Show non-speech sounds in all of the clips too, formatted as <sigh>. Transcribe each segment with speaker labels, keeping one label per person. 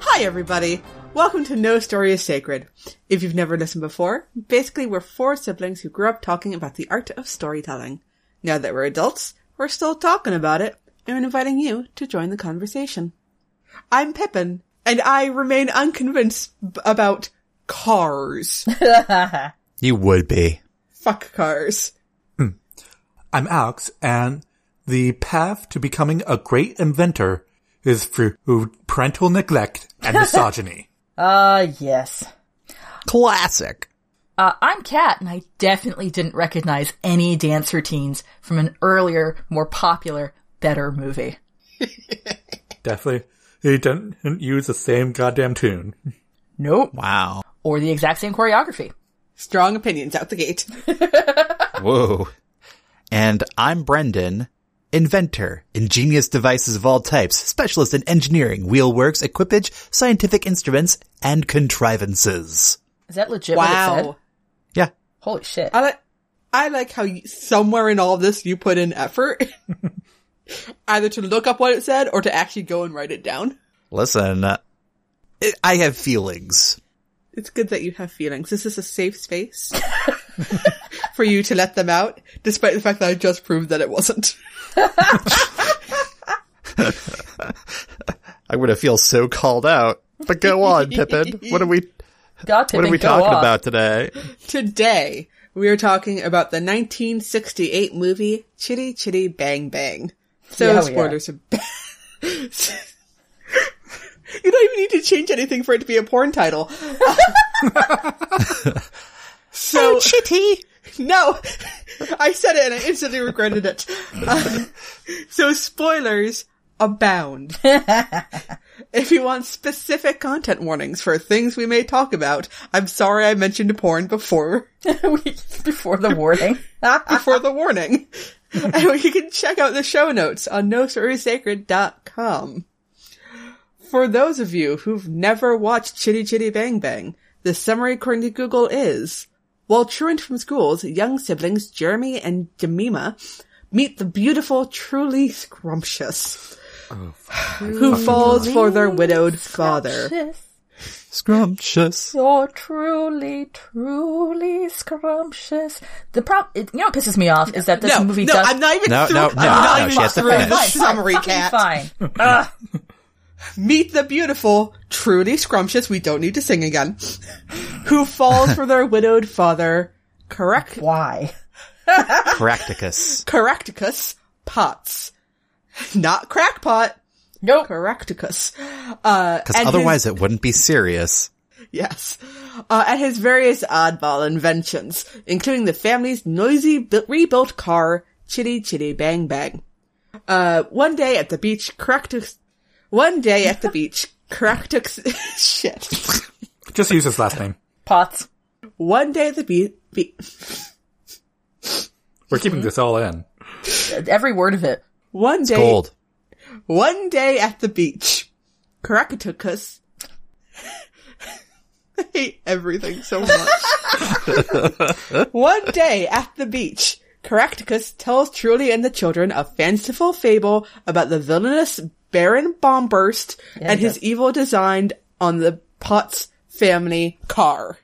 Speaker 1: Hi, everybody! Welcome to No Story is Sacred. If you've never listened before, basically we're four siblings who grew up talking about the art of storytelling. Now that we're adults, we're still talking about it and inviting you to join the conversation. I'm Pippin, and I remain unconvinced b- about cars. <laughs>
Speaker 2: You would be.
Speaker 1: Fuck cars.
Speaker 3: I'm Alex, and the path to becoming a great inventor is through parental neglect
Speaker 2: <laughs>
Speaker 3: and misogyny.
Speaker 4: Uh, yes.
Speaker 2: Classic.
Speaker 4: Uh, I'm Kat, and I definitely didn't recognize any dance routines from an earlier, more popular, better movie.
Speaker 3: Definitely, he didn't use the same goddamn tune.
Speaker 4: Nope.
Speaker 2: Wow.
Speaker 4: Or the exact same choreography.
Speaker 1: Strong opinions out the gate.
Speaker 2: Whoa. And I'm Brendan, inventor, ingenious devices of all types, specialist in engineering, wheelworks, equipage, scientific instruments, and contrivances.
Speaker 4: Is that legit what it said?
Speaker 1: Wow.
Speaker 2: Yeah.
Speaker 4: Holy shit.
Speaker 1: I like, I like how you, somewhere in all of this you put in effort. <laughs> Either to look up what it said or to actually go and write it down.
Speaker 2: Listen, uh, I- I have feelings.
Speaker 1: It's good that you have feelings. This is a safe <laughs> space for you to let them out, despite the fact that I just proved that it wasn't.
Speaker 2: I'm gonna feel so called out. But go on, Pippin. What are we,
Speaker 4: God,
Speaker 2: what are
Speaker 4: Pippin,
Speaker 2: we
Speaker 4: go
Speaker 2: talking
Speaker 4: off.
Speaker 2: about today?
Speaker 1: Today, we are talking about the 1968 movie Chitty Chitty Bang Bang. So
Speaker 4: Yeah, we
Speaker 1: spoilers are bad. <laughs> you don't even need to change anything for it to be a porn title. <laughs> so
Speaker 4: Oh,
Speaker 2: Chitty.
Speaker 1: No, I said it and I instantly regretted it. <laughs> Uh, so spoilers abound. if you want specific content warnings for things we may talk about, I'm sorry I mentioned porn before
Speaker 4: <laughs> Before the
Speaker 1: <laughs>
Speaker 4: warning.
Speaker 1: before the warning. <laughs> and you can check out the show notes on nosorysacred.com. For those of you who've never watched Chitty Chitty Bang Bang, the summary according to Google is, while truant from schools, young siblings Jeremy and Demima meet the beautiful, truly scrumptious,
Speaker 2: Oh,
Speaker 1: who falls for their widowed father.
Speaker 4: Scrumptious.
Speaker 2: Scrumptious.
Speaker 4: You're truly, truly scrumptious. The problem, you know what pisses me off is that this
Speaker 1: no,
Speaker 4: movie
Speaker 1: no,
Speaker 4: does-
Speaker 1: I'm not even
Speaker 2: No,
Speaker 1: through,
Speaker 2: no,
Speaker 1: I'm
Speaker 2: no,
Speaker 1: not
Speaker 2: no, Oh, she
Speaker 1: even
Speaker 2: has to
Speaker 1: through the
Speaker 2: finish.
Speaker 4: Fine, fine,
Speaker 1: summary
Speaker 4: fucking
Speaker 1: cat.
Speaker 4: Fine.
Speaker 1: Meet the beautiful, truly scrumptious, we don't need to sing again, who falls for their widowed father, Correct,
Speaker 4: Why?
Speaker 2: Practicus.
Speaker 1: Correcticus Potts. Not crackpot,
Speaker 4: Nope.
Speaker 1: Correcticus. Uh,
Speaker 2: Cause
Speaker 1: and his-
Speaker 2: otherwise it wouldn't be serious.
Speaker 1: yes. Uh, and his various oddball inventions, including the family's noisy bu- rebuilt car, Chitty Chitty Bang Bang. Uh, one day at the beach, Correcticus, one day at the beach, Correcticus, <laughs> shit.
Speaker 3: Just use his last name.
Speaker 4: Pots.
Speaker 1: One day at the be- be-
Speaker 3: We're keeping this all in.
Speaker 4: Every word of it.
Speaker 1: one day
Speaker 2: Gold.
Speaker 1: one day at the beach. Caracatucus. <laughs> I hate everything so much. one day at the beach. Caractacus tells Truly and the children a fanciful fable about the villainous Baron Bombburst and
Speaker 4: he
Speaker 1: his
Speaker 4: does.
Speaker 1: evil design on the Potts family car.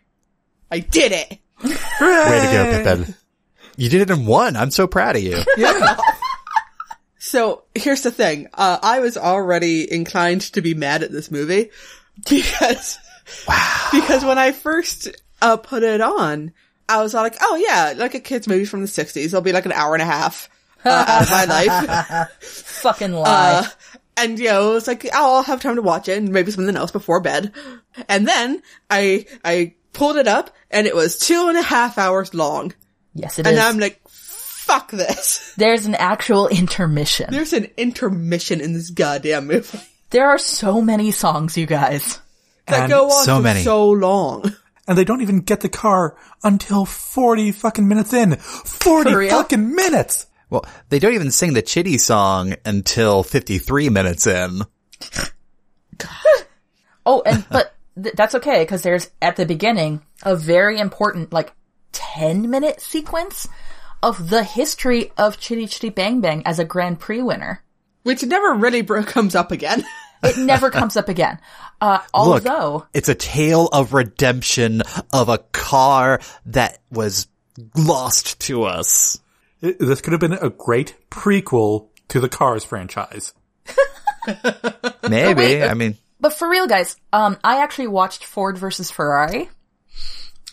Speaker 1: I did it!
Speaker 2: Way to go, Pippin. You did it in one. I'm so proud of you.
Speaker 1: So here's the thing. Uh, I was already inclined to be mad at this movie because, because when I first uh, put it on, I was all like, oh yeah, like a kid's movie from the 60s. It'll be like an hour and a half uh, out of my life.
Speaker 4: Fucking lie.
Speaker 1: Uh, and you know, it's like, oh, I'll have time to watch it and maybe something else before bed. And then I, I pulled it up and it was two and a half hours long.
Speaker 4: yes, it
Speaker 1: And
Speaker 4: is.
Speaker 1: I'm like, fuck this.
Speaker 4: There's an actual intermission.
Speaker 1: There's an intermission in this goddamn movie.
Speaker 4: There are so many songs, you guys.
Speaker 1: that
Speaker 3: And
Speaker 1: go on
Speaker 2: so
Speaker 1: for
Speaker 2: many.
Speaker 1: so long. <laughs>
Speaker 3: And they don't even get the car until 40 fucking minutes in. 40
Speaker 4: For real?
Speaker 3: fucking minutes!
Speaker 2: Well, they don't even sing the Chitty song until 53 minutes in.
Speaker 4: Oh, and
Speaker 1: <laughs>
Speaker 4: but th- that's okay because there's at the beginning a very important like 10 minute sequence of the history of Chitty Chitty Bang Bang as a Grand Prix winner.
Speaker 1: Which never really br- comes up again. <laughs>
Speaker 4: It never comes up again. Uh, although
Speaker 2: Look, it's a tale of redemption of a car that was lost
Speaker 4: <laughs>
Speaker 2: to us.
Speaker 3: It- This could have been a great prequel to the Cars franchise.
Speaker 2: Maybe. I mean, <laughs>
Speaker 4: But for real, guys, um, I actually watched Ford versus Ferrari,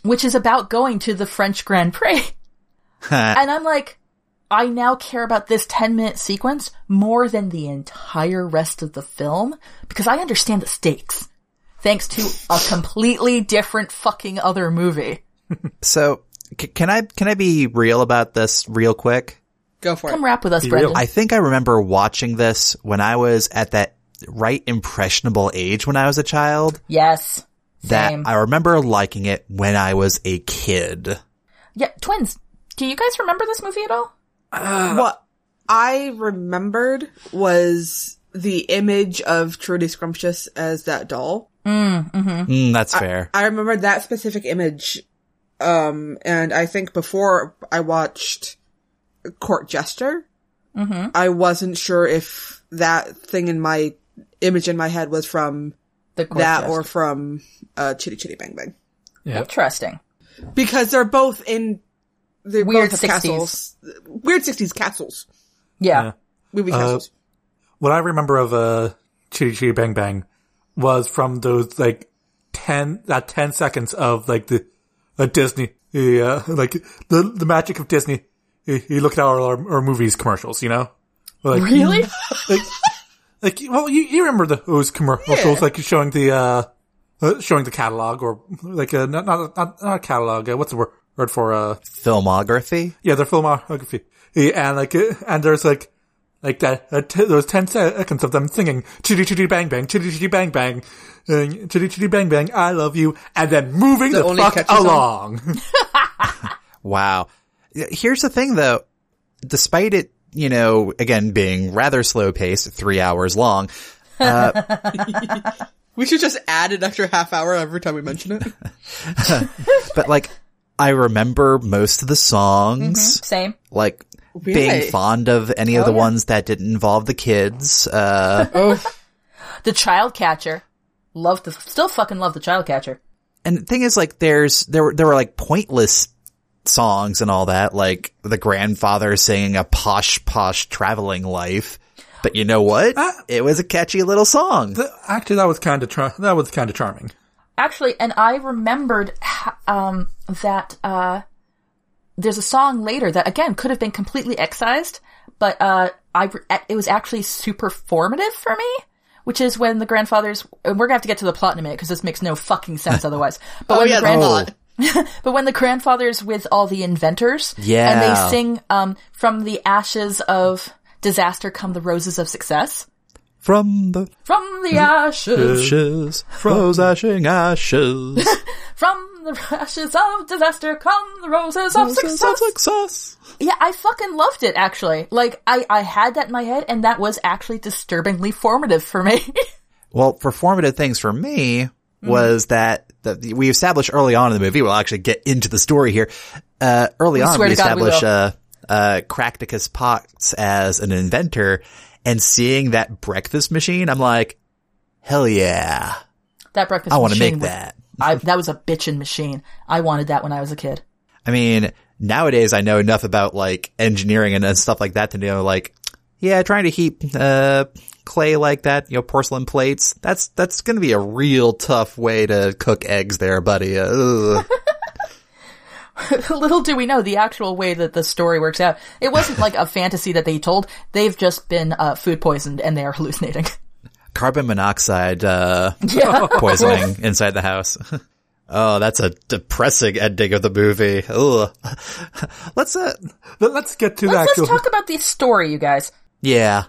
Speaker 4: which is about going to the French Grand Prix.
Speaker 2: <laughs>
Speaker 4: and I'm like, I now care about this 10 minute sequence more than the entire rest of the film because I understand the stakes thanks to a completely different fucking other movie.
Speaker 2: so c- can I can I be real about this real quick?
Speaker 1: Go for
Speaker 4: Come
Speaker 1: it.
Speaker 4: rap with us,
Speaker 3: Be real.
Speaker 4: Brendan.
Speaker 2: I think I remember watching this when I was at that right impressionable age when I was a child
Speaker 4: yes.
Speaker 2: that
Speaker 4: Same.
Speaker 2: I remember liking it when I was a kid.
Speaker 4: yeah, twins. Do you guys remember this movie at all?
Speaker 1: What I remembered was the image of Trudy Scrumptious as that doll.
Speaker 4: Mm-hmm.
Speaker 2: Mm, that's fair.
Speaker 1: I remembered that specific image. Um, and I think before I watched Court Jester, I wasn't sure if that thing in my image in my head was from
Speaker 4: The
Speaker 1: that
Speaker 4: Gorgeous.
Speaker 1: or from uh, Chitty Chitty Bang Bang.
Speaker 4: interesting.
Speaker 1: Because they're both in they're
Speaker 4: Weird
Speaker 1: both
Speaker 4: 60s.
Speaker 1: have castles. Weird sixties castles.
Speaker 4: Yeah.
Speaker 3: Yeah.
Speaker 1: Movie castles.
Speaker 3: What I remember of uh, Chitty Chitty Bang Bang was from those like ten that ten seconds of like the the Disney yeah <laughs> like the the magic of Disney. You, you look at our, our our movies commercials, you know, like
Speaker 4: Really?
Speaker 3: <laughs> like, like well, you, you remember the those commercials,
Speaker 1: Yeah.
Speaker 3: like showing the uh, uh, showing the catalog or like uh, not not not, not catalog. Uh, what's the word, word for uh?
Speaker 2: Filmography?
Speaker 3: Yeah, their filmography, yeah, and like uh, and there's like like that uh, t- those ten seconds of them singing chitty chitty bang bang chitty chitty bang bang uh, chitty chitty bang bang I love you and then moving the,
Speaker 1: The only
Speaker 3: fuck
Speaker 1: catchy song.
Speaker 3: along. <laughs>
Speaker 2: Wow. Here's the thing though, despite it, you know, again being rather slow paced, three hours long,
Speaker 1: We should just add an extra half hour every time we mention it.
Speaker 2: but like, I remember most of the songs,
Speaker 4: Same.
Speaker 2: like
Speaker 1: Really?
Speaker 2: being fond of any of the
Speaker 4: yeah.
Speaker 2: ones that didn't involve the kids. Uh,
Speaker 1: <laughs> oh,
Speaker 4: The Child Catcher. Loved the, still fucking love The Child Catcher.
Speaker 2: and the thing is like, there's, there were, there were like pointless songs and all that, like the grandfather singing a posh, posh traveling life. But you know what? it was a catchy little song.
Speaker 3: Th- Actually, that was kind of tra- that was kind of charming.
Speaker 4: Actually, and I remembered h- um, that uh, there's a song later that again could have been completely excised, but uh, I re- it was actually super formative for me. Which is when the grandfather's, and we're gonna have to get to the plot in a minute because this makes no
Speaker 1: <laughs>
Speaker 4: fucking sense otherwise. But when
Speaker 1: Oh, yeah,
Speaker 4: the
Speaker 1: the
Speaker 4: grand-
Speaker 1: plot.
Speaker 4: <laughs> but when the grandfather's with all the inventors,
Speaker 2: Yeah.
Speaker 4: and they sing um, from the ashes of disaster come the roses of success.
Speaker 2: From the
Speaker 4: From
Speaker 1: Mm-hmm.
Speaker 4: the ashes
Speaker 2: ashes, rose <laughs> ashing ashes,
Speaker 4: From the ashes of disaster come the roses of
Speaker 2: success,
Speaker 4: success.
Speaker 2: success.
Speaker 4: Yeah, I fucking loved it actually. Like I, I had that in my head and that was actually disturbingly formative for me. <laughs>
Speaker 2: Well, performative things for me was that the, we established early on in the movie. We'll actually get into the story here. Uh, early on,
Speaker 4: swear
Speaker 2: we
Speaker 4: to God we
Speaker 2: establish
Speaker 4: will.
Speaker 2: uh, uh, Cracticus Potts as an inventor, and seeing that breakfast machine, I'm like, hell yeah,
Speaker 4: that breakfast
Speaker 2: I want to
Speaker 4: machine
Speaker 2: make
Speaker 4: was-
Speaker 2: that.
Speaker 4: I, that was a bitchin' machine. I wanted that when I was a kid. <laughs>
Speaker 2: I mean, nowadays I know enough about like engineering and, and stuff like that to know like, yeah, trying to heat, uh, clay like that, you know, porcelain plates. That's, that's going to be a real tough way to cook eggs there, buddy. Uh, ugh.
Speaker 4: Little do we know the actual way that the story works out. It wasn't like a fantasy that they told. They've just been uh, food poisoned and they are hallucinating. <laughs>
Speaker 2: <laughs> Carbon monoxide, uh, poisoning inside the house. <laughs> Oh, that's a depressing ending of the movie. Ugh. <laughs> Let's, uh,
Speaker 3: Let- Let's get to
Speaker 4: Let's
Speaker 3: the actual.
Speaker 4: talk about the story, you guys.
Speaker 2: yeah.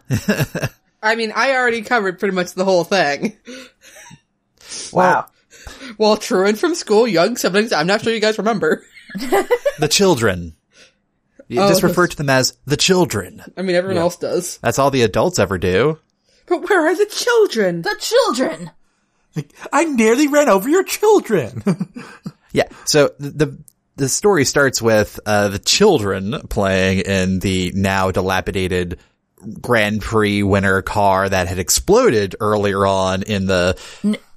Speaker 2: <laughs>
Speaker 1: I mean, I already covered pretty much the whole thing.
Speaker 4: Wow.
Speaker 1: While truant from school, young siblings, I'm not sure you guys remember.
Speaker 2: The children. You
Speaker 1: Oh,
Speaker 2: just
Speaker 1: okay.
Speaker 2: refer to them as the children.
Speaker 1: I mean, everyone else does.
Speaker 2: That's all the adults ever do.
Speaker 1: But where are the children?
Speaker 4: The children.
Speaker 3: I nearly ran over your children. <laughs>
Speaker 2: Yeah. So th- the the story starts with uh, the children playing in the now dilapidated Grand Prix winner car that had exploded earlier on in the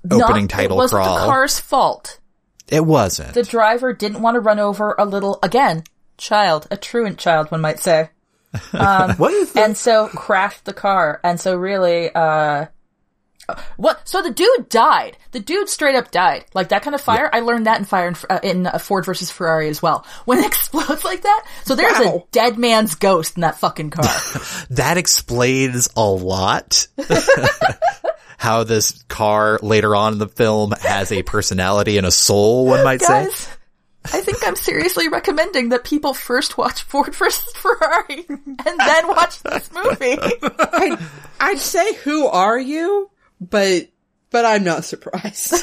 Speaker 2: opening
Speaker 4: Not-
Speaker 2: title
Speaker 4: It wasn't
Speaker 2: crawl.
Speaker 4: the car's fault.
Speaker 2: it wasn't.
Speaker 4: The driver didn't want to run over a little, again, child, a truant child, one might say.
Speaker 3: What is this?
Speaker 4: Um, and so crashed the car. And so really, uh, what? So the dude died. The dude straight up died. Like that kind of fire. I learned that in fire in, uh, in uh, Ford versus Ferrari as well. <laughs> When it explodes like that, so there's
Speaker 1: Wow.
Speaker 4: a dead man's ghost in that fucking car.
Speaker 2: that explains a lot. <laughs> How this car later on in the film has a personality and a soul, one might
Speaker 4: <laughs>
Speaker 2: say.
Speaker 4: Guys, I think I'm seriously recommending that people first watch Ford versus Ferrari <laughs> and then watch this movie.
Speaker 1: I'd, I'd say who are you, but but I'm not surprised.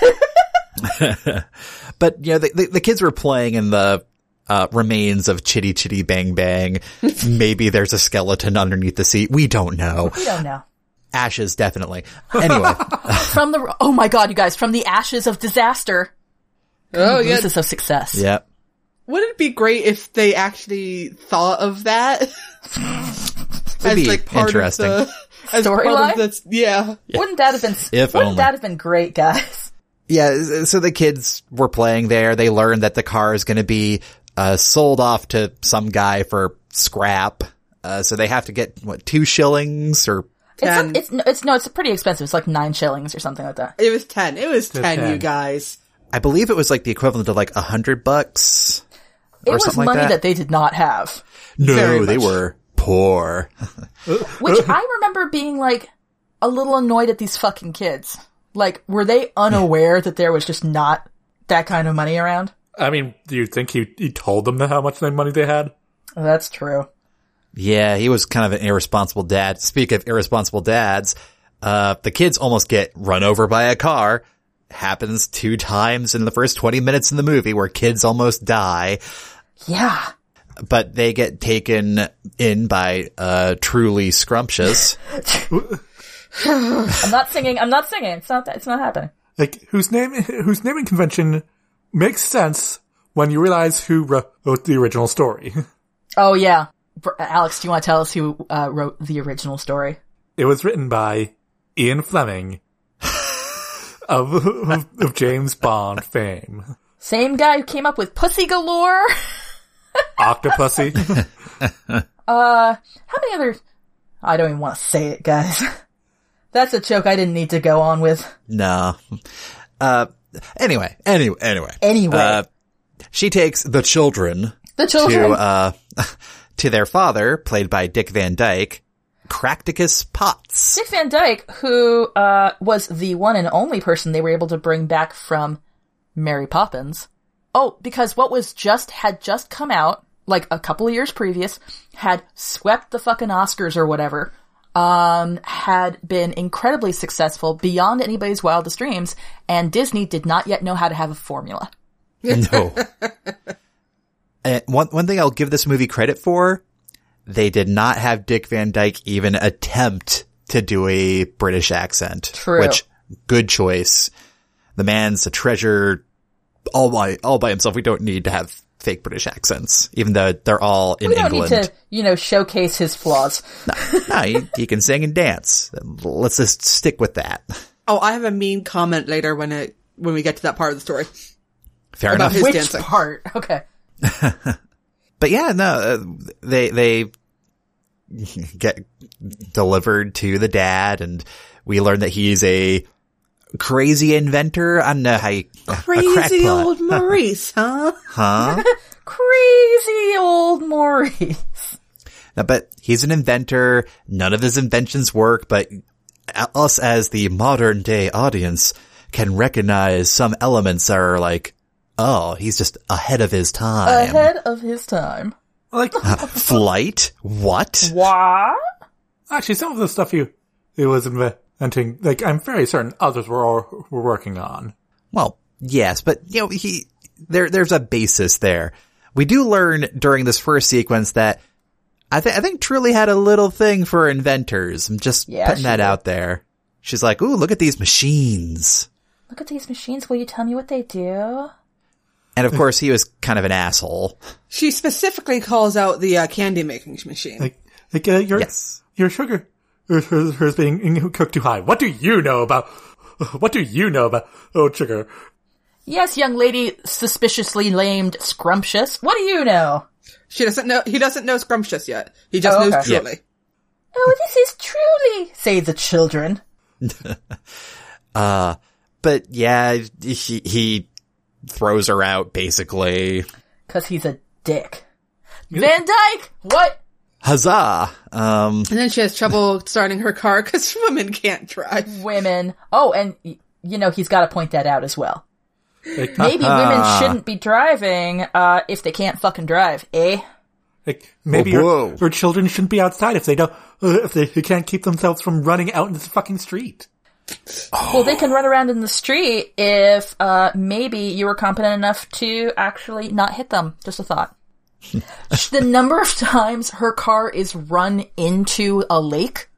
Speaker 2: But you know, the, the, the kids were playing in the uh, remains of Chitty Chitty
Speaker 1: <laughs>
Speaker 2: Bang Bang. Maybe there's a skeleton underneath the seat. We don't know.
Speaker 4: We don't know.
Speaker 2: Ashes, definitely.
Speaker 1: <laughs>
Speaker 2: Anyway,
Speaker 4: From the oh my god, you guys! From the ashes of disaster,
Speaker 1: oh yeah,
Speaker 4: pieces of success.
Speaker 2: yeah.
Speaker 1: wouldn't it be great if they actually thought of that
Speaker 2: It'd be interesting.
Speaker 1: of the as part of
Speaker 4: Storyline?
Speaker 1: the- Yeah,
Speaker 4: Wouldn't that have been?
Speaker 2: If
Speaker 4: wouldn't
Speaker 2: only.
Speaker 4: that have been great, guys? <laughs>
Speaker 2: Yeah, so the kids were playing there. They learned that the car is going to be uh, sold off to some guy for scrap. Uh, so they have to get what two shillings or
Speaker 4: It's,
Speaker 1: Ten.
Speaker 4: not, it's no- it's no, it's pretty expensive. It's like nine shillings or something like that.
Speaker 1: it was ten. It was ten,
Speaker 3: 10.
Speaker 1: You guys.
Speaker 2: I believe it was like the equivalent of like a hundred bucks.
Speaker 4: It
Speaker 2: Or
Speaker 4: was
Speaker 2: something like
Speaker 4: money
Speaker 2: that.
Speaker 4: that. they did not have,
Speaker 2: No,
Speaker 1: Very
Speaker 2: they
Speaker 1: much.
Speaker 2: were poor. <laughs>
Speaker 4: which I remember being like a little annoyed at these fucking kids. Like, were they unaware that there was just not that kind of money around?
Speaker 3: I mean, do you think he, he told them that how much money they had?
Speaker 4: Oh, that's true.
Speaker 2: Yeah, he was kind of an irresponsible dad. Speak of irresponsible dads, uh, the kids almost get run over by a car. Happens two times in the first 20 minutes in the movie where kids almost die.
Speaker 4: Yeah.
Speaker 2: but they get taken in by uh truly scrumptious.
Speaker 4: I'm not singing. I'm not singing. It's not that. It's not happening.
Speaker 3: Like whose name whose naming convention makes sense when you realize who wrote the original story. <laughs>
Speaker 4: Oh yeah. Br- Alex, do you want to tell us who uh, wrote the original story?
Speaker 3: It was written by Ian Fleming of, of of James Bond fame.
Speaker 4: Same guy who came up with Pussy Galore. <laughs>
Speaker 3: Octopussy.
Speaker 4: Uh, how many other? I don't even want to say it, guys. <laughs> That's a joke I didn't need to go on with.
Speaker 2: no. Uh anyway, anyway, anyway.
Speaker 4: Anyway,
Speaker 2: Uh she takes the children
Speaker 4: the
Speaker 2: to
Speaker 4: children.
Speaker 2: uh <laughs> to their father, played by Dick Van Dyke, Cracticus Potts.
Speaker 4: Dick Van Dyke, who uh, was the one and only person they were able to bring back from Mary Poppins. Oh, because what was just had just come out like a couple of years previous had swept the fucking Oscars or whatever. Um, had been incredibly successful beyond anybody's wildest dreams, and Disney did not yet know how to have a formula.
Speaker 2: No. <laughs> and one one thing I'll give this movie credit for, they did not have Dick Van Dyke even attempt to do a British accent.
Speaker 4: True.
Speaker 2: Which good choice. The man's a treasure all by all by himself. We don't need to have fake British accents, even though they're all in
Speaker 4: We don't
Speaker 2: England. <laughs>
Speaker 4: need to, you know, showcase his flaws.
Speaker 2: no, he, he can sing and dance. Let's just stick with that.
Speaker 1: Oh, I have a mean comment later when it when we get to that part of the story.
Speaker 2: Fair
Speaker 1: About
Speaker 2: enough.
Speaker 1: his
Speaker 4: Which
Speaker 1: dancing.
Speaker 4: part? Okay.
Speaker 2: but yeah, no, uh, they they <laughs> get delivered to the dad, and we learn that he's a crazy inventor. I don't know how you, a
Speaker 1: Crazy
Speaker 2: crackpot,
Speaker 1: old Maurice, huh?
Speaker 2: huh?
Speaker 4: Crazy old Maurice.
Speaker 2: No, but he's an inventor. None of his inventions work, but us as the modern day audience can recognize some elements are like, oh, he's just ahead of his time.
Speaker 4: Ahead of his time.
Speaker 3: like
Speaker 2: Flight? What?
Speaker 4: What?
Speaker 3: actually some of the stuff he he was inventing like I'm very certain others were all, were working on.
Speaker 2: Well, yes, but you know, he there there's a basis there. We do learn during this first sequence that I think I think Truly had a little thing for inventors. I'm just
Speaker 4: Yeah,
Speaker 2: putting
Speaker 4: she
Speaker 2: that
Speaker 4: did.
Speaker 2: out there. She's like, "Ooh, look at these machines."
Speaker 4: Look at these machines. Will you tell me what they do? <laughs>
Speaker 2: And of course, he was kind of an asshole.
Speaker 1: She specifically calls out the uh, candy making machine.
Speaker 3: Like like uh, you're
Speaker 2: Yes.
Speaker 3: your sugar is being cooked too high. What do you know about? What do you know about old sugar?
Speaker 4: Yes, young lady, suspiciously lamed Scrumptious. What do you know?
Speaker 1: She doesn't know. He doesn't know scrumptious yet. He just
Speaker 4: Oh,
Speaker 1: knows
Speaker 4: okay.
Speaker 1: truly.
Speaker 4: Oh, this is truly, say the children.
Speaker 2: Uh, but yeah, he, he throws her out basically.
Speaker 4: Cause he's a dick. Van Dyke! What?
Speaker 2: Huzzah! Um,
Speaker 1: And then she has trouble <laughs> starting her car because <laughs> women can't drive.
Speaker 4: Women. Oh, and, y- you know, he's gotta point that out as well.
Speaker 3: Like,
Speaker 2: <laughs>
Speaker 4: Maybe women shouldn't be driving, uh, if they can't fucking drive, eh?
Speaker 3: like maybe
Speaker 2: Oh,
Speaker 3: your,
Speaker 2: whoa.
Speaker 3: your children shouldn't be outside if they don't uh, if they, they can't keep themselves from running out into the fucking street.
Speaker 4: Well, they can run around in the street if, uh, maybe you were competent enough to actually not hit them. Just a
Speaker 3: <laughs>
Speaker 4: thought. Sh- the number of times her car is run into a lake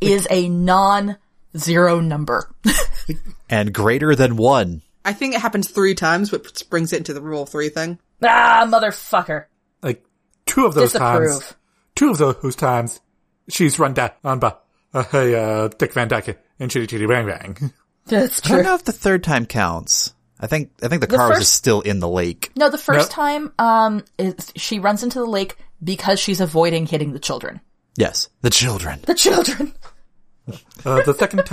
Speaker 4: is a non-zero number. <laughs>
Speaker 2: and greater than one.
Speaker 1: I think it happens three times, which brings it into the rule of three thing. <laughs>
Speaker 4: ah, motherfucker.
Speaker 3: Like two of those times,
Speaker 4: Disapprove.
Speaker 3: two of those times, she's run down on by uh, hey, uh, Dick Van Dyke and Chitty Chitty Bang Bang. <laughs>
Speaker 4: That's
Speaker 2: I don't
Speaker 4: true.
Speaker 2: know if the third time counts. I think, I think the, car was
Speaker 4: first-
Speaker 2: just still in the lake.
Speaker 4: No, the first
Speaker 3: No.
Speaker 4: time, um, is she runs into the lake because she's avoiding hitting the children.
Speaker 2: Yes. The children.
Speaker 4: The children. <laughs>
Speaker 3: Uh, the second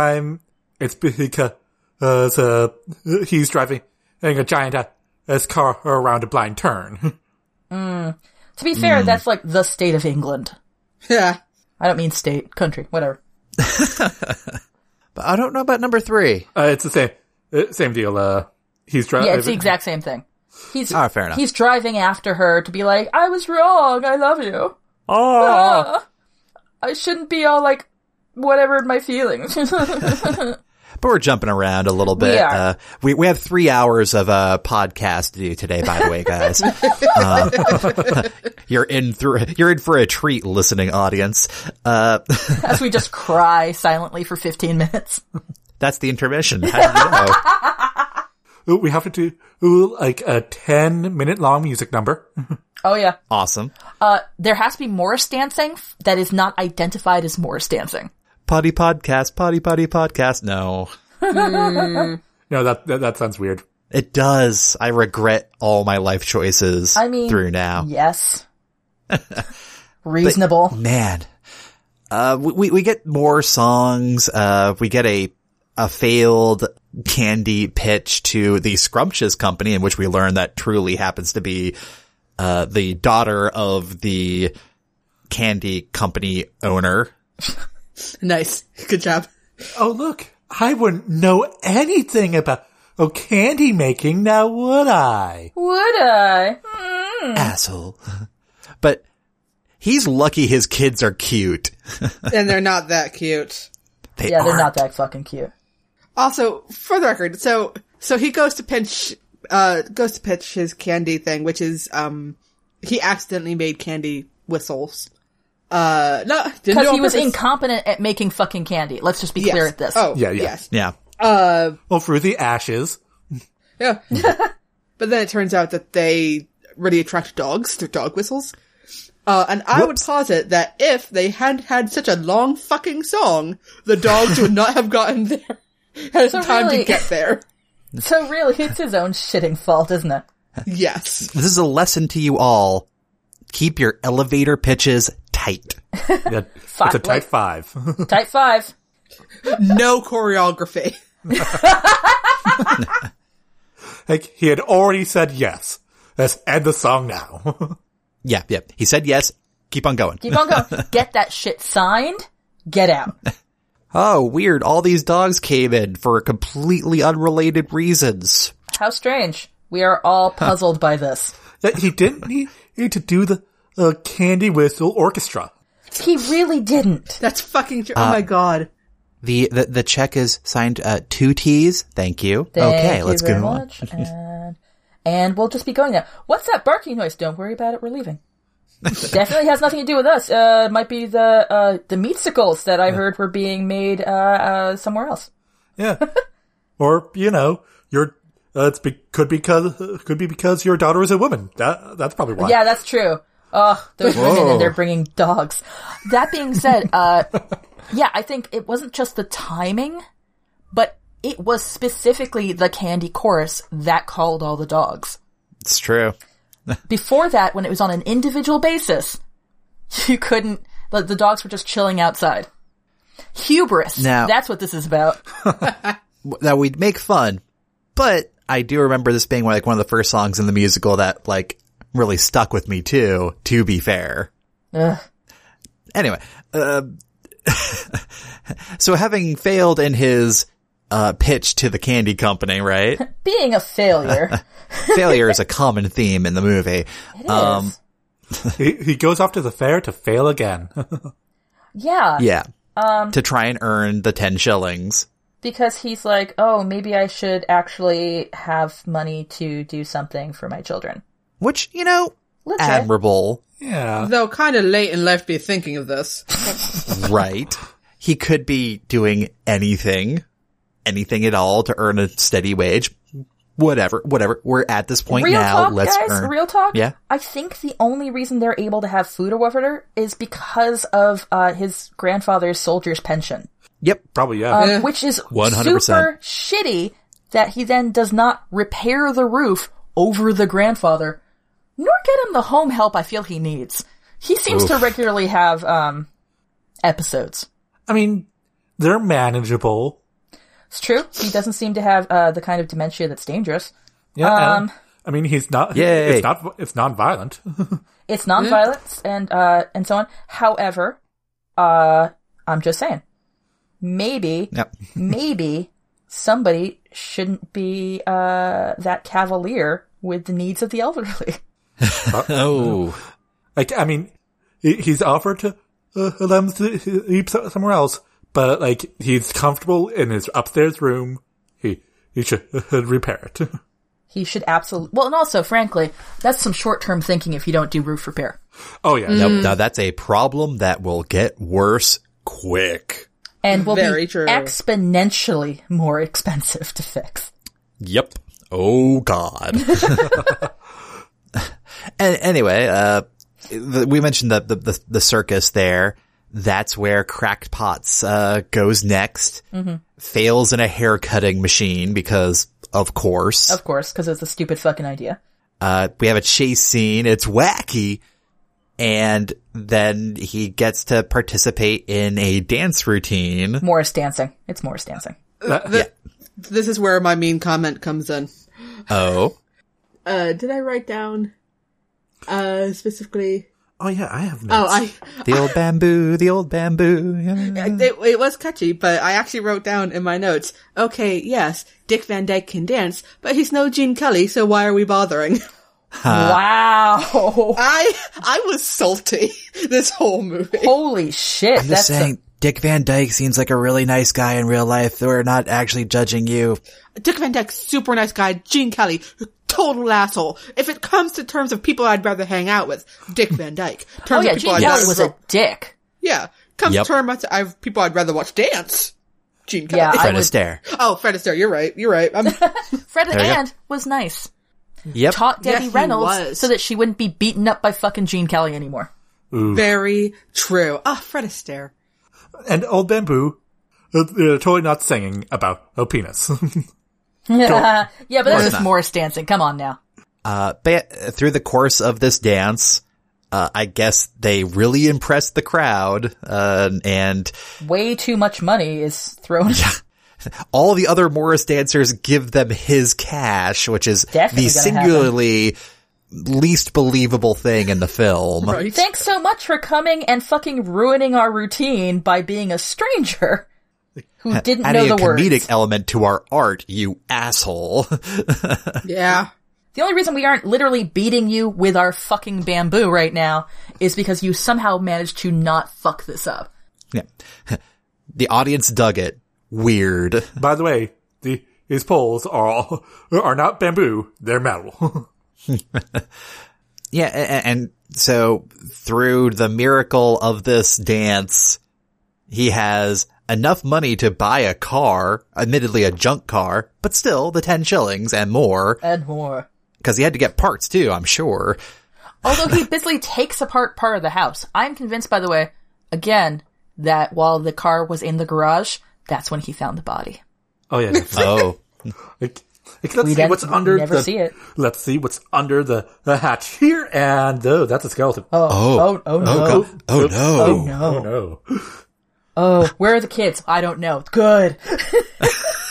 Speaker 3: time, it's because uh, so, uh, he's driving a giant uh, his car around a blind turn. <laughs>
Speaker 4: To be
Speaker 3: Mm.
Speaker 4: fair, that's like the state of England.
Speaker 1: Yeah.
Speaker 4: I don't mean state, country, whatever.
Speaker 2: But I don't know about number three.
Speaker 3: Uh, it's the same uh, same deal. Uh, he's driving.
Speaker 4: Yeah, it's the exact same thing. He's
Speaker 2: Ah, fair enough.
Speaker 4: he's driving after her to be like, I was wrong, I love you.
Speaker 2: Oh!
Speaker 4: Ah, I shouldn't be all like whatever my feelings. <laughs>
Speaker 2: But we're jumping around a little bit.
Speaker 4: are.
Speaker 2: Uh, we, we have three hours of uh, podcast to do today, by the
Speaker 4: <laughs>
Speaker 2: way, guys. Uh, <laughs> you're in through, you're in for a treat listening audience. Uh, <laughs>
Speaker 4: As we just cry silently for fifteen minutes.
Speaker 2: that's the intermission. How
Speaker 4: <laughs>
Speaker 2: do you know?
Speaker 3: Ooh, we have to do ooh, like a ten minute long music number.
Speaker 4: Oh yeah.
Speaker 2: Awesome.
Speaker 4: Uh there has to be Morris dancing f- that is not identified as Morris dancing.
Speaker 2: Potty podcast, potty potty podcast. No,
Speaker 3: No, that that, that sounds weird.
Speaker 2: it does. I regret all my life choices
Speaker 4: I mean
Speaker 2: through now. <laughs>
Speaker 4: Yes. Reasonable.
Speaker 2: man uh we- we we get more songs uh we get a a failed candy pitch to the scrumptious company in which we learn that truly happens to be uh the daughter of the candy company owner
Speaker 1: Nice. Good job.
Speaker 3: Oh look, I wouldn't know anything about oh candy making now, would I?
Speaker 4: Would I? Hmm.
Speaker 2: asshole <laughs> but he's lucky his kids are cute
Speaker 1: and they're not that cute.
Speaker 2: they
Speaker 4: Yeah, they're
Speaker 2: aren't.
Speaker 4: not that fucking cute.
Speaker 1: Also, for the record, so so he goes to pinch uh goes to pitch his candy thing, which is um he accidentally made candy whistles. Uh no, didn't do it
Speaker 4: Because
Speaker 1: on
Speaker 4: he was
Speaker 1: purpose.
Speaker 4: incompetent at making fucking candy. Let's just be
Speaker 1: Yes.
Speaker 4: clear at this.
Speaker 1: Oh,
Speaker 3: Yeah, yeah.
Speaker 1: yes.
Speaker 2: yeah
Speaker 3: Well, Oh, through the ashes.
Speaker 1: Yeah. <laughs> but then it turns out that they really attract dogs through dog whistles. Uh, and I would posit that if they had had such a long fucking song, the dogs would not have gotten there. <laughs> Had
Speaker 4: So
Speaker 1: time
Speaker 4: really-
Speaker 1: to get there.
Speaker 4: So really, it's his own shitting fault, isn't
Speaker 2: <laughs>
Speaker 4: it?
Speaker 1: Yes.
Speaker 2: this is a lesson to you all keep your elevator pitches tight
Speaker 3: Yeah, it's a type five. <laughs>
Speaker 4: Type five.
Speaker 1: No choreography. <laughs>
Speaker 3: like he had already said yes. Let's end the song now. <laughs>
Speaker 2: yeah yeah he said yes keep on going
Speaker 4: Keep on
Speaker 2: <laughs>
Speaker 4: going. Get that shit signed. Get out.
Speaker 2: Oh, weird. All these dogs came in for completely unrelated reasons.
Speaker 4: How strange. We are all puzzled by this.
Speaker 3: that he didn't need, need to do the uh, candy whistle orchestra.
Speaker 4: He really didn't.
Speaker 1: That's fucking. Tr- oh my god.
Speaker 2: The the, the check is signed uh, two T's. Thank you.
Speaker 4: Thank
Speaker 2: okay,
Speaker 4: you
Speaker 2: let's
Speaker 4: very
Speaker 2: go on.
Speaker 4: much. And, and we'll just be going now. What's that barking noise? Don't worry about it. We're
Speaker 2: <laughs>
Speaker 4: leaving. Definitely has nothing to do with us. Uh, it might be the uh, the meatsicles that I heard were being made uh, uh, somewhere else.
Speaker 3: Yeah. or, you know, your uh, it's be- could because could be because your daughter is a woman. That that's probably why.
Speaker 4: Yeah, that's true. Ugh, those women
Speaker 2: Whoa.
Speaker 4: and they're bringing dogs. That being
Speaker 2: <laughs>
Speaker 4: said, uh, yeah, I think it wasn't just the timing, but it was specifically the candy chorus that called all the dogs.
Speaker 2: It's true.
Speaker 4: Before that, when it was on an individual basis, <laughs> you couldn't, the, the dogs were just chilling outside. Hubris.
Speaker 2: Now-
Speaker 4: That's what this is about.
Speaker 2: that we'd make fun, but I do remember this being like one of the first songs in the musical that like really stuck with me too, to be fair.
Speaker 4: Ugh.
Speaker 2: Anyway, uh, <laughs> so having failed in his uh, pitch to the candy
Speaker 4: <laughs>
Speaker 2: company, right?
Speaker 4: Being a failure.
Speaker 2: Failure is a common theme in the movie. <laughs> Um,
Speaker 4: Yes.
Speaker 3: he, he goes off to the fair to fail again. <laughs>
Speaker 4: yeah.
Speaker 2: yeah. Um, to try and earn the 10 shillings.
Speaker 4: because he's like, oh, maybe I should actually have money to do something for my children.
Speaker 2: Which, you know,
Speaker 4: Legit. <laughs>
Speaker 2: admirable,
Speaker 3: yeah.
Speaker 1: Though kind of late in life to be thinking of this.
Speaker 2: right? He could be doing anything, anything at all to earn a steady wage. Whatever, whatever. We're at this point
Speaker 4: Real
Speaker 2: now.
Speaker 4: talk,
Speaker 2: Let's
Speaker 4: guys.
Speaker 2: earn.
Speaker 4: Real talk.
Speaker 2: Yeah.
Speaker 4: I think the only reason they're able to have food or whatever is because of uh, his grandfather's soldier's pension,
Speaker 2: yep.
Speaker 3: Probably, yeah.
Speaker 4: um,
Speaker 1: Yeah.
Speaker 4: which is
Speaker 2: 100%.
Speaker 4: super shitty. That he then does not repair the roof over the grandfather, nor get him the home help I feel he needs. He seems to regularly have um, episodes.
Speaker 3: I mean, they're manageable.
Speaker 4: It's true. He doesn't seem to have uh, the kind of dementia that's dangerous.
Speaker 3: Yeah.
Speaker 4: Um,
Speaker 3: I mean, he's not. <laughs>
Speaker 2: Yay.
Speaker 3: It's not. It's non-violent.
Speaker 4: It's nonviolence and uh, and so on. However, uh, I'm just saying, maybe
Speaker 1: <laughs>
Speaker 2: Yep.
Speaker 4: maybe somebody shouldn't be uh, that cavalier with the needs of the elderly. <laughs>
Speaker 2: Oh,
Speaker 3: <laughs> Like, I mean, he, he's offered to uh, let him sleep- sleep so- somewhere else, but like, he's comfortable in his upstairs room. He he should <laughs> repair it.
Speaker 4: He should absolutely. Well, and also, frankly, that's some short term thinking if you don't do roof repair.
Speaker 3: oh yeah,
Speaker 1: Mm.
Speaker 2: Yep.
Speaker 4: Mm.
Speaker 2: now that's a problem that will get worse quick.
Speaker 4: And will
Speaker 1: Very
Speaker 4: be
Speaker 1: true.
Speaker 4: exponentially more <laughs> expensive to fix.
Speaker 2: Yep. Oh God. <laughs> and anyway, uh, the, we mentioned the, the the the circus there. That's where Cracked Pots uh, goes next. Fails in a hair cutting machine because, of course,
Speaker 4: Of course, because it's a stupid fucking idea.
Speaker 2: uh, we have a chase scene. It's wacky, and then he gets to participate in a dance routine.
Speaker 4: Morris dancing. It's Morris dancing.
Speaker 1: Th- This is where my mean comment comes in.
Speaker 2: Oh,
Speaker 1: Uh, did I write down, uh, specifically?
Speaker 3: oh yeah. I have notes.
Speaker 1: Oh, I,
Speaker 2: the old bamboo, the old bamboo. Yeah.
Speaker 1: it, it was catchy, but I actually wrote down in my notes, okay, yes, Dick Van Dyke can dance, but he's no Gene Kelly, so why are we bothering?
Speaker 2: Uh,
Speaker 4: wow. <laughs>
Speaker 1: I, I was salty <laughs> this whole movie.
Speaker 4: Holy shit.
Speaker 2: I'm
Speaker 4: that's
Speaker 2: just saying, Dick Van Dyke seems like a really nice guy in real life. We're not actually judging you.
Speaker 1: Dick Van Dyke, super nice guy. Gene Kelly, total asshole. If it comes to terms of people I'd rather hang out with, Dick Van
Speaker 4: <laughs>
Speaker 1: Dyke.
Speaker 4: Oh
Speaker 1: Terms
Speaker 4: yeah,
Speaker 1: of people
Speaker 4: Gene
Speaker 1: I'd
Speaker 4: Kelly
Speaker 1: rather-
Speaker 4: was a dick.
Speaker 1: yeah. Comes
Speaker 2: Yep.
Speaker 1: to terms of I've, people I'd rather watch dance. Gene Kelly.
Speaker 4: Yeah, I
Speaker 2: Fred
Speaker 4: would-
Speaker 2: Astaire.
Speaker 1: <laughs> Oh, Fred Astaire, you're right. You're right. I'm,
Speaker 4: <laughs> Fred
Speaker 2: you go.
Speaker 4: and was nice.
Speaker 2: Yep.
Speaker 4: Taught Debbie
Speaker 1: Yes, he
Speaker 4: Reynolds
Speaker 1: was.
Speaker 4: so that she wouldn't be beaten up by fucking Gene Kelly
Speaker 2: <laughs>
Speaker 4: anymore.
Speaker 1: very true. Ah, Fred Astaire.
Speaker 3: and old bamboo. uh, They're totally not singing about a penis. <laughs>
Speaker 4: <laughs> yeah, but that's
Speaker 2: course
Speaker 4: just
Speaker 2: not.
Speaker 4: Morris dancing. Come on now.
Speaker 2: Uh, but uh, through the course of this dance, uh, I guess they really impressed the crowd, uh, and
Speaker 4: Way too much money is thrown.
Speaker 2: all the other Morris dancers give them his cash, which is
Speaker 4: Definitely
Speaker 2: the
Speaker 4: gonna
Speaker 2: singularly least believable thing in the film.
Speaker 1: Right.
Speaker 4: <laughs> Thanks so much for coming and fucking ruining our routine by being a
Speaker 2: <laughs>
Speaker 4: stranger who didn't know
Speaker 2: Adding a
Speaker 4: the
Speaker 2: comedic
Speaker 4: words.
Speaker 2: element to our art, you asshole. <laughs>
Speaker 1: Yeah.
Speaker 4: The only reason we aren't literally beating you with our fucking bamboo right now is because you somehow managed to not fuck this up.
Speaker 2: yeah. The audience dug it. Weird.
Speaker 3: By the way, the these poles are all are not bamboo. They're metal. <laughs>
Speaker 2: Yeah, a- a- and so through the miracle of this dance, he has enough money to buy a car, admittedly a junk car, but still the 10 shillings and more,
Speaker 4: And more.
Speaker 2: because he had to get parts too, I'm sure.
Speaker 4: Although he busily takes apart part of the house. I'm convinced, by the way, again, that while the car was in the garage, that's when he found the body.
Speaker 1: <laughs>
Speaker 3: Oh yeah. definitely.
Speaker 2: Oh.
Speaker 3: like, like, let's
Speaker 4: We
Speaker 3: see
Speaker 4: don't-
Speaker 3: what's
Speaker 4: we
Speaker 3: under
Speaker 4: never
Speaker 3: the.
Speaker 4: see it.
Speaker 3: Let's see what's under the, the hatch here, and oh, that's a skeleton.
Speaker 4: Oh,
Speaker 2: Oh.
Speaker 4: oh, oh, no.
Speaker 2: Oh, God. Oh,
Speaker 3: Oops.
Speaker 2: no.
Speaker 4: Oh, no.
Speaker 3: Oh no.
Speaker 4: Oh, where are the kids? I don't know. Good.
Speaker 2: <laughs>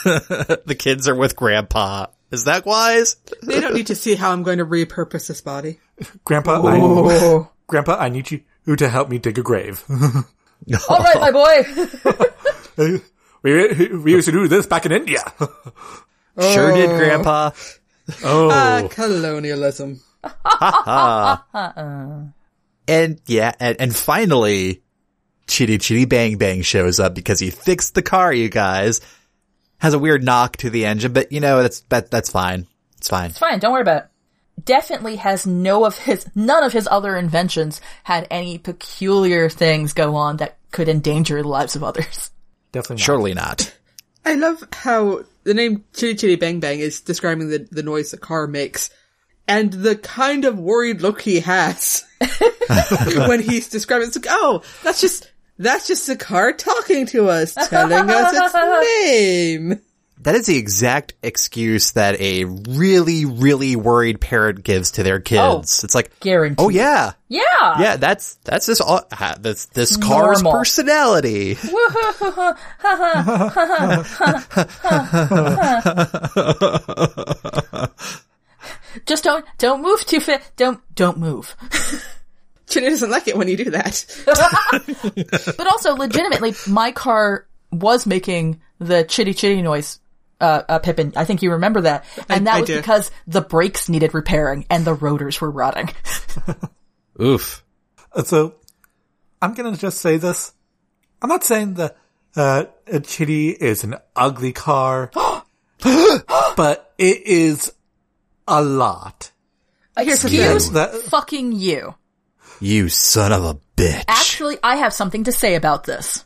Speaker 2: the kids are with grandpa. Is that wise?
Speaker 1: They don't need to see how I'm going to repurpose this body.
Speaker 3: Grandpa, I,
Speaker 4: Oh.
Speaker 3: Grandpa, I need you to help me dig a grave.
Speaker 4: All right, my boy.
Speaker 3: we, we used to do this back in India.
Speaker 2: Sure did, grandpa.
Speaker 3: Oh,
Speaker 1: Ah, colonialism.
Speaker 2: And yeah, and, and finally, Chitty Chitty Bang Bang shows up because he fixed the car, you guys. Has a weird knock to the engine, but you know, that's, that, that's fine. It's fine.
Speaker 4: It's fine. Don't worry about it. Definitely has no of his, none of his other inventions had any peculiar things go on that could endanger the lives of others. <laughs>
Speaker 3: definitely. Not.
Speaker 2: Surely not.
Speaker 1: I love how the name Chitty Chitty Bang Bang is describing the, the noise the car makes and the kind of worried look he has <laughs> when he's describing it's like, oh, that's just that's just the car talking to us, telling us its name.
Speaker 2: That is the exact excuse that a really, really worried parent gives to their kids. it's like,
Speaker 4: Oh, Guaranteed.
Speaker 2: oh yeah,
Speaker 4: Yeah.
Speaker 2: yeah, that's, that's this, all, ha- that's this car's
Speaker 4: Normal.
Speaker 2: personality.
Speaker 4: Just don't, don't move too fit. Don't, don't move.
Speaker 1: Chitty doesn't like it when you do that.
Speaker 4: But also, legitimately, my car was making the chitty chitty noise. Uh, uh, Pippin, I think you remember that, and that
Speaker 1: I
Speaker 4: was
Speaker 1: do.
Speaker 4: because the brakes needed repairing and the rotors
Speaker 1: <laughs>
Speaker 4: were rotting.
Speaker 2: Oof.
Speaker 3: Uh, So, I'm gonna just say this. I'm not saying the uh, a Chitty is an ugly <gasps> car, but it is a lot.
Speaker 1: Here's the
Speaker 4: Excuse
Speaker 1: thing.
Speaker 3: That-
Speaker 4: fucking you.
Speaker 2: You son of a bitch.
Speaker 4: Actually, I have something to say about this.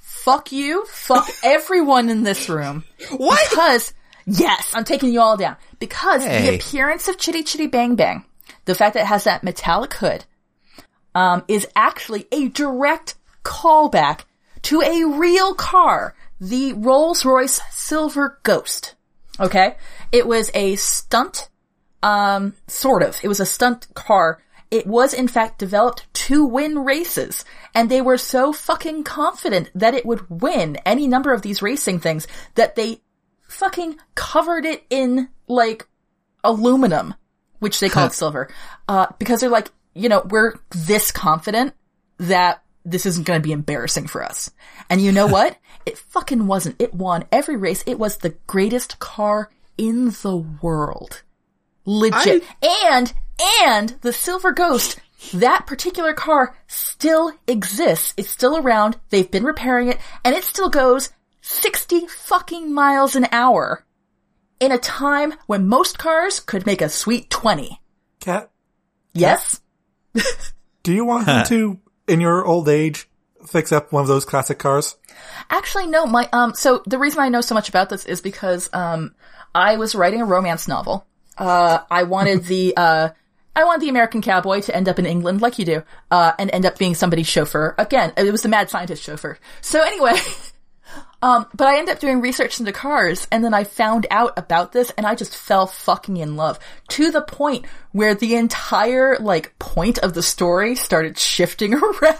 Speaker 4: Fuck you. Fuck everyone in this room.
Speaker 1: What?
Speaker 4: Because, yes, I'm taking you all down. Because
Speaker 2: Hey.
Speaker 4: the appearance of Chitty Chitty Bang Bang, the fact that it has that metallic hood, um, is actually a direct callback to a real car, the Rolls Royce Silver Ghost. Okay? It was a stunt, um, sort of. It was a stunt car. It was in fact developed to win races, and they were so fucking confident that it would win any number of these racing things that they fucking covered it in like aluminum, which they called silver, uh, because they're like, you know, we're this confident that this isn't going to be embarrassing for us. And you know what? it fucking wasn't. It won every race. It was the greatest car in the world. Legit. And, and the Silver Ghost, that particular car still exists. It's still around. They've been repairing it and it still goes 60 fucking miles an hour in a time when most cars could make a sweet 20.
Speaker 3: Cat,
Speaker 4: Yes?
Speaker 3: do you want him to, in your old age, fix up one of those classic cars?
Speaker 4: Actually, no, my, um, so the reason I know so much about this is because, um, I was writing a romance novel. Uh, I wanted the, uh, I wanted the American cowboy to end up in England like you do, uh, and end up being somebody's chauffeur. Again, it was the mad scientist chauffeur. So anyway, <laughs> um, but I ended up doing research into cars and then I found out about this and I just fell fucking in love to the point where the entire, like, point of the story started shifting <laughs> around.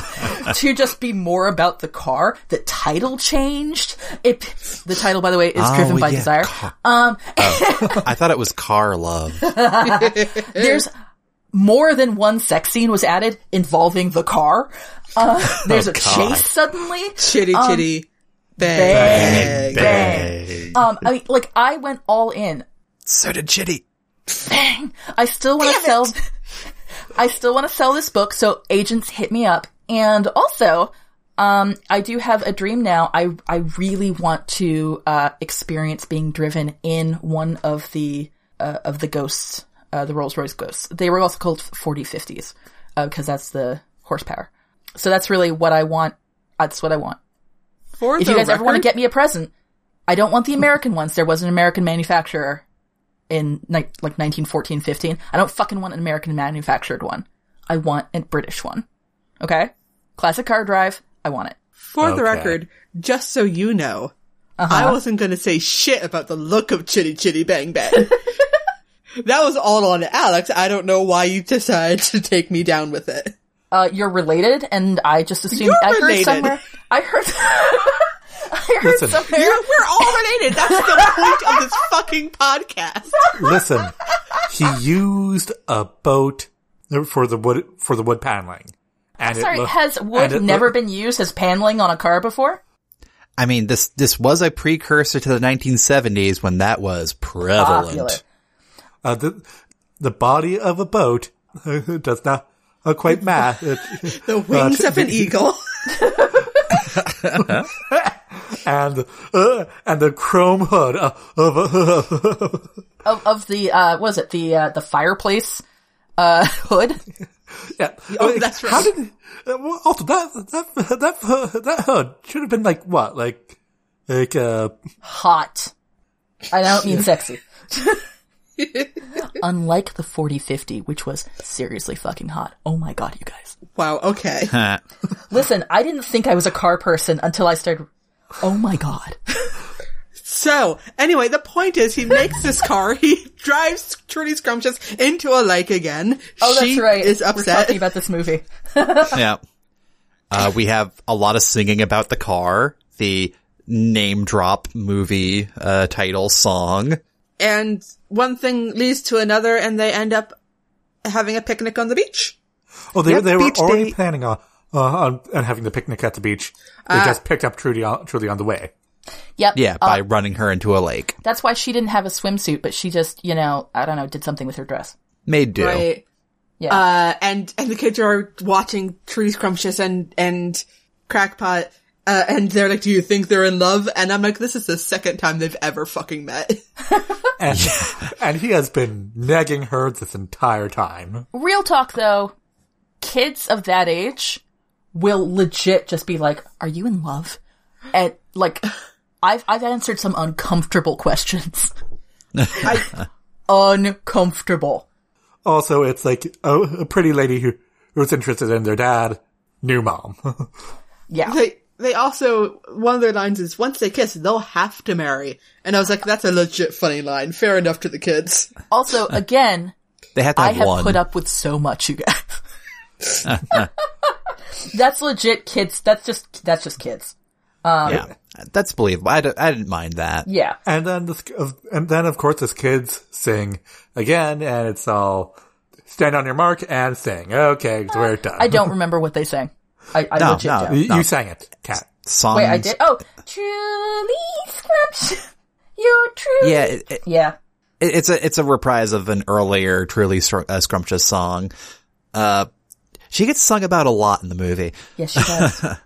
Speaker 4: <laughs> to just be more about the car. The title changed. It the title, by the way, is
Speaker 2: Oh,
Speaker 4: driven by
Speaker 2: yeah,
Speaker 4: desire.
Speaker 2: car. Oh.
Speaker 4: Um,
Speaker 2: I thought it was car love.
Speaker 4: there's more than one sex scene was added involving the car. Uh, there's a
Speaker 2: God.
Speaker 4: chase suddenly.
Speaker 1: Chitty Chitty
Speaker 4: Um,
Speaker 1: Bang.
Speaker 4: bang,
Speaker 1: bang.
Speaker 2: Hey.
Speaker 4: Um, I mean, like I went all in.
Speaker 2: So did Chitty.
Speaker 4: I still want to sell. <laughs> I still want to sell this book, so agents hit me up. And also, um, I do have a dream now. I I really want to uh, experience being driven in one of the uh, of the ghosts, uh, the Rolls Royce ghosts. They were also called 4050s uh, because that's the horsepower. So that's really what I want. That's what I want.
Speaker 1: For
Speaker 4: If
Speaker 1: the
Speaker 4: you guys ever want to
Speaker 1: record,
Speaker 4: get me a present, I don't want the American ones. There was an American manufacturer. in ni- like 1914, 15. I don't fucking want an American manufactured one. I want a British one. Okay? Classic car drive. I want it.
Speaker 1: For the
Speaker 3: Okay.
Speaker 1: record, just so you know, I wasn't going to say shit about the look of Chitty Chitty Bang Bang. <laughs> that was all on Alex. I don't know why you decided to take me down with it.
Speaker 4: Uh, you're related, and I just assumed
Speaker 1: You're
Speaker 4: I heard
Speaker 1: related.
Speaker 4: somewhere. I heard. <laughs> I heard
Speaker 3: Listen,
Speaker 4: somewhere.
Speaker 1: You're, we're all related. That's the point of this fucking podcast.
Speaker 3: Listen, he used a boat for the wood for the wood paneling. And
Speaker 4: Sorry,
Speaker 3: looked-
Speaker 4: has
Speaker 3: and it
Speaker 4: wood never
Speaker 3: looked-
Speaker 4: been used as paneling on a car before?
Speaker 2: I mean, this this was a precursor to the 1970s when that was prevalent.
Speaker 4: Popular.
Speaker 3: uh, the, the body of a boat <laughs> does not uh, quite match. It- <laughs>
Speaker 1: The wings
Speaker 3: Uh,
Speaker 1: of an eagle.
Speaker 3: and uh, and the chrome hood uh, of a <laughs>
Speaker 4: Of, of the uh, was it the uh, the fireplace uh, <laughs> hood?
Speaker 3: yeah.
Speaker 1: Oh, that's right.
Speaker 3: How did uh, well, also that that that hood- that hood should have been like what like like uh
Speaker 4: Hot. And I don't mean sexy. <laughs> Unlike the 4050, which was seriously fucking hot. Oh my god, you guys.
Speaker 1: wow. Okay.
Speaker 2: Huh. <laughs>
Speaker 4: Listen, I didn't think I was a car person until I started. Oh my god.
Speaker 1: So, anyway, the point is he makes this car, <laughs> he drives Trudy Scrumptious into a lake again.
Speaker 4: <laughs> Oh, that's
Speaker 1: she
Speaker 4: right.
Speaker 1: is
Speaker 4: We're
Speaker 1: upset.
Speaker 4: talking about this movie.
Speaker 2: yeah. Uh, we have a lot of singing about the car, the name drop movie uh, title song.
Speaker 1: and one thing leads to another and they end up having a picnic on the beach.
Speaker 3: oh they
Speaker 2: Yep,
Speaker 3: they were
Speaker 2: beach
Speaker 3: already
Speaker 2: date.
Speaker 3: planning on, uh, on on having the picnic at the beach. They
Speaker 2: Uh,
Speaker 3: just picked up Trudy on, Trudy on the way.
Speaker 4: Yep.
Speaker 2: Yeah,
Speaker 4: Uh,
Speaker 2: by running her into a lake.
Speaker 4: that's why she didn't have a swimsuit, but she just, you know, I don't know, did something with her dress.
Speaker 2: Made do.
Speaker 1: Right.
Speaker 4: Yeah.
Speaker 1: Uh, and, and the kids are watching Trudy Scrumptious and, and Crackpot, uh, and they're like, do you think they're in love? And I'm like, this is the second time they've ever fucking met. <laughs>
Speaker 3: And, <laughs> and he has been nagging her this entire time.
Speaker 4: Real talk though, kids of that age will legit just be like, "Are you in love?" And like, I've I've answered some uncomfortable questions.
Speaker 1: I,
Speaker 4: uncomfortable.
Speaker 3: Also, it's like a, a pretty lady who who's interested in their dad, new mom. <laughs>
Speaker 4: Yeah.
Speaker 1: <laughs> they, they also, one of their lines is, once they kiss, they'll have to marry. And I was like, that's a legit funny line. Fair enough to the kids.
Speaker 4: Also, again,
Speaker 2: They had to
Speaker 4: I
Speaker 2: have,
Speaker 4: have
Speaker 2: one.
Speaker 4: put um, up with so much, you guys. <laughs> that's legit, kids. That's just that's just kids.
Speaker 2: yeah, that's believable. I, don't- I didn't mind that.
Speaker 4: Yeah.
Speaker 3: and then this, of- and then of course his kids sing again, and it's all stand on your mark and sing. Okay, so we're done.
Speaker 4: I don't remember what they sang. I, I
Speaker 2: No,
Speaker 4: legit
Speaker 2: no.
Speaker 4: don't.
Speaker 3: You,
Speaker 2: No.
Speaker 3: you sang it, cat.
Speaker 2: Songs.
Speaker 4: Wait, I did. Oh, truly scrumptious. <laughs> You're truly.
Speaker 2: Yeah, it, it,
Speaker 4: Yeah.
Speaker 2: it's a it's a reprise of an earlier truly Scr- uh, scrumptious song. Uh, she gets sung about a lot in the movie.
Speaker 4: Yes, she
Speaker 2: <laughs>
Speaker 4: does.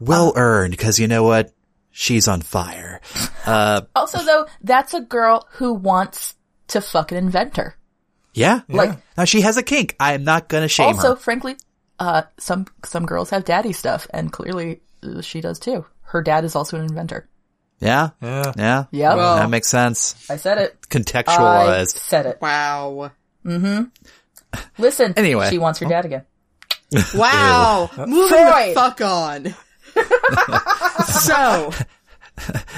Speaker 2: Well
Speaker 4: Uh.
Speaker 2: earned, because you know what? She's on fire.
Speaker 4: also, though, that's a girl who wants to fuck an inventor.
Speaker 2: Yeah.
Speaker 4: Like,
Speaker 2: Now she has a kink. I am not gonna shame
Speaker 4: also,
Speaker 2: her.
Speaker 4: frankly, uh, some some girls have daddy stuff, and clearly uh, she does too. Her dad is also an inventor.
Speaker 2: Yeah.
Speaker 3: Yeah.
Speaker 2: Yeah.
Speaker 4: Yeah. Well-
Speaker 2: that makes sense.
Speaker 4: I said it. I
Speaker 2: Contextualized.
Speaker 4: said it.
Speaker 1: Wow.
Speaker 4: Listen.
Speaker 2: Anyway.
Speaker 4: she wants her dad again.
Speaker 1: Wow. Moving
Speaker 4: Freud.
Speaker 1: the fuck on. so,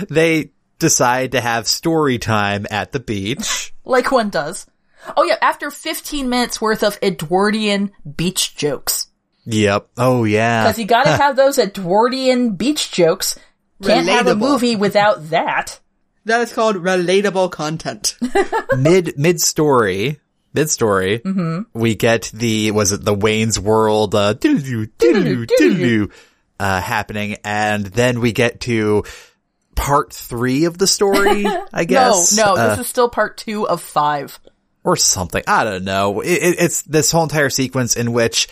Speaker 2: they decide to have story time at the beach.
Speaker 4: like one does. Oh yeah, after 15 minutes worth of Edwardian beach jokes.
Speaker 2: yep. Oh yeah.
Speaker 4: Cause you gotta have those Edwardian beach jokes. Can't have a
Speaker 1: Relatable.
Speaker 4: movie without that.
Speaker 1: that is called relatable <laughs> content.
Speaker 2: mid mid story. Mid story,
Speaker 4: Mm-hmm.
Speaker 2: we get the was it the Wayne's World uh, diddle-doo, diddle-doo, diddle-doo, uh happening, and then we get to part three of
Speaker 4: <laughs>
Speaker 2: the story. I guess
Speaker 4: No, no,
Speaker 2: Uh,
Speaker 4: this is still part two of five.
Speaker 2: or something. I don't know. It, it, it's this whole entire sequence in which,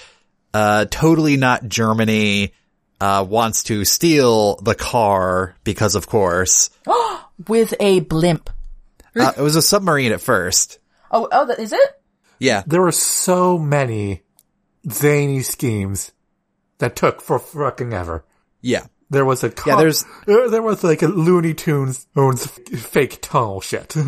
Speaker 2: uh, totally not Germany, uh, wants to steal the car because, of course,
Speaker 4: With a blimp.
Speaker 2: uh, it was a submarine at first.
Speaker 4: Oh, oh, that is it?
Speaker 2: Yeah.
Speaker 3: There were so many zany schemes that took for fucking ever.
Speaker 2: Yeah.
Speaker 3: There was a uh, com-
Speaker 2: there's-
Speaker 3: there, there was like a Looney Tunes owns f- fake tunnel shit. <laughs>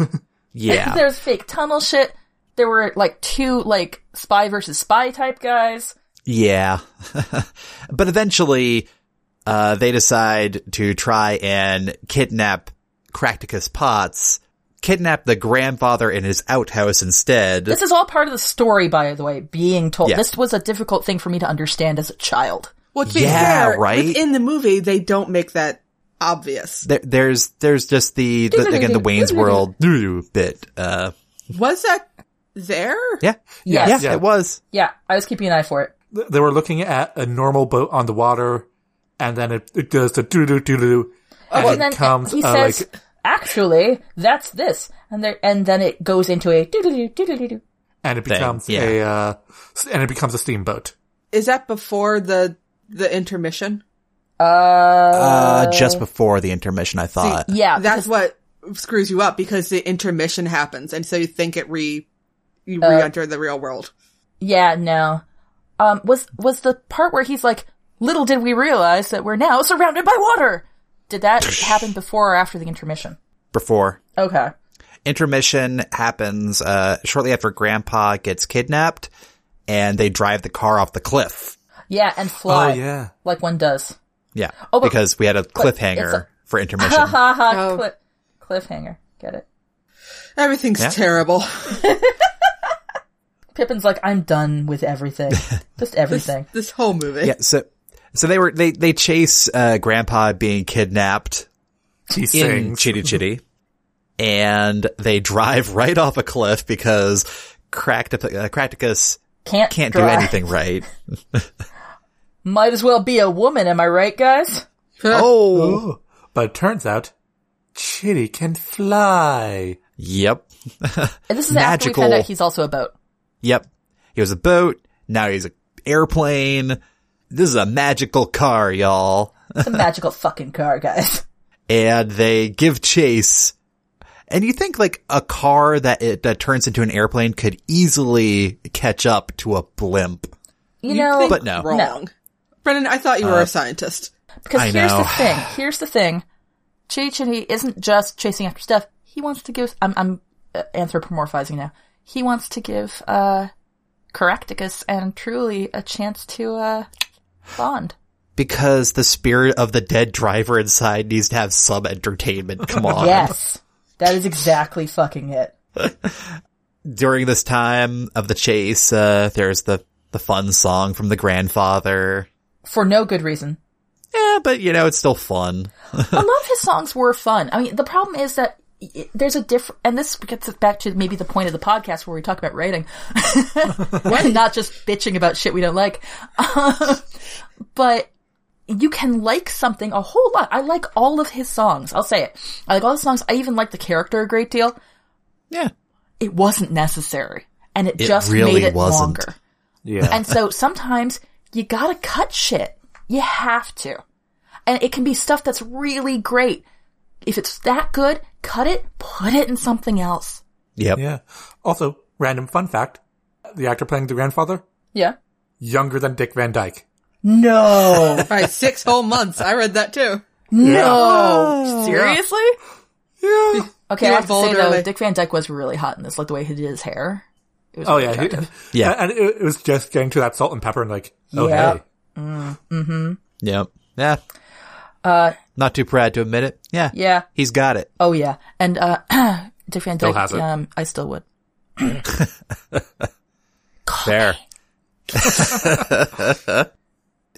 Speaker 4: <laughs>
Speaker 2: Yeah.
Speaker 4: There's fake tunnel shit. There were like two like spy versus spy type guys.
Speaker 2: Yeah. <laughs> but eventually, uh, they decide to try and kidnap Cracticus Potts, kidnap the grandfather in his outhouse instead.
Speaker 4: This is all part of the story, by the way, being told.
Speaker 2: Yeah.
Speaker 4: This was a difficult thing for me to understand as a child.
Speaker 1: Well, to be
Speaker 2: Yeah,
Speaker 1: fair,
Speaker 2: right?
Speaker 1: within the movie, they don't make that obvious.
Speaker 2: there, there's, there's just the, <laughs> the again, the Wayne's <laughs> World bit. Uh,
Speaker 1: Was that there?
Speaker 2: yeah.
Speaker 4: Yes.
Speaker 2: Yeah, it was.
Speaker 4: Yeah, I was keeping an eye for it.
Speaker 3: Th- They were looking at a normal boat on the water, and then it, it does the doo doo doo doo, and
Speaker 4: and then
Speaker 3: it comes
Speaker 4: he
Speaker 3: uh,
Speaker 4: says,
Speaker 3: like
Speaker 4: "Actually, that's this," and there, and then it goes into a doo-doo-doo, doo-doo-doo-doo.
Speaker 3: and it becomes
Speaker 2: yeah.
Speaker 3: a uh, s- and it becomes a steamboat.
Speaker 1: Is that before the the intermission?
Speaker 4: Uh,
Speaker 2: Uh, just before the intermission, I thought.
Speaker 4: yeah,
Speaker 1: That's
Speaker 4: because-
Speaker 1: what screws you up because the intermission happens, and so you think it re you re-enter the real world.
Speaker 4: yeah. No, um, was was the part where he's like, "Little did we realize that we're now <laughs> surrounded by water." Did that happen before or after the intermission?
Speaker 2: before.
Speaker 4: Okay.
Speaker 2: intermission happens uh, shortly after grandpa gets kidnapped and they drive the car off the cliff
Speaker 4: Yeah, and fly.
Speaker 3: Oh, yeah.
Speaker 4: Like one
Speaker 2: <laughs>
Speaker 4: does.
Speaker 2: yeah
Speaker 4: Oh, but-
Speaker 2: because we had a
Speaker 4: it's Uh-huh.
Speaker 2: cliffhanger
Speaker 4: a-
Speaker 2: for
Speaker 4: <laughs>
Speaker 2: intermission
Speaker 4: Ha ha ha.
Speaker 1: Oh.
Speaker 4: Cli- cliffhanger. Get it.
Speaker 1: Everything's
Speaker 2: Yeah.
Speaker 1: terrible.
Speaker 4: Pippin's like, I'm done with
Speaker 2: <laughs>
Speaker 4: everything. Just everything.
Speaker 1: <laughs> This whole movie.
Speaker 2: yeah so so they were they they chase uh, grandpa being kidnapped
Speaker 3: He
Speaker 2: in
Speaker 4: <laughs>
Speaker 3: sings.
Speaker 2: chitty chitty and they drive <laughs> right off a cliff because Cractip- uh, Cracticus
Speaker 4: Can't
Speaker 2: can't do
Speaker 4: drive. <laughs>
Speaker 2: anything right
Speaker 4: Might as well be a woman, am I right, guys?
Speaker 2: oh
Speaker 3: Ooh. But it turns out, Chitty can fly.
Speaker 2: yep
Speaker 4: And this is after we found
Speaker 2: Magical.
Speaker 4: out he's also a boat.
Speaker 2: Yep. He was a boat. Now he's an airplane. This is a magical car, y'all.
Speaker 4: It's a magical fucking car,
Speaker 2: <laughs>
Speaker 4: guys.
Speaker 2: And they give chase. And you think like a car that it, that turns into an airplane could easily catch up to a blimp.
Speaker 4: You, know,
Speaker 2: But no. Uh.
Speaker 1: wrong. Brendan, I thought you were a scientist.
Speaker 4: because
Speaker 2: I
Speaker 4: here's
Speaker 2: know.
Speaker 4: the thing. Here's the thing. Chitty Chitty isn't just chasing after stuff. He wants to give, I'm, I'm uh, anthropomorphizing now. He wants to give, uh, Caractacus and Truly a chance to, uh, bond.
Speaker 2: Because the spirit of the dead driver inside needs to have some entertainment. Come on.
Speaker 4: Yes. That is exactly fucking it.
Speaker 2: During this time of the chase, uh, there's the, the fun song from the grandfather.
Speaker 4: For no good reason.
Speaker 2: Yeah, but you know, it's still fun.
Speaker 4: a lot of his songs were fun. I mean, the problem is that i- there's a different, and this gets us back to maybe the point of the podcast where we talk about <laughs> rating, and not just bitching about shit we don't like. Um, but you can like something a whole lot. I like all of his songs. I'll say it. I like all his songs. I even like the character a great deal.
Speaker 2: Yeah.
Speaker 4: It wasn't necessary, and it,
Speaker 2: It
Speaker 4: just
Speaker 2: really
Speaker 4: made it
Speaker 2: wasn't.
Speaker 4: longer.
Speaker 3: Yeah.
Speaker 4: And so sometimes you gotta cut shit. You have to. And it can be stuff that's really great. If it's that good, cut it, put it in something else.
Speaker 2: Yep.
Speaker 3: yeah. Also, random fun fact. The actor playing the grandfather,
Speaker 4: Yeah.
Speaker 3: younger than Dick Van Dyke.
Speaker 4: <laughs> No.
Speaker 1: All right, six whole months. I read that too.
Speaker 4: no. Oh. Seriously?
Speaker 3: Yeah.
Speaker 4: <laughs> Okay,
Speaker 1: You
Speaker 4: I
Speaker 1: were
Speaker 4: have to say
Speaker 1: bold
Speaker 4: though,
Speaker 1: early.
Speaker 4: Dick Van Dyke was really hot in this, like the way he did his hair. It was
Speaker 3: Oh
Speaker 4: really
Speaker 3: yeah, he-
Speaker 4: attractive.
Speaker 2: Yeah.
Speaker 3: And it, it was just getting to that salt and pepper and like, oh
Speaker 4: Yeah.
Speaker 3: hey,
Speaker 2: Yep. Yeah.
Speaker 4: Uh,
Speaker 2: Not too proud to admit it. Yeah.
Speaker 4: yeah.
Speaker 2: He's got it.
Speaker 4: Oh yeah. And, uh, <clears throat> Dick Van
Speaker 3: Still
Speaker 4: Dyke,
Speaker 3: has it.
Speaker 4: um, I still would.
Speaker 2: There. <laughs>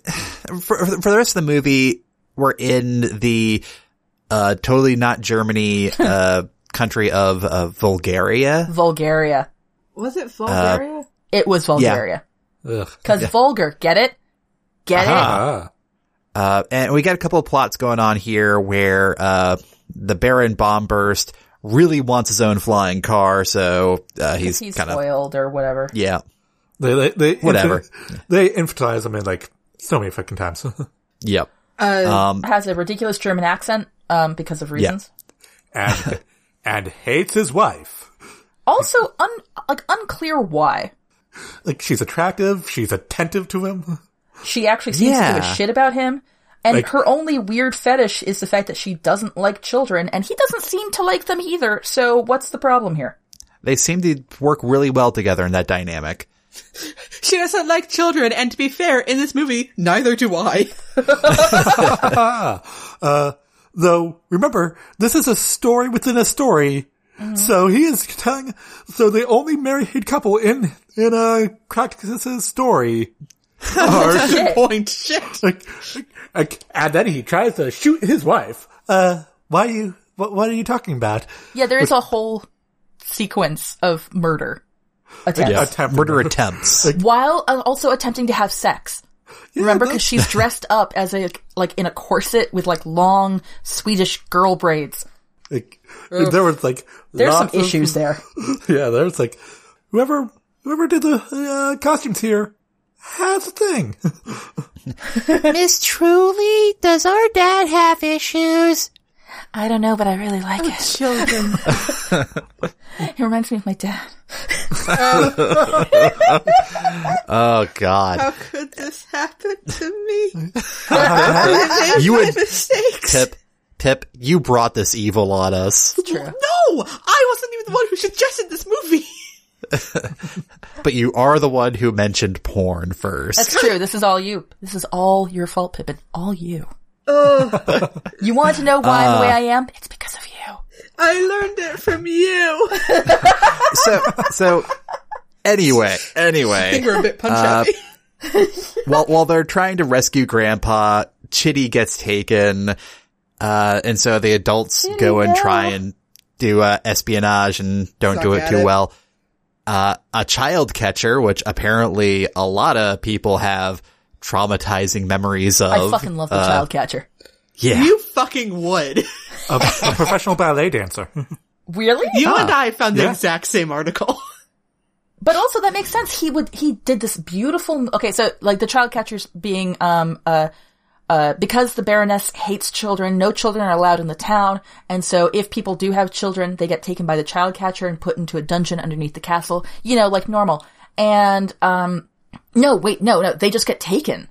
Speaker 2: for, for for the rest of the movie, we're in the uh, totally not Germany uh, country of uh, Bulgaria.
Speaker 4: Vulgaria.
Speaker 1: Was it
Speaker 2: Uh,
Speaker 1: Bulgaria?
Speaker 4: It was Vulgaria.
Speaker 3: ugh.
Speaker 4: Cause vulgar, get it? Get it?
Speaker 3: Ah.
Speaker 2: Uh, and we got a couple of plots going on here where uh, the Baron Bombburst really wants his own flying car, so uh, he's,
Speaker 4: he's
Speaker 2: kind of
Speaker 4: spoiled or whatever.
Speaker 2: yeah,
Speaker 3: They, they, they,
Speaker 2: Whatever.
Speaker 3: <laughs> They emphasize them in like so many fucking times. <laughs>
Speaker 2: yep.
Speaker 1: Uh,
Speaker 2: Um,
Speaker 4: Has a ridiculous German accent um, because of reasons.
Speaker 3: and, and hates his wife.
Speaker 4: Also, un- like unclear why
Speaker 3: Like she's attractive. She's attentive to him.
Speaker 4: she actually seems to give
Speaker 2: Yeah.
Speaker 4: a shit about him. And
Speaker 3: Like-
Speaker 4: her only weird fetish is the fact that she doesn't like children, and he doesn't seem to like them either. So what's the problem here?
Speaker 2: They seem to work really well together in that dynamic.
Speaker 1: She doesn't like children, and to be fair, in this movie, neither do I.
Speaker 3: Ah, uh, Though, remember, this is a story within a story.
Speaker 4: Mm-hmm.
Speaker 3: So he is telling, so the only married couple in, in a Crackus's
Speaker 4: <laughs>
Speaker 3: story. are,
Speaker 1: Good <laughs> point. Shit.
Speaker 3: like, like, and then he tries to shoot his wife. Uh, why you, what, what are you talking about?
Speaker 4: Yeah, there is a whole sequence of murder attempts.
Speaker 3: Yeah. Attempt-
Speaker 2: Murder attempts.
Speaker 4: While uh, also attempting to have sex. Remember, because
Speaker 3: that's-
Speaker 4: she's dressed up as a like in a corset with like long Swedish girl braids.
Speaker 3: Like, there was like,
Speaker 4: There's
Speaker 3: lots
Speaker 4: some
Speaker 3: of-
Speaker 4: issues there.
Speaker 3: Yeah, there's like, whoever, whoever did the uh, costumes here has a thing.
Speaker 5: Miss Truly, does our dad have issues?
Speaker 4: I don't know, but I really like it.
Speaker 1: Children.
Speaker 4: It reminds me of my dad.
Speaker 2: Oh god.
Speaker 1: How could this happen to <laughs> me?
Speaker 2: You
Speaker 1: My
Speaker 2: would-
Speaker 1: mistakes.
Speaker 2: Pip, Pip, you brought this evil on us,
Speaker 4: True.
Speaker 1: No, I wasn't even the one who suggested this movie. <laughs>
Speaker 2: but you are the one who mentioned porn first.
Speaker 4: That's true. This is all you. This is all your fault, Pippin. All you. you want to know why I'm the way I am? It's because of you.
Speaker 1: I learned it from you. <laughs> I
Speaker 2: So, so, anyway, anyway.
Speaker 4: <laughs>
Speaker 1: think we're a bit punch happy. <laughs>
Speaker 2: while while they're trying to rescue Grandpa, Chitty gets taken, uh, and so the adults go and try and do uh, espionage and don't
Speaker 1: Suck
Speaker 2: do it
Speaker 1: at
Speaker 2: too
Speaker 1: it.
Speaker 2: well. Uh, a child catcher, which apparently a lot of people have traumatizing memories of.
Speaker 4: I fucking love the child catcher.
Speaker 2: yeah,
Speaker 1: You fucking would.
Speaker 3: a, a professional ballet dancer.
Speaker 4: Really?
Speaker 1: You and I found the
Speaker 3: yeah.
Speaker 1: exact same article. <laughs>
Speaker 4: But also that makes sense. He would he did this beautiful okay, so like the child catchers being um uh uh because the Baroness hates children, no children are allowed in the town, and so if people do have children, they get taken by the child catcher and put into a dungeon underneath the castle, you know, like normal. And um no, wait, no, no, they just get taken.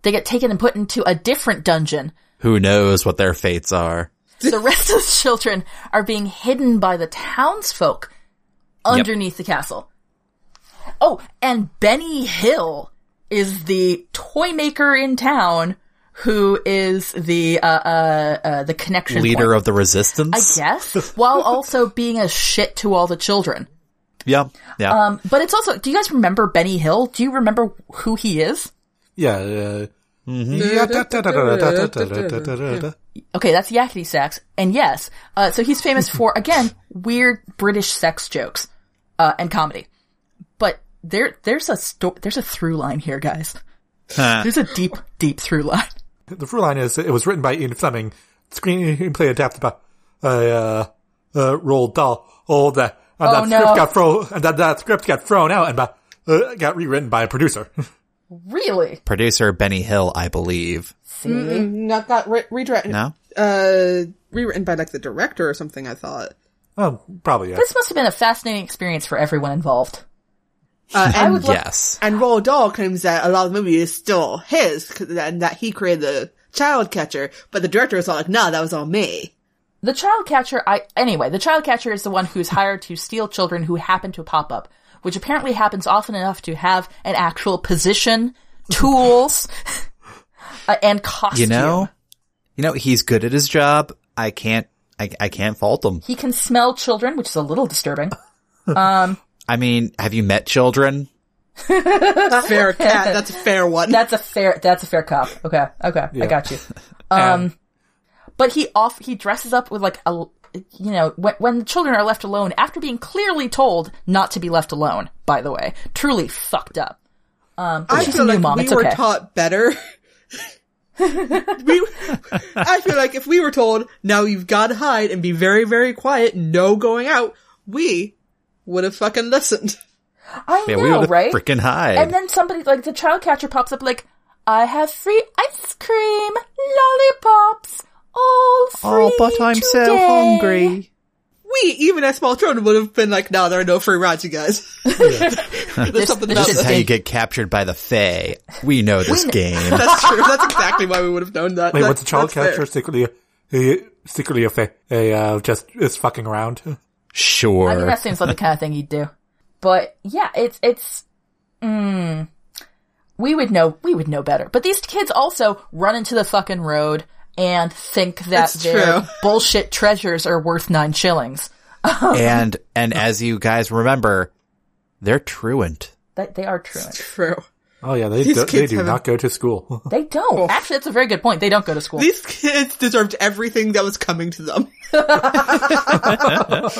Speaker 4: They get taken and put into a different dungeon.
Speaker 2: who knows what their fates are?
Speaker 4: <laughs> The rest of the children are being hidden by the townsfolk underneath the castle. Oh, and Benny Hill is the toy maker in town who is the uh, uh, uh, the connection
Speaker 2: Leader
Speaker 4: point,
Speaker 2: of the
Speaker 4: I
Speaker 2: resistance.
Speaker 4: guess,
Speaker 2: <laughs>
Speaker 4: while also being a shit to all the children.
Speaker 2: Yeah, yeah.
Speaker 4: Um, but it's also, do you guys remember Benny Hill? Do you remember who he is?
Speaker 3: <laughs> Yeah. Uh,
Speaker 1: Mm-hmm.
Speaker 3: yeah, da- da- da- da- da- da- da- da- da- da- da.
Speaker 4: Okay, that's Yakety Sax. And yes, uh, so he's famous
Speaker 2: <laughs>
Speaker 4: for, again, weird British sex jokes, uh, and comedy. But there, there's a sto- there's a through line here, guys. There's a deep, deep through line.
Speaker 3: The through line is it was written by Ian Fleming, screenplay adapted by uh, uh, Roald Dahl. Oh, that and
Speaker 4: Oh,
Speaker 3: that
Speaker 4: no.
Speaker 3: script got thrown and that, that script got thrown out and by, uh, got rewritten by a producer.
Speaker 4: Really?
Speaker 2: Producer Benny Hill, I believe.
Speaker 1: Not got re- redirected.
Speaker 2: No,
Speaker 1: Uh, rewritten by like the director or something. I thought.
Speaker 3: <laughs> oh, probably yeah.
Speaker 4: This must have been a fascinating experience for everyone involved.
Speaker 1: Uh,
Speaker 4: I
Speaker 1: and,
Speaker 4: would love-
Speaker 2: yes.
Speaker 1: and Roald Dahl claims that a lot of the movie is still his, 'cause- and that he created the child catcher. But the director was all like, "Nah, that was all me."
Speaker 4: The child catcher, I, anyway, the child catcher is the one who's hired to steal children who happen to pop up, which apparently happens often enough to have an actual position,
Speaker 2: <laughs>
Speaker 4: tools, <laughs> uh, and costume.
Speaker 2: You know, you know, he's good at his job. I can't, I, I can't fault him.
Speaker 4: He can smell children, which is a little disturbing.
Speaker 2: I mean, have you met children?
Speaker 1: Fair cat. That's a fair one.
Speaker 4: That's a fair. That's a fair cop. Okay. Okay. I got you.
Speaker 3: Um,
Speaker 4: But he off. He dresses up with like a. You know, when, when the children are left alone after being clearly told not to be left alone. By the way, truly fucked up. Um, but
Speaker 1: I
Speaker 4: she's
Speaker 1: feel
Speaker 4: a new
Speaker 1: like
Speaker 4: mom.
Speaker 1: we
Speaker 4: It's
Speaker 1: were
Speaker 4: okay.
Speaker 1: taught better. we, I feel like if we were told, now you've got to hide and be very, very quiet, no going out, we would have fucking listened.
Speaker 4: I
Speaker 2: Yeah,
Speaker 4: know,
Speaker 2: we would
Speaker 4: right?
Speaker 2: freaking hide.
Speaker 4: And then somebody like the child catcher pops up like, I have free ice cream, lollipops, all free.
Speaker 2: oh, but I'm so
Speaker 4: today."
Speaker 2: hungry.
Speaker 1: We even as small children, would have been like, "No, there are no free rides, you guys." <laughs> There's
Speaker 4: This-
Speaker 1: something
Speaker 4: this
Speaker 1: about
Speaker 4: is
Speaker 2: This is
Speaker 1: this.
Speaker 2: how you get captured by the Fae. We know this game.
Speaker 4: <laughs>
Speaker 1: That's true. That's exactly why we would have known that.
Speaker 3: Like,
Speaker 1: That-
Speaker 3: what's a child
Speaker 1: that's fair.
Speaker 3: character secretly, uh, secretly a, fa- a uh, just is fucking around?
Speaker 2: Sure.
Speaker 4: I mean, that seems like the kind of thing he'd do. But yeah, it's it's. Mm, we would know. We would know better. But these kids also run into the fucking road and think that
Speaker 1: That's
Speaker 4: their
Speaker 1: true. <laughs>
Speaker 4: bullshit treasures are worth nine shillings.
Speaker 2: and and as you guys remember, they're truant.
Speaker 4: That they are truant.
Speaker 1: True.
Speaker 3: Oh yeah, they
Speaker 1: These
Speaker 3: do, they
Speaker 1: kids
Speaker 3: do
Speaker 1: haven't-
Speaker 3: not go to school.
Speaker 4: They don't. Actually, that's a very good point. They don't go to school.
Speaker 1: These kids deserved everything that was coming to them. <laughs>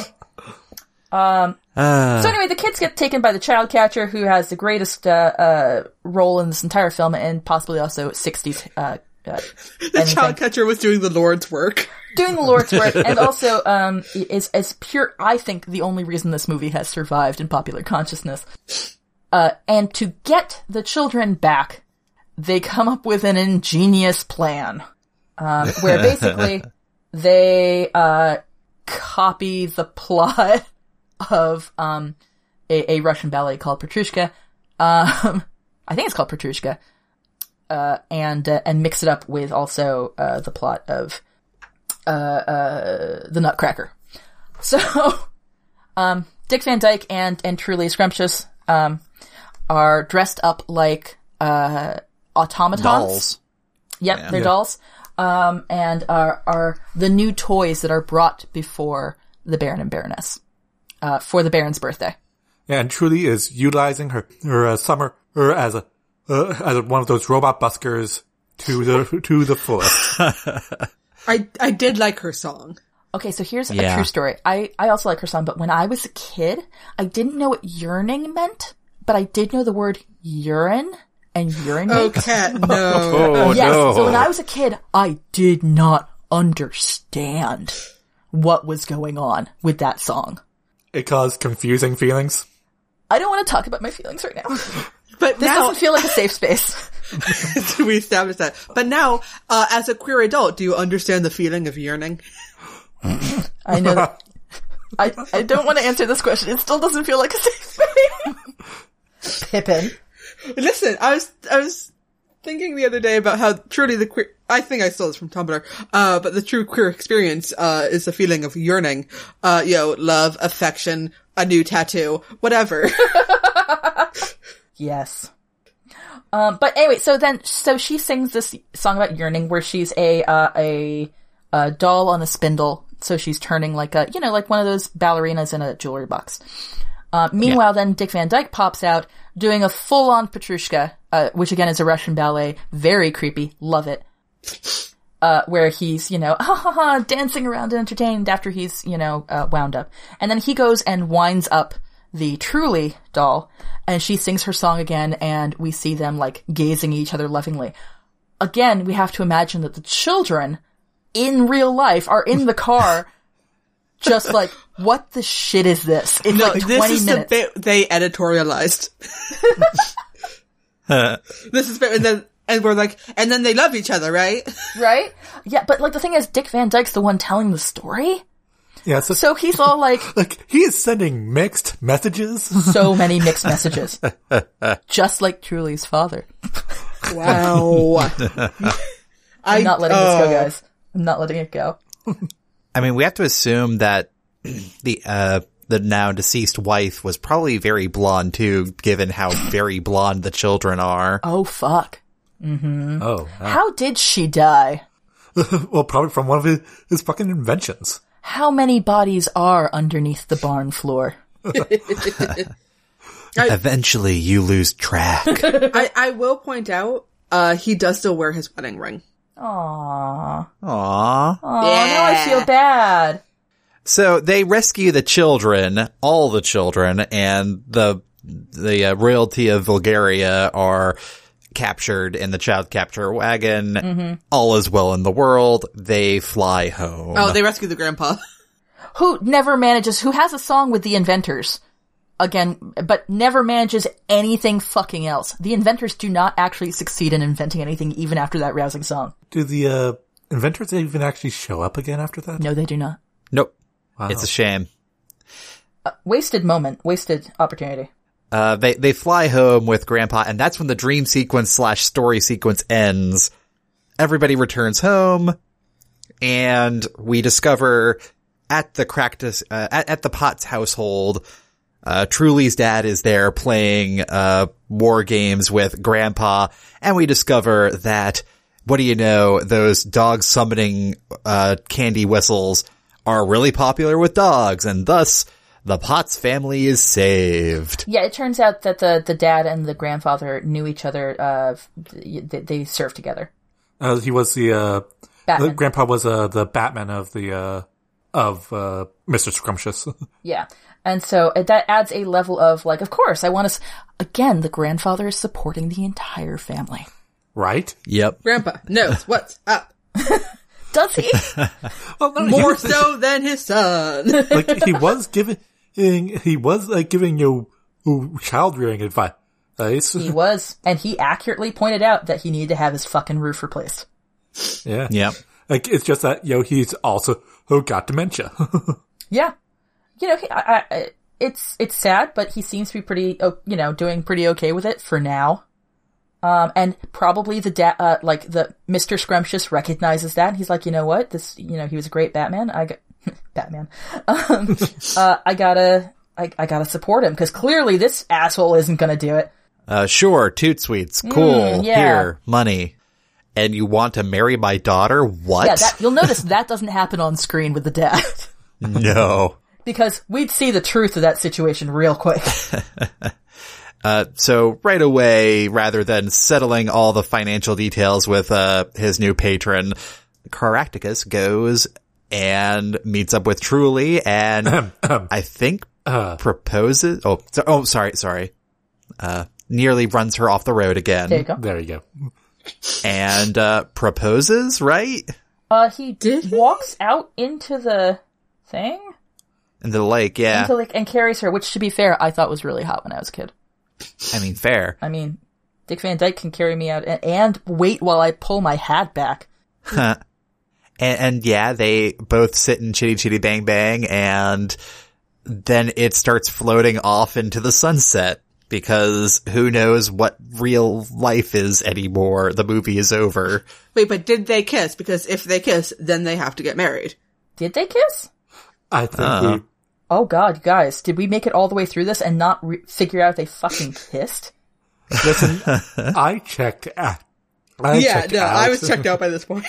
Speaker 4: So anyway, the kids get taken by the child catcher, who has the greatest uh, uh, role in this entire film, and possibly also '60s. Uh, uh,
Speaker 1: The
Speaker 4: anything.
Speaker 1: child catcher was doing the Lord's work.
Speaker 4: doing the Lord's work, and also um, is is pure. I think the only reason this movie has survived in popular consciousness. Uh, and to get the children back, they come up with an ingenious plan, um, <laughs> where basically they uh, copy the plot <laughs> of um, a, a Russian ballet called Petrushka. Um, I think it's called Petrushka. Uh, and uh, and mix it up with also uh, the plot of uh, the Nutcracker. <laughs> So, um, Dick Van Dyke and and Truly Scrumptious um, are dressed up like uh, automatons.
Speaker 2: Dolls.
Speaker 4: Yep, they're dolls, um, and are are the new toys that are brought before the Baron and Baroness uh, for the Baron's birthday.
Speaker 3: Yeah, and Truly is utilizing her her uh, summer her as a uh, as one of those robot buskers to the to the fullest.
Speaker 1: I I did like her song.
Speaker 4: Okay, so here's a
Speaker 2: Yeah.
Speaker 4: true story. I, I also like her song, but when I was a kid, I didn't know what yearning meant, but I did know the word urine and urinate.
Speaker 1: Oh, <laughs> cat, no.
Speaker 2: Oh,
Speaker 4: yes. So when I was a kid, I did not understand what was going on with that song.
Speaker 3: It caused confusing feelings.
Speaker 4: I don't want to talk about my feelings right now. This
Speaker 1: But <laughs> now
Speaker 4: doesn't feel like a safe space.
Speaker 1: we established that. But now, uh, as a queer adult, do you understand the feeling of yearning?
Speaker 4: I know. That, I I don't want to answer this question. It still doesn't feel like a safe space. Pippin.
Speaker 1: Listen, I was I was thinking the other day about how truly the queer. I think I stole this from Tumblr. Uh, but the true queer experience uh is the feeling of yearning. Uh, you know, love, affection, a new tattoo, whatever.
Speaker 4: Yes. Um, but anyway, so then, so she sings this song about yearning, where she's a uh, a, a doll on a spindle. So she's turning like a, you know, like one of those ballerinas in a jewelry box. Uh, meanwhile, then Dick Van Dyke pops out doing a full on Petrushka, uh, which again is a Russian ballet. Very creepy. Love it. Uh, where he's, you know, <laughs> ha ha ha, dancing around and entertained after he's, you know, uh, wound up. And then he goes and winds up the truly doll and she sings her song again and we see them like gazing at each other lovingly. Again, we have to imagine that the children in real life are in the
Speaker 1: <laughs>
Speaker 4: car just like, what the shit is this? It's
Speaker 1: No,
Speaker 4: like 20
Speaker 1: this is
Speaker 4: minutes.
Speaker 1: the bit they
Speaker 3: <laughs>
Speaker 1: editorialized. this is and then and we're like, and then they love each other, right?
Speaker 4: right? Yeah, but like the thing is, Dick Van Dyke's the one telling the story,
Speaker 3: Yeah, so,
Speaker 4: so he's all like
Speaker 3: like he is sending mixed messages. <laughs>
Speaker 4: so many mixed messages, <laughs> just like Truly's father.
Speaker 1: <laughs> Wow.
Speaker 4: I'm not letting this
Speaker 1: Oh,
Speaker 4: go, guys. I'm not letting it go.
Speaker 2: I mean, we have to assume that <clears throat> the uh the now deceased wife was probably very blonde too, given how very blonde the children are.
Speaker 4: Oh fuck!
Speaker 3: oh,
Speaker 4: Mm-hmm. How did she die?
Speaker 3: well, probably from one of his, his fucking inventions.
Speaker 4: How many bodies are underneath the barn floor?
Speaker 2: Eventually, you lose track.
Speaker 1: I, I will point out, uh, he does still wear his wedding ring.
Speaker 4: Aww.
Speaker 2: Aww.
Speaker 4: Oh, now I feel bad.
Speaker 2: So they rescue the children, all the children, and the the uh, royalty of Bulgaria are captured in the child capture wagon. All is well in the world. They fly home.
Speaker 1: Oh, they rescue the grandpa.
Speaker 4: Who never manages? Who has a song with the inventors? Again, but never manages anything fucking else. The inventors do not actually succeed in inventing anything even after that rousing song.
Speaker 3: Do the uh, inventors even actually show up again after that?
Speaker 4: No, they do not.
Speaker 2: nope. It's a shame.
Speaker 4: Wasted moment, wasted opportunity.
Speaker 2: Uh, they they fly home with Grandpa, and that's when the dream sequence slash story sequence ends. Everybody returns home, and we discover at the practice uh, at at the Potts household, uh, Truly's dad is there playing uh war games with Grandpa, and we discover that what do you know? Those dog summoning uh candy whistles are really popular with dogs, and thus the Potts family is saved.
Speaker 4: Yeah, it turns out that the, the dad and the grandfather knew each other. Uh, f- they, they served together.
Speaker 3: Uh, he was the, uh, the
Speaker 4: Batman.
Speaker 3: grandpa was, uh, the Batman of the, uh, of, uh, Mr. Scrumptious. <laughs>
Speaker 4: yeah, and so it, that adds a level of like, of course, I want to. S- Again, the grandfather is supporting the entire family.
Speaker 3: right?
Speaker 2: Yep.
Speaker 1: Grandpa knows what's <laughs> up
Speaker 4: Does he?
Speaker 3: Well, no, he
Speaker 1: more
Speaker 3: was-
Speaker 1: so than his son.
Speaker 3: like he was giving he was like giving you ooh, child rearing advice.
Speaker 4: he was, and he accurately pointed out that he needed to have his fucking roof replaced.
Speaker 3: <laughs> Yeah.
Speaker 2: Yep.
Speaker 3: Like it's just that yo he's also who got dementia. <laughs>
Speaker 4: Yeah, you know, he, I, I- I, it's it's sad, but he seems to be pretty, o- you know, doing pretty okay with it for now. Um, and probably the da- uh, like the Mister Scrumptious recognizes that, and he's like, you know what, this, you know, he was a great Batman. I got <laughs> Batman. Um, uh, I gotta, I, I gotta support him because clearly this asshole isn't gonna do it.
Speaker 2: Uh, sure, toot sweets, cool,
Speaker 4: Mm, yeah.
Speaker 2: here, money. And you want to marry my daughter? What?
Speaker 4: Yeah, that, you'll notice that doesn't happen on screen with the dad
Speaker 2: <laughs>
Speaker 4: <laughs>
Speaker 2: no.
Speaker 4: because we'd see the truth of that situation real quick.
Speaker 2: Uh, so right away, rather than settling all the financial details with, uh, his new patron, Caractacus goes and meets up with Truly and I think proposes, oh, so, oh, sorry, sorry. Uh, nearly runs her off the road again
Speaker 4: There you go.
Speaker 3: there you go.
Speaker 2: and, uh, proposes, right?
Speaker 4: Uh, he
Speaker 1: Did he?
Speaker 4: walks out into the thing
Speaker 2: And the lake, yeah.
Speaker 4: into like and carries her, which to be fair, I thought was really hot when I was a kid.
Speaker 2: I mean, fair.
Speaker 4: I mean, Dick Van Dyke can carry me out and, and wait while I pull my hat back.
Speaker 2: Huh. and, and yeah, they both sit in Chitty Chitty Bang Bang and then it starts floating off into the sunset because who knows what real life is anymore. The movie is over.
Speaker 1: Wait, but did they kiss? Because if they kiss, then they have to get married.
Speaker 4: Did they kiss?
Speaker 3: I think
Speaker 2: Uh-huh.
Speaker 3: we
Speaker 4: Oh God, you guys, did we make it all the way through this and not re- figure out they fucking <laughs> kissed?
Speaker 3: listen I checked out. I
Speaker 1: yeah,
Speaker 3: checked
Speaker 1: no,
Speaker 3: out.
Speaker 1: I was checked out by this point.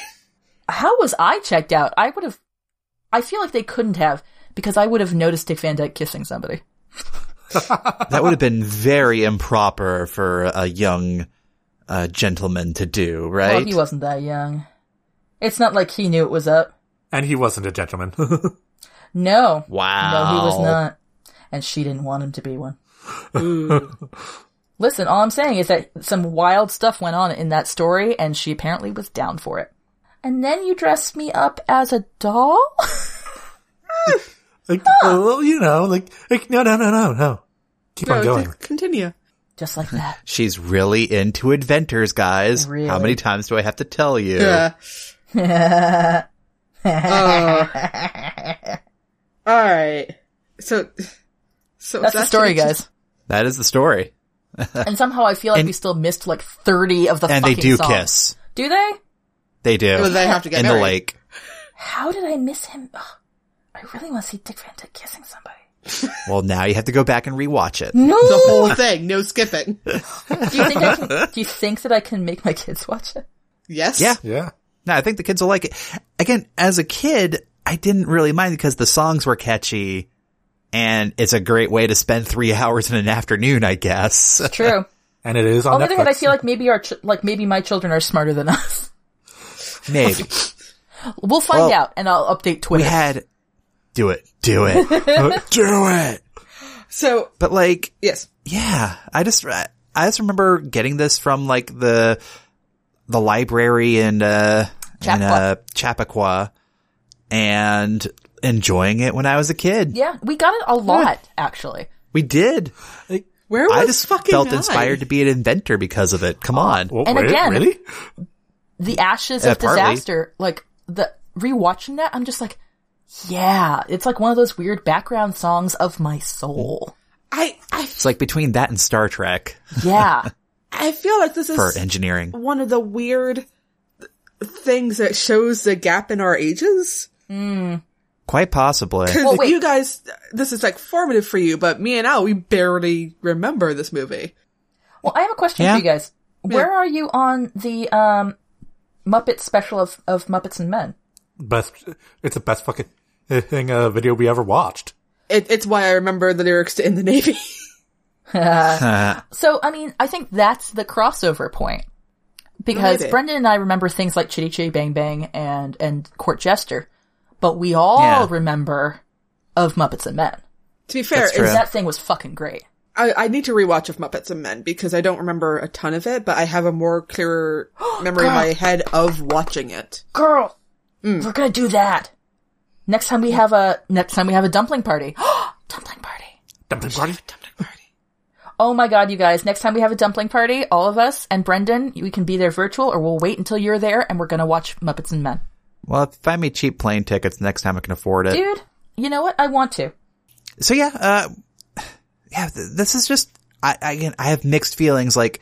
Speaker 4: How was I checked out? I would have. I feel like they couldn't have because I would have noticed Dick Van Dyke kissing somebody.
Speaker 2: That would have been very improper for a young uh, gentleman to do, right?
Speaker 4: Well, he wasn't that young. It's not like he knew it was up.
Speaker 3: And he wasn't a gentleman. <laughs>
Speaker 4: No.
Speaker 2: Wow.
Speaker 4: No, he was not. And she didn't want him to be one.
Speaker 2: <laughs>
Speaker 4: Listen, all I'm saying is that some wild stuff went on in that story, and she apparently was down for it. And then you dressed me up as a doll? <laughs>
Speaker 3: like well, you know, like like no no no no no. Keep on
Speaker 1: No,
Speaker 3: going.
Speaker 1: to continue.
Speaker 4: Just like
Speaker 2: <laughs>
Speaker 4: that.
Speaker 2: She's really into adventures, guys.
Speaker 4: Really?
Speaker 2: How many times do I have to tell you?
Speaker 1: Yeah. Uh, all right. So, so
Speaker 4: That's the
Speaker 1: that
Speaker 4: story,
Speaker 1: should have just-
Speaker 4: guys.
Speaker 2: That is the story.
Speaker 4: And somehow I feel like we still missed like 30 of the
Speaker 2: And they
Speaker 4: fucking
Speaker 2: do
Speaker 4: songs.
Speaker 2: kiss.
Speaker 4: Do they?
Speaker 2: They do.
Speaker 1: Well, they have to get
Speaker 2: in
Speaker 1: married.
Speaker 2: the lake.
Speaker 4: How did I miss him? Ugh. I really want to see Dick Van Dyke kissing somebody.
Speaker 2: Well, now you have to go back and rewatch it.
Speaker 4: No!
Speaker 1: The whole thing, no skipping.
Speaker 4: do, you think I can, do you think that I can make my kids watch
Speaker 2: <laughs>
Speaker 4: it?
Speaker 1: Yes.
Speaker 2: Yeah.
Speaker 3: Yeah.
Speaker 2: No, I think the kids will like it. Again, as a kid, I didn't really mind because the songs were catchy and it's a great way to spend three <laughs> hours in an afternoon, I guess. <laughs>
Speaker 4: True.
Speaker 3: And it is on
Speaker 4: On the other hand, I
Speaker 3: Netflix.
Speaker 4: feel like maybe our ch- like maybe my children are smarter than <laughs> us.
Speaker 2: Maybe.
Speaker 4: We'll find
Speaker 2: Well,
Speaker 4: out, and I'll update
Speaker 2: We
Speaker 4: Twitter.
Speaker 2: had, do it, do it,
Speaker 3: <laughs>
Speaker 2: do it.
Speaker 1: So,
Speaker 2: But like,
Speaker 1: yes.
Speaker 2: yeah, I just, I just remember getting this from like the, the library in, uh, in, uh, Chappaqua and enjoying it when I was a kid.
Speaker 4: yeah, we got it a lot actually.
Speaker 2: We did.
Speaker 1: Where was
Speaker 2: I just
Speaker 1: fucking
Speaker 2: felt
Speaker 1: I?
Speaker 2: inspired to be an inventor because of it. Come on.
Speaker 3: Well,
Speaker 4: And
Speaker 3: wait,
Speaker 4: again-
Speaker 3: really?
Speaker 4: The ashes
Speaker 2: Uh,
Speaker 4: of
Speaker 2: partly.
Speaker 4: disaster, like the rewatching that, I'm just like, Yeah, it's like one of those weird background songs of my soul.
Speaker 1: I, I,
Speaker 2: It's like between that and Star Trek <laughs>
Speaker 4: Yeah.
Speaker 1: I feel like this is
Speaker 2: for engineering.
Speaker 1: one of the weird things that shows the gap in our ages.
Speaker 2: Quite possibly.
Speaker 1: Because
Speaker 4: Well, wait.
Speaker 1: you guys, this is like formative for you, but me and Al, we barely remember this movie.
Speaker 4: well, I have a question
Speaker 2: Yeah.
Speaker 4: for you guys. Where are you on the um Muppet special of, of Muppets and Men?
Speaker 3: Best, it's the best fucking thing uh, video we ever watched.
Speaker 1: It, it's why I remember the lyrics to In the Navy. <laughs>
Speaker 4: So, I mean, I think that's the crossover point. Because
Speaker 1: Maybe.
Speaker 4: Brendan and I remember things like Chitty Chitty Bang Bang and, and Court Jester, but we all
Speaker 2: Yeah.
Speaker 4: remember of Muppets and Men.
Speaker 1: to be fair,
Speaker 2: That's true.
Speaker 1: it's-
Speaker 4: That thing was fucking great.
Speaker 1: I, I need to rewatch of Muppets and Men because I don't remember a ton of it, but I have a more
Speaker 4: <gasps>
Speaker 1: clearer
Speaker 4: Oh,
Speaker 1: memory in my head of watching it.
Speaker 4: Girl, we're gonna do that. Mm. Next time we have a, next time we have a dumpling party. <gasps> dumpling party.
Speaker 3: Dumpling party?
Speaker 4: Oh my god, you guys, next time we have a dumpling party, all of us and Brendan, we can be there virtual or we'll wait until you're there and we're gonna watch Muppets and Men.
Speaker 2: <laughs> Well, if you find me cheap plane tickets next time I can afford it.
Speaker 4: Dude, you know what? I want to.
Speaker 2: So yeah, uh, yeah, th- this is just, I, I, again, I have mixed feelings. Like,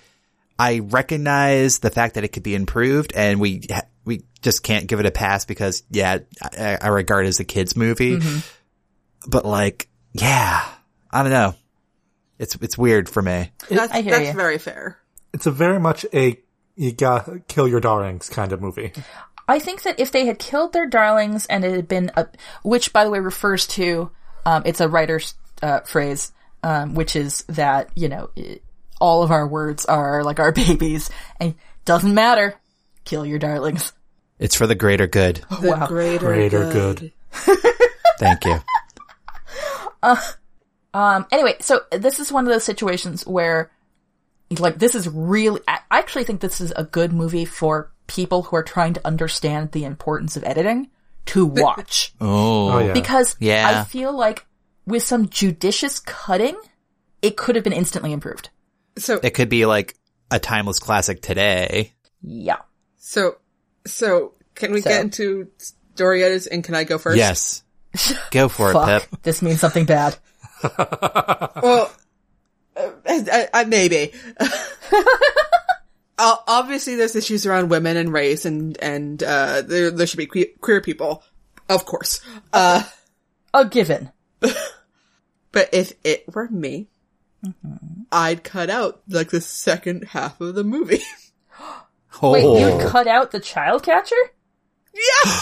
Speaker 2: I recognize the fact that it could be improved and we, ha- we just can't give it a pass because, yeah, I, I regard it as a kid's movie.
Speaker 1: Mm-hmm.
Speaker 2: But like, yeah, I don't know. It's, it's weird for me.
Speaker 1: That's,
Speaker 4: I hear
Speaker 1: that's
Speaker 4: ya.
Speaker 1: very fair.
Speaker 3: It's a very much a you got kill your darlings kind of movie.
Speaker 4: I think that if they had killed their darlings and it had been a, which by the way refers to, um, it's a writer's uh, phrase, um, which is that you know i all of our words are like our <laughs> babies, and doesn't matter. Kill your darlings.
Speaker 2: It's for the greater good.
Speaker 4: Oh,
Speaker 1: The greater,
Speaker 3: Greater good.
Speaker 2: Thank you.
Speaker 4: Um, anyway, so this is one of those situations where, like, this is really. I I actually think this is a good movie for people who are trying to understand the importance of editing to watch.
Speaker 3: Oh yeah.
Speaker 4: because
Speaker 2: Yeah.
Speaker 4: I feel like with some judicious cutting, it could have been instantly improved.
Speaker 1: So,
Speaker 2: It could be like a timeless classic today.
Speaker 4: Yeah.
Speaker 1: so, so, can we
Speaker 4: So.
Speaker 1: get into Doria's and can I go first?
Speaker 4: <laughs>
Speaker 2: Yes. Go for it,
Speaker 4: Fuck.
Speaker 2: Pip.
Speaker 4: This means something bad.
Speaker 1: Well, uh, I, I,
Speaker 4: <laughs>
Speaker 1: maybe. O- Obviously, there's issues around women and race, and and uh, there there should be que- queer people, of course. Uh,
Speaker 4: A given.
Speaker 1: but if it were me, I'd cut out like the second half of the movie. <laughs>
Speaker 2: Oh.
Speaker 4: Wait, you cut out the child catcher?
Speaker 1: yeah,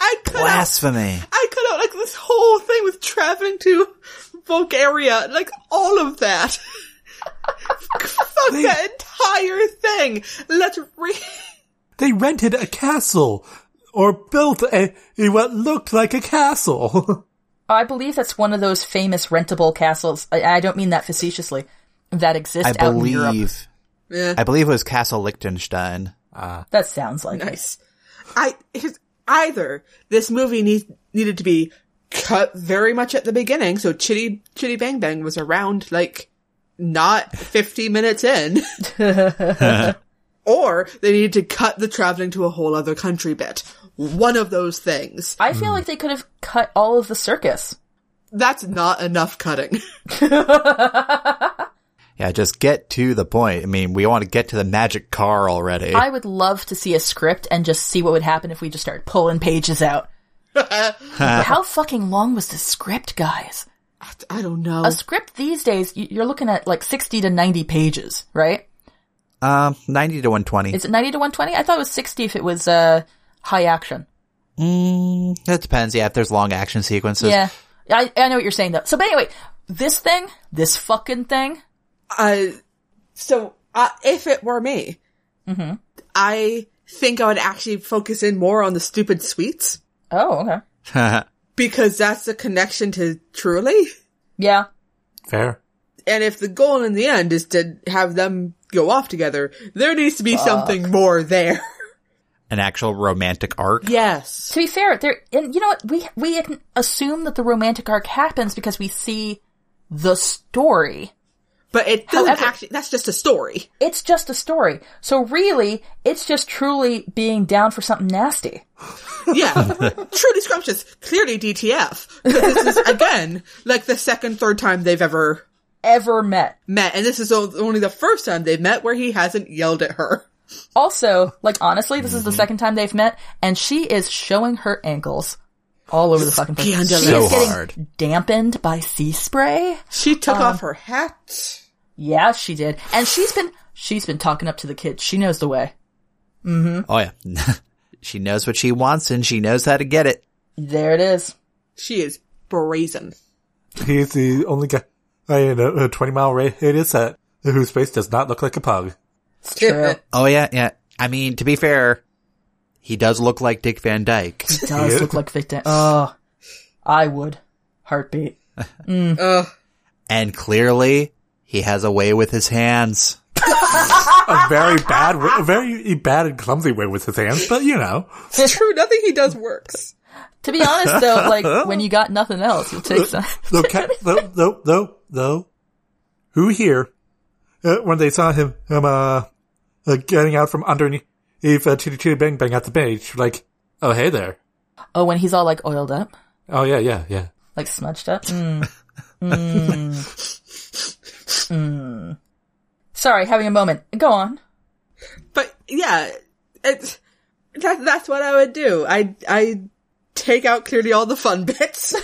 Speaker 1: I'd cut out.
Speaker 2: Blasphemy.
Speaker 1: I cut out like this whole thing with traveling to Bulgaria, like all of that. <laughs> Fuck that entire thing. Let's re. <laughs>
Speaker 3: They rented a castle or built a what looked like a castle. <laughs>
Speaker 4: I believe that's one of those famous rentable castles. I, I don't mean that facetiously. That exist
Speaker 2: I
Speaker 4: out in Europe.
Speaker 2: believe.
Speaker 1: Yeah.
Speaker 2: I believe it was Castle Liechtenstein.
Speaker 4: That sounds like it.
Speaker 1: Nice. I here's- either this movie need, needed to be cut very much at the beginning, so Chitty Chitty Bang Bang was around like not fifty minutes in, or they needed to cut the traveling to a whole other country bit. One of those things.
Speaker 4: I
Speaker 2: Hmm.
Speaker 4: feel like they could have cut all of the circus. <laughs>
Speaker 1: That's not enough cutting. <laughs>
Speaker 2: Yeah, just get to the point. I mean, we want to get to the magic car already.
Speaker 4: I would love to see a script and just see what would happen if we just started pulling pages out. How fucking long was the script, guys?
Speaker 1: I, I don't know.
Speaker 4: a script these days y- you're looking at like 60 to 90 pages right
Speaker 2: um, 90 to 120.
Speaker 4: is it 90 to 120 i thought it was 60 if it was uh high action
Speaker 2: Mm, that depends. Yeah, if there's long action sequences.
Speaker 4: yeah I, I know what you're saying though so but anyway this thing this fucking thing
Speaker 1: I so uh, if it were me, I think I would actually focus in more on the stupid sweets.
Speaker 4: oh okay
Speaker 1: because that's the connection to truly.
Speaker 4: yeah
Speaker 3: Fair.
Speaker 1: And if the goal in the end is to have them go off together, there needs to be something more there.
Speaker 2: <laughs> An actual romantic arc.
Speaker 1: Yes.
Speaker 4: to be fair there and you know what we we can assume that the romantic arc happens because we see the story
Speaker 1: But it doesn't
Speaker 4: However-
Speaker 1: actually, that's just a story.
Speaker 4: It's just a story. So really, it's just truly being down for something nasty.
Speaker 1: Yeah. Truly scrumptious. Clearly DTF. 'Cause This is, again, like the second, third time they've ever
Speaker 4: Ever met.
Speaker 1: met. And this is o- only the first time they've met where he hasn't yelled at her.
Speaker 4: Also, like honestly, this is the second time they've met, and she is showing her ankles all over the fucking place.
Speaker 1: Scandalous.
Speaker 4: She is
Speaker 2: So
Speaker 4: getting
Speaker 2: hard.
Speaker 4: dampened by sea spray.
Speaker 1: She took off her hat.
Speaker 4: Yeah, she did. And she's been she's been talking up to the kids. She knows the way.
Speaker 2: Oh yeah. <laughs> she knows what she wants and she knows how to get it.
Speaker 4: There it is.
Speaker 1: She is brazen.
Speaker 3: He's the only guy in a, a 20 mile radius that whose face does not look like a pug.
Speaker 4: It's true.
Speaker 2: Oh yeah, yeah. I mean, to be fair, he does look like Dick Van Dyke.
Speaker 4: It does
Speaker 3: Yeah.
Speaker 4: look like victim. Oh, I would heartbeat.
Speaker 1: Ugh.
Speaker 2: and clearly, he has a way with his hands.
Speaker 3: A very bad, wa- a very bad and clumsy way with his hands, but you know.
Speaker 1: It's true. Nothing he does works.
Speaker 4: To be honest, though, like when you got nothing else, you'll take some.
Speaker 3: <laughs> Though, ca- though, though, though, though, who here, uh, when they saw him, him, uh, uh, getting out from underneath uh, Chitty Chitty Bang Bang at the beach, like, oh, hey there.
Speaker 4: Oh, when he's all like oiled up,
Speaker 3: Oh, yeah, yeah, yeah.
Speaker 4: like smudged <laughs> up. Mm. Mm. Mm. Mm. Sorry, having a moment. Go on.
Speaker 1: But yeah, it's, that, that's what I would do. I, I take out clearly all the fun <laughs> bits.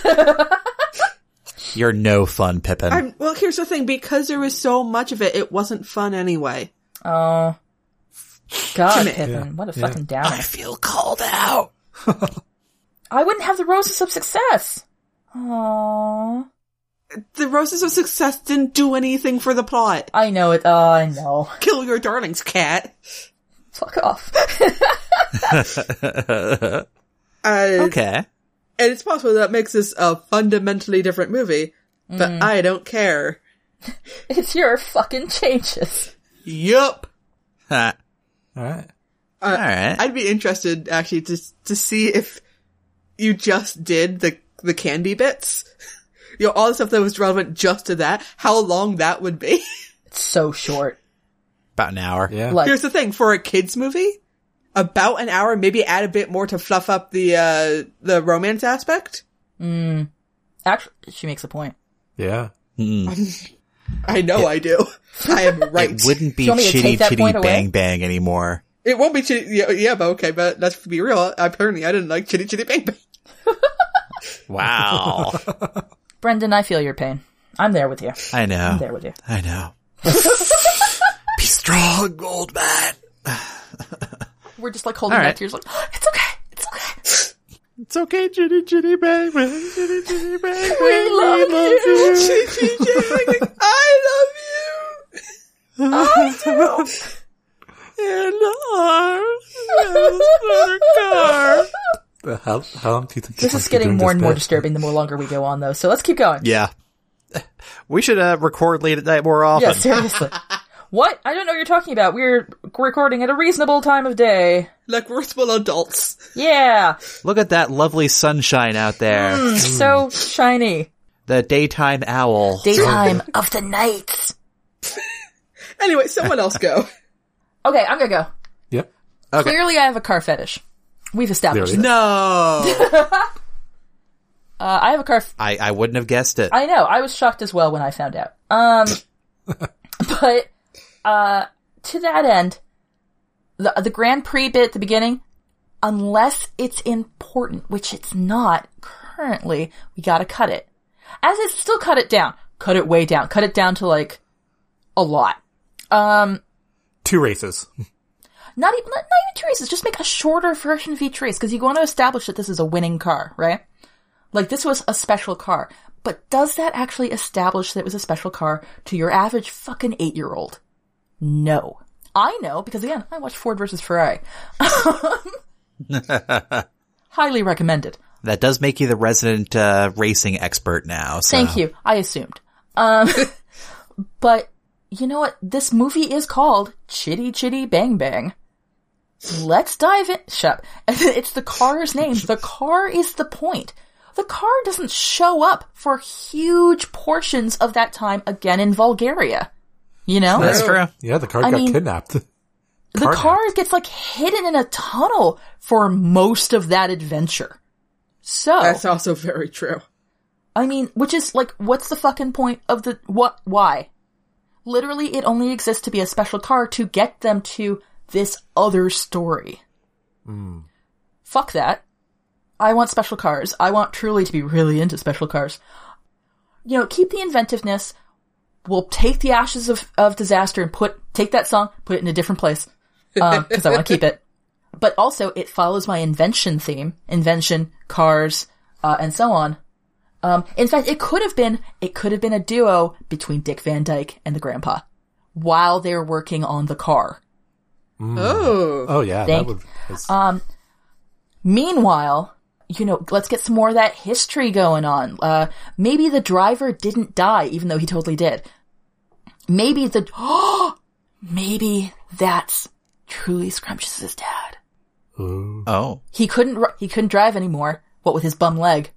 Speaker 2: You're no fun, Pippin.
Speaker 1: I'm, well, here's the thing. Because there was so much of it, it wasn't fun anyway.
Speaker 4: Oh, God,
Speaker 1: Jimmy.
Speaker 4: Pippin, what a fucking downer.
Speaker 2: feel called out.
Speaker 4: I wouldn't have the roses of success. Aww.
Speaker 1: The Roses of Success didn't do anything for the plot.
Speaker 4: I know it. Oh, I know.
Speaker 1: Kill your darlings, cat.
Speaker 4: Fuck off. <laughs>
Speaker 1: Uh,
Speaker 2: <laughs> Okay.
Speaker 1: And it's possible that makes this a fundamentally different movie, but I don't care.
Speaker 4: it's your fucking changes.
Speaker 2: <laughs>
Speaker 1: Yup.
Speaker 4: Uh,
Speaker 2: Huh.
Speaker 3: Alright.
Speaker 2: All right.
Speaker 1: I'd be interested actually to to see if you just did the the candy bits. <laughs> You know, all the stuff that was relevant just to that, how long that would be. <laughs>
Speaker 4: It's so short.
Speaker 2: About an hour.
Speaker 3: Yeah.
Speaker 4: Like,
Speaker 1: Here's the thing, for a kids movie, about an hour, maybe add a bit more to fluff up the uh the romance aspect.
Speaker 4: actually, she makes a point.
Speaker 3: yeah.
Speaker 1: I know I do. I am right.
Speaker 2: It wouldn't be
Speaker 4: you want me to
Speaker 2: chitty
Speaker 4: take that
Speaker 2: chitty
Speaker 4: point
Speaker 2: bang
Speaker 4: away?
Speaker 2: bang anymore.
Speaker 1: It won't be chitty. Yeah, yeah, but okay, but let's be real. Apparently, I didn't like Chitty Chitty Bang <laughs> Bang.
Speaker 2: Wow.
Speaker 4: Brendan, I feel your pain. I'm there with you.
Speaker 2: <laughs> I know.
Speaker 4: I'm there with you. <laughs>
Speaker 2: I know. be strong, old man.
Speaker 4: We're just like holding
Speaker 2: All
Speaker 4: back
Speaker 2: right.
Speaker 4: tears, like <gasps> it's okay, it's <laughs> okay.
Speaker 2: It's okay, chitty chitty bang bang, chitty chitty bang bang.
Speaker 4: We love you.
Speaker 1: Chitty Chitty Bang Bang, I love
Speaker 3: Uh, How, how long do you think
Speaker 4: This
Speaker 3: must
Speaker 4: is
Speaker 3: be
Speaker 4: getting
Speaker 3: doing
Speaker 4: more and more
Speaker 3: bit?
Speaker 4: disturbing the more longer we go on, though. So let's keep going.
Speaker 2: Yeah. We should uh, record late at night more often.
Speaker 4: Yeah, seriously. what? I don't know what you're talking about. We're recording at a reasonable time of day.
Speaker 1: you. Like worthwhile adults.
Speaker 4: Yeah,
Speaker 2: Look at that lovely sunshine out
Speaker 4: Mm.
Speaker 2: there.
Speaker 4: so shiny.
Speaker 2: the daytime owl.
Speaker 4: Daytime of the night.
Speaker 1: Anyway, someone else go.
Speaker 4: Okay, I'm gonna go.
Speaker 3: Yep.
Speaker 2: Okay.
Speaker 4: Clearly, I have a car fetish. We've established.
Speaker 3: Clearly.
Speaker 4: that.
Speaker 2: no.
Speaker 4: Uh, I have a car f-
Speaker 2: I, I wouldn't have guessed it.
Speaker 4: I know. I was shocked as well when I found out. Um, but uh, to that end, the the Grand Prix bit at the beginning, unless it's important, which it's not currently, we gotta cut it. As it's still cut it down, cut it way down, cut it down to like a lot. Um,
Speaker 3: Two races. <laughs>
Speaker 4: not even not, not even two races. Just make a shorter version of each race because you want to establish that this is a winning car, right? Like this was a special car, but does that actually establish that it was a special car to your average fucking eight year old? No, I know because again, I watched Ford versus Ferrari. <laughs> Highly recommended.
Speaker 2: That does make you the resident uh, racing expert now. So.
Speaker 4: Thank you. I assumed. Um, but you know what? This movie is called Chitty Chitty Bang Bang. Let's dive in. Shut up. <laughs> It's the car's name. The car is the point. The car doesn't show up for huge portions of that time again in Bulgaria. You know?
Speaker 2: That's true.
Speaker 3: Yeah, the card
Speaker 4: I
Speaker 3: got
Speaker 4: mean-
Speaker 3: kidnapped. <laughs>
Speaker 4: the
Speaker 3: Card
Speaker 4: car gets like hidden in a tunnel for most of that adventure. So
Speaker 1: That's also very true.
Speaker 4: I mean, which is like, what's the fucking point of the what? Why? Literally, it only exists to be a special car to get them to this other story. Fuck that. I want special cars. I want truly to be really into special cars. You know, keep the inventiveness. We'll take the ashes of, of disaster and put take that song, put it in a different place because I want to keep it. But also, it follows my invention theme: invention, cars, uh, and so on. Um, in fact, it could have been it could have been a duo between Dick Van Dyke and the Grandpa while they're working on the car.
Speaker 1: Oh.
Speaker 3: Oh yeah,
Speaker 4: Thank-
Speaker 3: that would. that's-
Speaker 4: Meanwhile, you know, let's get some more of that history going on. Uh, maybe the driver didn't die, even though he totally did. Maybe the <gasps> maybe that's truly Scrumptious's dad. Uh,
Speaker 3: Ooh.
Speaker 2: Oh.
Speaker 4: He couldn't ri- he couldn't drive anymore. What with his bum leg.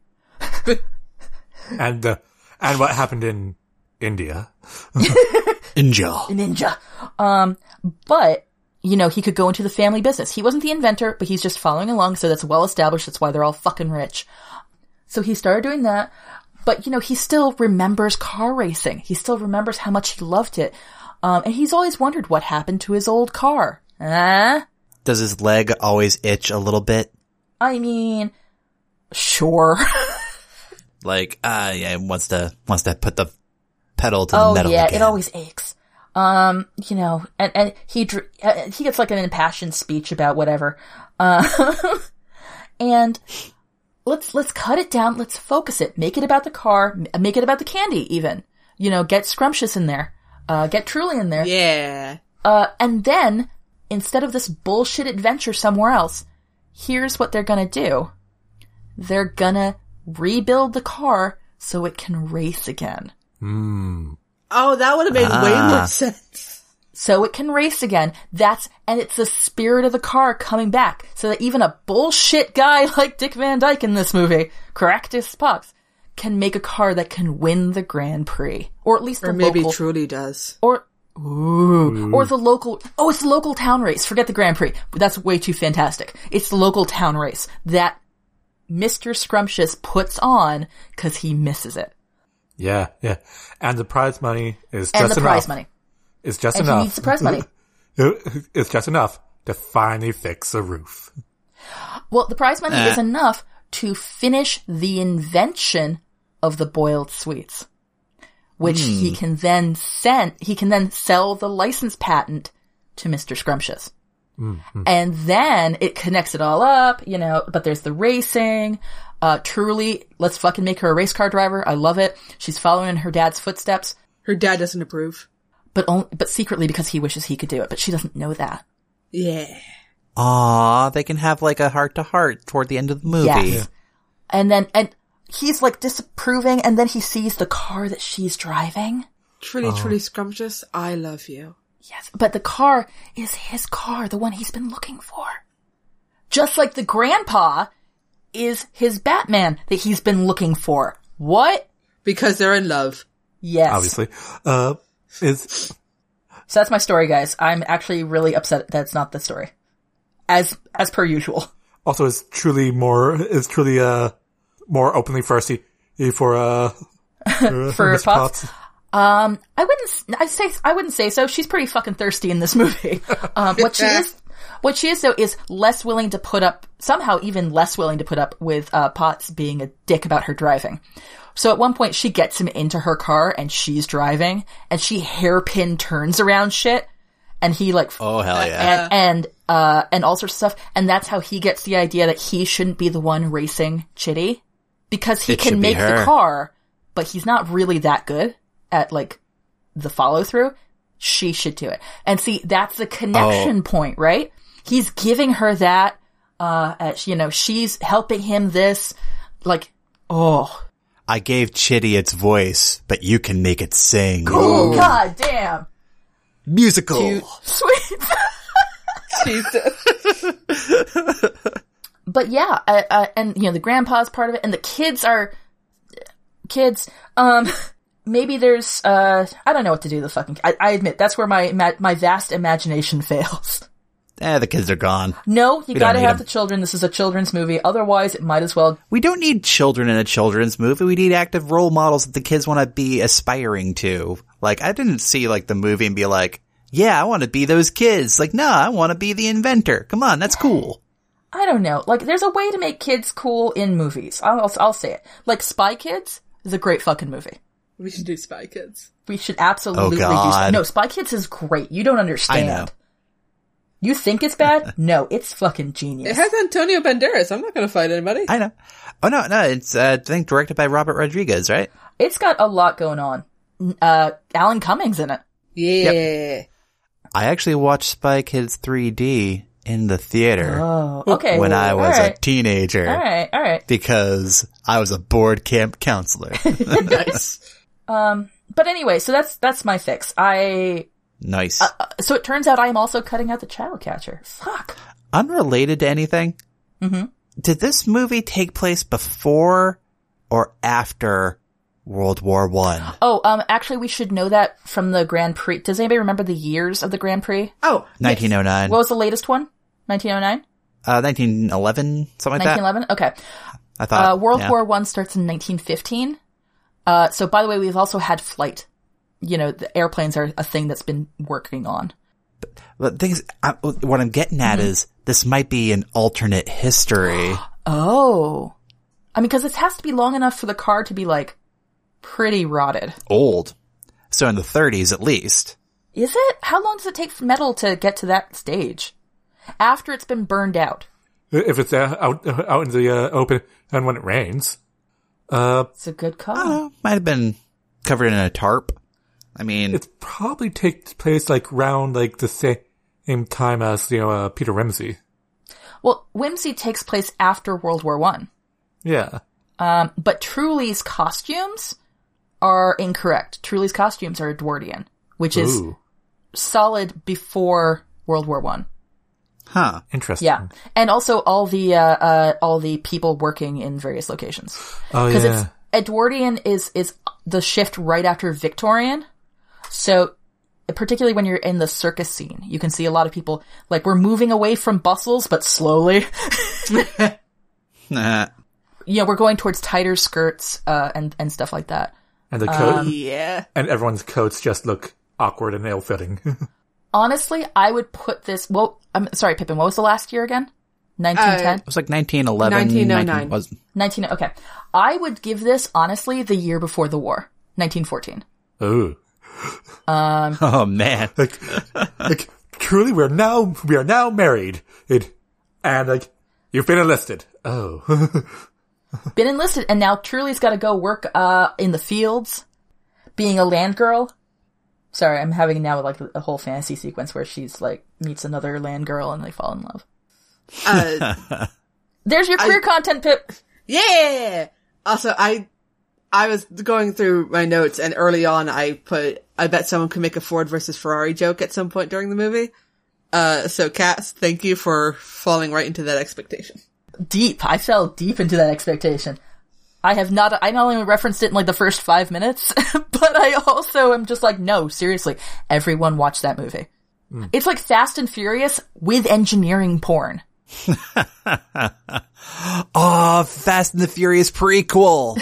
Speaker 3: And uh, and what happened in India?
Speaker 2: Angel.
Speaker 4: ninja. Um, but you know, he could go into the family business. He wasn't the inventor, but he's just following along, so that's well established. That's why they're all fucking rich. So he started doing that, but you know, he still remembers car racing. He still remembers how much he loved it. Um, and he's always wondered what happened to his old car. Eh?
Speaker 2: Does his leg always itch a little bit?
Speaker 4: I mean, sure.
Speaker 2: Like, ah, yeah, it wants to, wants to put the pedal to the
Speaker 4: Oh
Speaker 2: metal
Speaker 4: yeah,
Speaker 2: again.
Speaker 4: it always aches. Um, you know, and and he dr- uh, he gets like an impassioned speech about whatever. Uh, <laughs> and let's let's cut it down. Let's focus it. Make it about the car. m- uh, Make it about the candy. Even you know, get scrumptious in there. Uh, get truly in there.
Speaker 1: Yeah.
Speaker 4: Uh, and then instead of this bullshit adventure somewhere else, here's what they're gonna do. They're gonna rebuild the car so it can race again.
Speaker 1: Oh, that would have made way more sense.
Speaker 4: so it can race again. That's, and it's the spirit of the car coming back so that even a bullshit guy <laughs> like Dick Van Dyke in this movie, Caractus Pox, can make a car that can win the Grand Prix. Or at least the
Speaker 1: Or maybe
Speaker 4: local,
Speaker 1: truly does.
Speaker 4: or, ooh, or the local, oh, it's the local town race. Forget the Grand Prix. That's way too fantastic. It's the local town race that Mr. Scrumptious puts on because he misses it.
Speaker 3: Yeah, yeah. And the prize money is
Speaker 4: And
Speaker 3: just
Speaker 4: the
Speaker 3: enough.
Speaker 4: prize money.
Speaker 3: It's just
Speaker 4: And he
Speaker 3: enough.
Speaker 4: needs the prize money.
Speaker 3: it's just enough to finally fix the roof.
Speaker 4: Well, the prize money
Speaker 2: Eh.
Speaker 4: is enough to finish the invention of the boiled sweets, which he can then send, he can then sell the license patent to Mr. Scrumptious. And then it connects it all up, you know, but there's the racing. Uh, truly, let's fucking make her a race car driver. I love it. She's following in her dad's footsteps,
Speaker 1: Her dad doesn't approve.
Speaker 4: but only, but secretly because he wishes he could do it, but she doesn't know that.
Speaker 1: Yeah.
Speaker 2: Aw, they can have like a heart to heart toward the end of the movie.
Speaker 4: Yes. And then, and he's like disapproving, and then he sees the car that she's driving.
Speaker 1: Truly, truly scrumptious. I love you.
Speaker 4: Yes. But the car is his car, the one he's been looking for. Just like the grandpa is his Batman that he's been looking for. What?
Speaker 1: Because they're in love.
Speaker 4: Yes.
Speaker 3: Obviously, uh, is
Speaker 4: So that's my story, guys. I'm actually really upset that's not the story. As, as per usual.
Speaker 3: also is truly more is truly uh more openly thirsty for
Speaker 4: <laughs>
Speaker 3: uh for, Mr.
Speaker 4: Puffs? Um, I wouldn't. s- I say I wouldn't say so. She's pretty fucking thirsty in this <laughs> movie. Um, what she is, what she is though, is less willing to put up. Somehow, even less willing to put up with uh, Potts being a dick about her driving. So at one point, she gets him into her car and she's driving, and she hairpin turns around shit, and he like
Speaker 2: Oh, hell yeah.
Speaker 4: and and uh and all sorts of stuff and that's how he gets the idea that he shouldn't be the one racing chitty because he
Speaker 2: It should
Speaker 4: can
Speaker 2: be
Speaker 4: make the
Speaker 2: her.
Speaker 4: car but he's not really that good at like the follow through she should do it and see that's the
Speaker 2: Oh.
Speaker 4: connection point right he's giving her that uh as, you know she's helping him this like oh
Speaker 2: I gave Chitty its voice, but you can make it sing.
Speaker 4: god damn
Speaker 2: Musical.
Speaker 4: sweet
Speaker 1: Jesus.
Speaker 4: but yeah, uh, uh, and you know the grandpa's part of it, and the kids are kids. Um, <laughs> maybe there's uh I don't know what to do. The fucking I, I admit that's where my ma- my vast imagination <laughs> fails.
Speaker 2: Eh, the kids are gone.
Speaker 4: No, you
Speaker 2: don't
Speaker 4: gotta
Speaker 2: need
Speaker 4: have
Speaker 2: 'em.
Speaker 4: the children. This is a children's movie. Otherwise, it might as well.
Speaker 2: We don't need children in a children's movie. We need active role models that the kids want to be aspiring to. Like, I didn't see like the movie and be like, yeah, I want to be those kids. Like, no, I want to be the inventor. Come on, that's cool.
Speaker 4: I don't know. Like, there's a way to make kids cool in movies. I'll I'll- I'll say it. Like Spy Kids is a great fucking movie.
Speaker 1: <laughs> We should do Spy Kids.
Speaker 4: We should absolutely do.
Speaker 2: Oh, God.
Speaker 4: Some- no, Spy Kids is great. You don't understand.
Speaker 2: know.
Speaker 4: You think it's
Speaker 2: <laughs>
Speaker 4: bad? no, it's fucking genius.
Speaker 1: It has Antonio Banderas. I'm not going to fight anybody.
Speaker 2: I know. Oh no, no, it's uh, I think directed by Robert Rodriguez, right?
Speaker 4: It's got a lot going on. N- Uh, Alan Cummings in it.
Speaker 1: yeah.
Speaker 2: I actually watched Spy Kids 3D in the theater
Speaker 4: Oh, okay.
Speaker 2: when I was
Speaker 4: all right.
Speaker 2: a teenager
Speaker 4: all right, all right.
Speaker 2: because I was a bored
Speaker 4: <laughs>
Speaker 2: camp counselor.
Speaker 1: nice.
Speaker 4: Um, but anyway, so that's that's my fix. I
Speaker 2: nice.
Speaker 4: uh, so it turns out I am also cutting out the child catcher. Fuck.
Speaker 2: unrelated to anything. Mm-hmm. Did this movie take place before or after World War
Speaker 4: <gasps>
Speaker 2: One?
Speaker 4: Oh, um, actually, we should know that from the Grand Prix. Does anybody remember the years of the Grand Prix?
Speaker 1: Oh,
Speaker 2: 1909,
Speaker 4: What was the latest one? 1909?
Speaker 2: uh, 1911, something like that.
Speaker 4: 1911? Okay.
Speaker 2: I thought
Speaker 4: Uh, World
Speaker 2: yeah.
Speaker 4: War One starts in 1915. Uh, so by the way, we've also had flight. You know, the airplanes are a thing that's been working on.
Speaker 2: But the thing is, I, what I'm getting at
Speaker 4: Mm-hmm.
Speaker 2: is this might be an
Speaker 4: <gasps>
Speaker 2: alternate history.
Speaker 4: Oh. I mean, cause it has to be long enough for the car to be like pretty rotted.
Speaker 2: Old, so in the 30s at least.
Speaker 4: Is it? How long does it take for metal to get to that stage? After it's been burned out.
Speaker 3: If it's uh, out out in the uh, open and when it rains, uh,
Speaker 4: It's a good call.
Speaker 2: I don't know, Uh, might have been covered in a tarp. I
Speaker 4: Mm.
Speaker 2: mean,
Speaker 3: it's probably takes place like round like the sa- same time as you know uh, Peter Ramsey.
Speaker 4: Well, Whimsy takes place after World War One,
Speaker 3: Yeah,
Speaker 4: um, but Truly's costumes are incorrect. Truly's costumes are Edwardian, which is
Speaker 3: Ooh,
Speaker 4: solid before World War One.
Speaker 2: huh? <laughs>
Speaker 3: interesting.
Speaker 4: Yeah, and also all the uh, uh, all the people working in various locations.
Speaker 3: Oh
Speaker 4: because
Speaker 3: yeah.
Speaker 4: it's Edwardian is is the shift right after Victorian. So particularly when you're in the circus scene, you can see a lot of people like we're moving away from bustles, but slowly. <laughs>
Speaker 2: Nah.
Speaker 4: you know, we're going towards tighter skirts uh, and and stuff like that.
Speaker 3: and the coat
Speaker 1: yeah.
Speaker 3: and everyone's coats just look awkward and ill-fitting. <laughs>
Speaker 4: Honestly, I would put this. Well, I'm sorry, Pippin. What was the last year again? 1910?
Speaker 2: It was like 1911.
Speaker 1: 1909.
Speaker 2: was
Speaker 4: 19, okay. I would give this, honestly, the year before the war. 1914.
Speaker 3: Ooh,
Speaker 2: <laughs> oh man.
Speaker 3: like, like truly, we're now we are now married. It and like you've been enlisted. Oh, <laughs>
Speaker 4: Been enlisted, and now Truly's gotta go work, uh, in the fields, being a land girl. Sorry, I'm having now, like, a whole fantasy sequence where she's, like, meets another land girl and they fall in love.
Speaker 1: <laughs> Uh,
Speaker 4: There's your career content, Pip!
Speaker 1: yeah. Also, I, I was going through my notes and early on I put, I bet someone could make a Ford versus Ferrari joke at some point during the movie. Uh, so Cass, thank you for falling right into that expectation.
Speaker 4: deep. I fell deep into that expectation. I have not, I not only referenced it in like the first five minutes, <laughs> but I also am just like, no, seriously, everyone watch that movie. It's like Fast and Furious with engineering porn.
Speaker 2: Oh, Fast and the Furious prequel.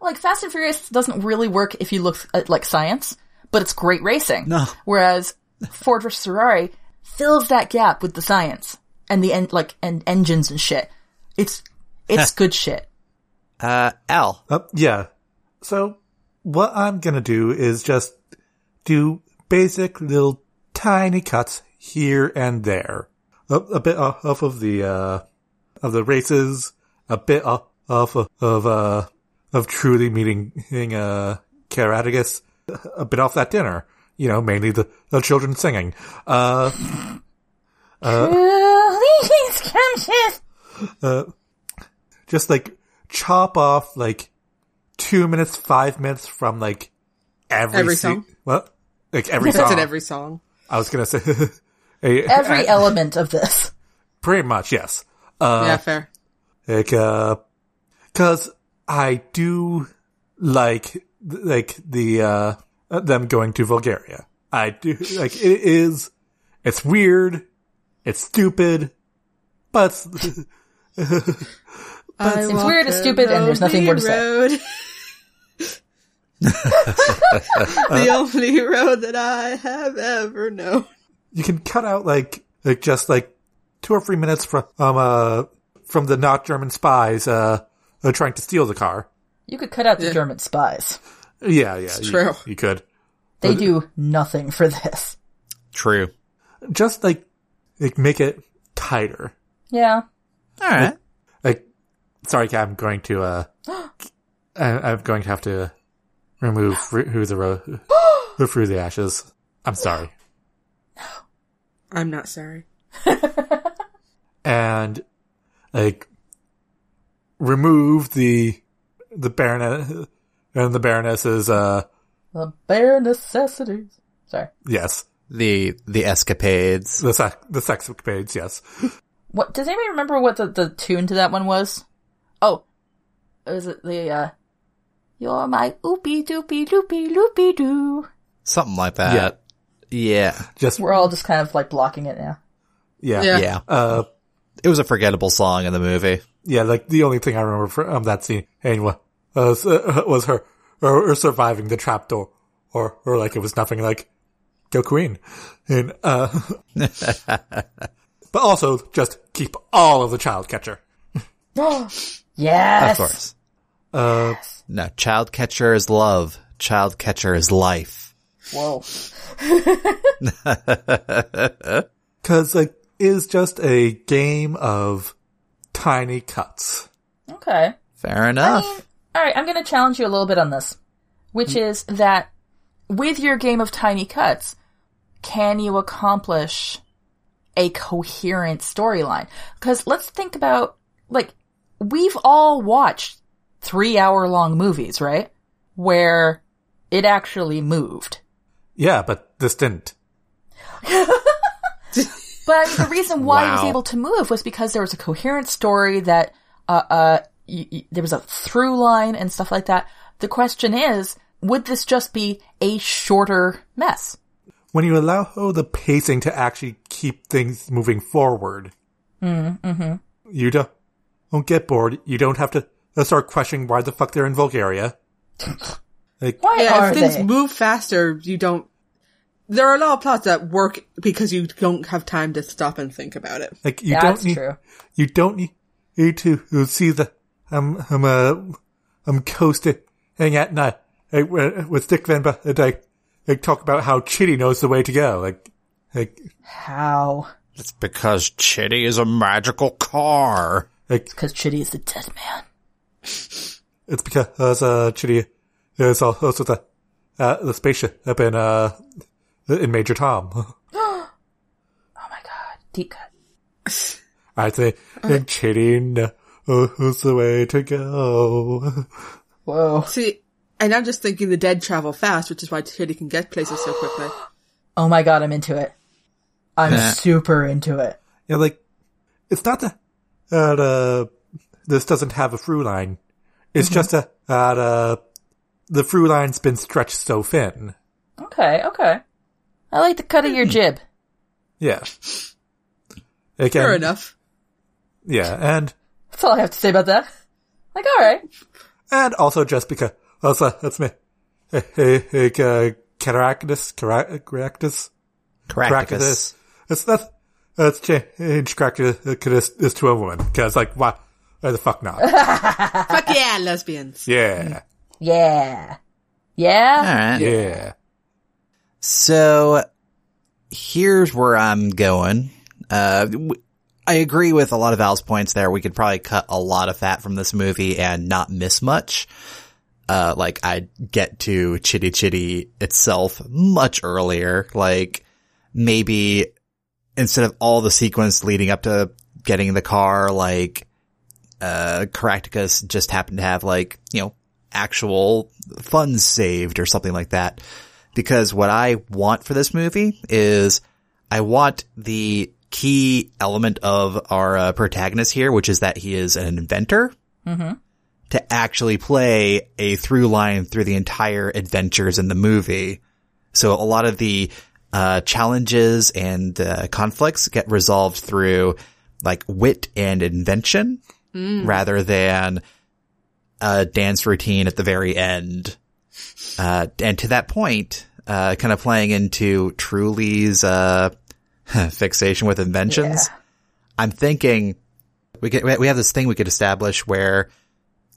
Speaker 4: Like Fast and Furious doesn't really work if you look at like science, but it's great racing.
Speaker 2: No.
Speaker 4: Whereas Ford versus Ferrari fills that gap with the science and the en- like, and engines and shit. It's, it's good shit.
Speaker 2: Uh, Al,
Speaker 3: Uh, yeah. So what I'm gonna do is just do basic little tiny cuts here and there. A, a bit off off of the uh of the races, a bit off, off of, of uh of truly meeting meeting, uh Caratagus, a bit off that dinner. You know, mainly the, the children singing. Uh
Speaker 4: <laughs> Please come shit.
Speaker 3: uh, just like chop off like two minutes, five minutes from like every,
Speaker 1: Every
Speaker 3: se-
Speaker 1: song?
Speaker 3: What? Like every
Speaker 1: That's
Speaker 3: song.
Speaker 1: in every song.
Speaker 3: I was gonna say <laughs> Eh,
Speaker 4: Every
Speaker 3: eh,
Speaker 4: element of this.
Speaker 3: pretty much yes.
Speaker 1: yeah,
Speaker 3: Uh,
Speaker 1: fair.
Speaker 3: like, uh, cause I do like th- like the uh them going to Bulgaria. I do like it is. It's weird. It's stupid, but it's-
Speaker 4: It's weird, it's stupid, and there's nothing more to say.
Speaker 1: say. <laughs> the only road that I have ever known.
Speaker 3: you can cut out like like just like two or three minutes from um uh from the not German spies uh, uh trying to steal the car.
Speaker 4: You could cut out the
Speaker 1: Yeah.
Speaker 4: German spies.
Speaker 3: Yeah, yeah, you-
Speaker 1: true.
Speaker 3: You could
Speaker 4: They do nothing for this.
Speaker 2: True.
Speaker 3: just like like make it tighter.
Speaker 4: Yeah. <laughs>
Speaker 2: All right.
Speaker 3: Like, sorry, Cap, I'm going to uh, I, I'm going to have to remove Ru- who the ro- who through the ashes. I'm sorry.
Speaker 1: I'm not sorry.
Speaker 3: and like remove the the baronet and the baroness's uh
Speaker 4: The bare necessities. Sorry.
Speaker 3: yes
Speaker 2: The the escapades.
Speaker 3: the sex the sex page yes
Speaker 4: What does anybody remember what the, the tune to that one was? Oh. Was it the uh You're my oopie doopie loopy loopy doo.
Speaker 2: Something like that. Yeah.
Speaker 3: just
Speaker 4: We're all just kind of like blocking it now.
Speaker 3: yeah
Speaker 1: Yeah.
Speaker 2: Yeah.
Speaker 3: uh
Speaker 2: It was a forgettable song in the movie.
Speaker 3: yeah like the only thing I remember from that scene anyway uh, s- uh, <laughs> was her or, or surviving the trapdoor or or like it was nothing like go queen and uh <laughs> but also just keep all of the child catcher
Speaker 4: yes.
Speaker 2: Of course.
Speaker 3: uh
Speaker 2: No, child catcher is love. Child catcher is life.
Speaker 4: Whoa.
Speaker 3: Cause like it is just a game of tiny cuts.
Speaker 4: Okay.
Speaker 2: Fair enough.
Speaker 4: All right, I'm going to challenge you a little bit on this, which is that with your game of tiny cuts, can you accomplish a coherent storyline? Because let's think about, like, we've all watched three hour long movies, right? Where it actually moved.
Speaker 3: Yeah, but this didn't.
Speaker 4: But I mean, the reason why it was
Speaker 2: Wow.
Speaker 4: able to move was because there was a coherent story that uh, uh, y- y- there was a through line and stuff like that. The question is, would this just be a shorter mess?
Speaker 3: When you allow oh, the pacing to actually keep things moving forward, mm-hmm. you don't, don't get bored. You don't have to uh, start questioning why the fuck they're
Speaker 4: <laughs>
Speaker 3: in Bulgaria. Like,
Speaker 4: Why
Speaker 1: Yeah,
Speaker 4: are
Speaker 1: if things
Speaker 4: they?
Speaker 1: move faster, you don't. There are a lot of plots that work because you don't have time to stop and think about it.
Speaker 3: like you
Speaker 4: That's
Speaker 3: don't need,
Speaker 4: true.
Speaker 3: you don't need, need to uh, see the I'm I'm uh, I'm coasting at night like, uh, with Dick Van Dyke. Like, like talk about how Chitty knows the way to go. Like, like
Speaker 4: How?
Speaker 2: It's because Chitty is a magical car.
Speaker 3: Like
Speaker 4: Because Chitty is the dead man.
Speaker 3: it's because uh, Chitty is al- also the uh, the spaceship up in uh in Major Tom. <laughs>
Speaker 4: Oh my god, deep cut.
Speaker 3: I say and Chitty knows the way to go. <laughs>
Speaker 4: Whoa.
Speaker 1: See, and I'm just thinking the dead travel fast, which is why Chitty can get places so quickly.
Speaker 4: Oh my god, I'm into it. I'm
Speaker 2: Nah.
Speaker 4: super into it.
Speaker 3: Yeah, like it's not that that uh this doesn't have a through line.
Speaker 1: Mm-hmm.
Speaker 3: It's just a, that uh the through line's been stretched so thin.
Speaker 4: Okay, okay. I like the cut of your
Speaker 3: Hmm.
Speaker 4: jib.
Speaker 3: Yeah. Again,
Speaker 1: Fair enough.
Speaker 3: Yeah, and
Speaker 4: That's all I have to say about that. Like, all right.
Speaker 3: and also just because also that's me. Hey, hey, hey, uh, Caractus, Carac- Caractus,
Speaker 2: Caractacus.
Speaker 3: It's that. Let's change Caractus to a woman because, like, why? Why the
Speaker 4: <laughs>
Speaker 3: fuck not?
Speaker 1: Fuck yeah, lesbians.
Speaker 3: Yeah,
Speaker 4: Yeah. Yeah.
Speaker 2: All right.
Speaker 3: yeah.
Speaker 2: So here's where I'm going. Uh, w- I agree with a lot of Al's points there. We could probably cut a lot of fat from this movie and not miss much. Uh, like I'd get to Chitty Chitty itself much earlier. Like maybe instead of all the sequence leading up to getting in the car, like, uh, Caractacus just happened to have like, you know, actual funds saved or something like that. Because what I want for this movie is I want the key element of our uh, protagonist here, which is that he is an inventor. to actually play a through line through the entire adventures in the movie. So a lot of the uh, challenges and uh, conflicts get resolved through like wit and invention rather than a dance routine at the very end. Uh, and to that point, uh, kind of playing into Truly's, uh, <laughs> fixation with inventions, I'm thinking we could, we have this thing we could establish where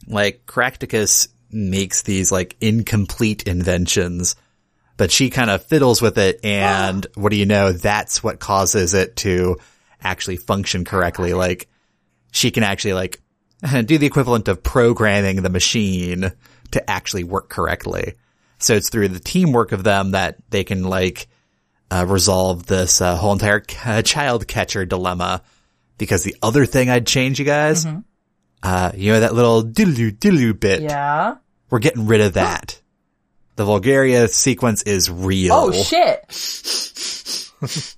Speaker 2: like Cracticus makes these like incomplete inventions, but she kind of fiddles with it. And what do you know? That's what causes it to actually function correctly. Like she can actually like <laughs> do the equivalent of programming the machine to actually work correctly. So it's through the teamwork of them that they can like uh, resolve this uh, whole entire c- uh, child catcher dilemma. Because the other thing I'd change, you guys, uh, you know that little diddle diddle bit.
Speaker 4: Yeah.
Speaker 2: We're getting rid of that. the Vulgaria sequence is real.
Speaker 4: Oh
Speaker 2: <laughs>
Speaker 4: shit.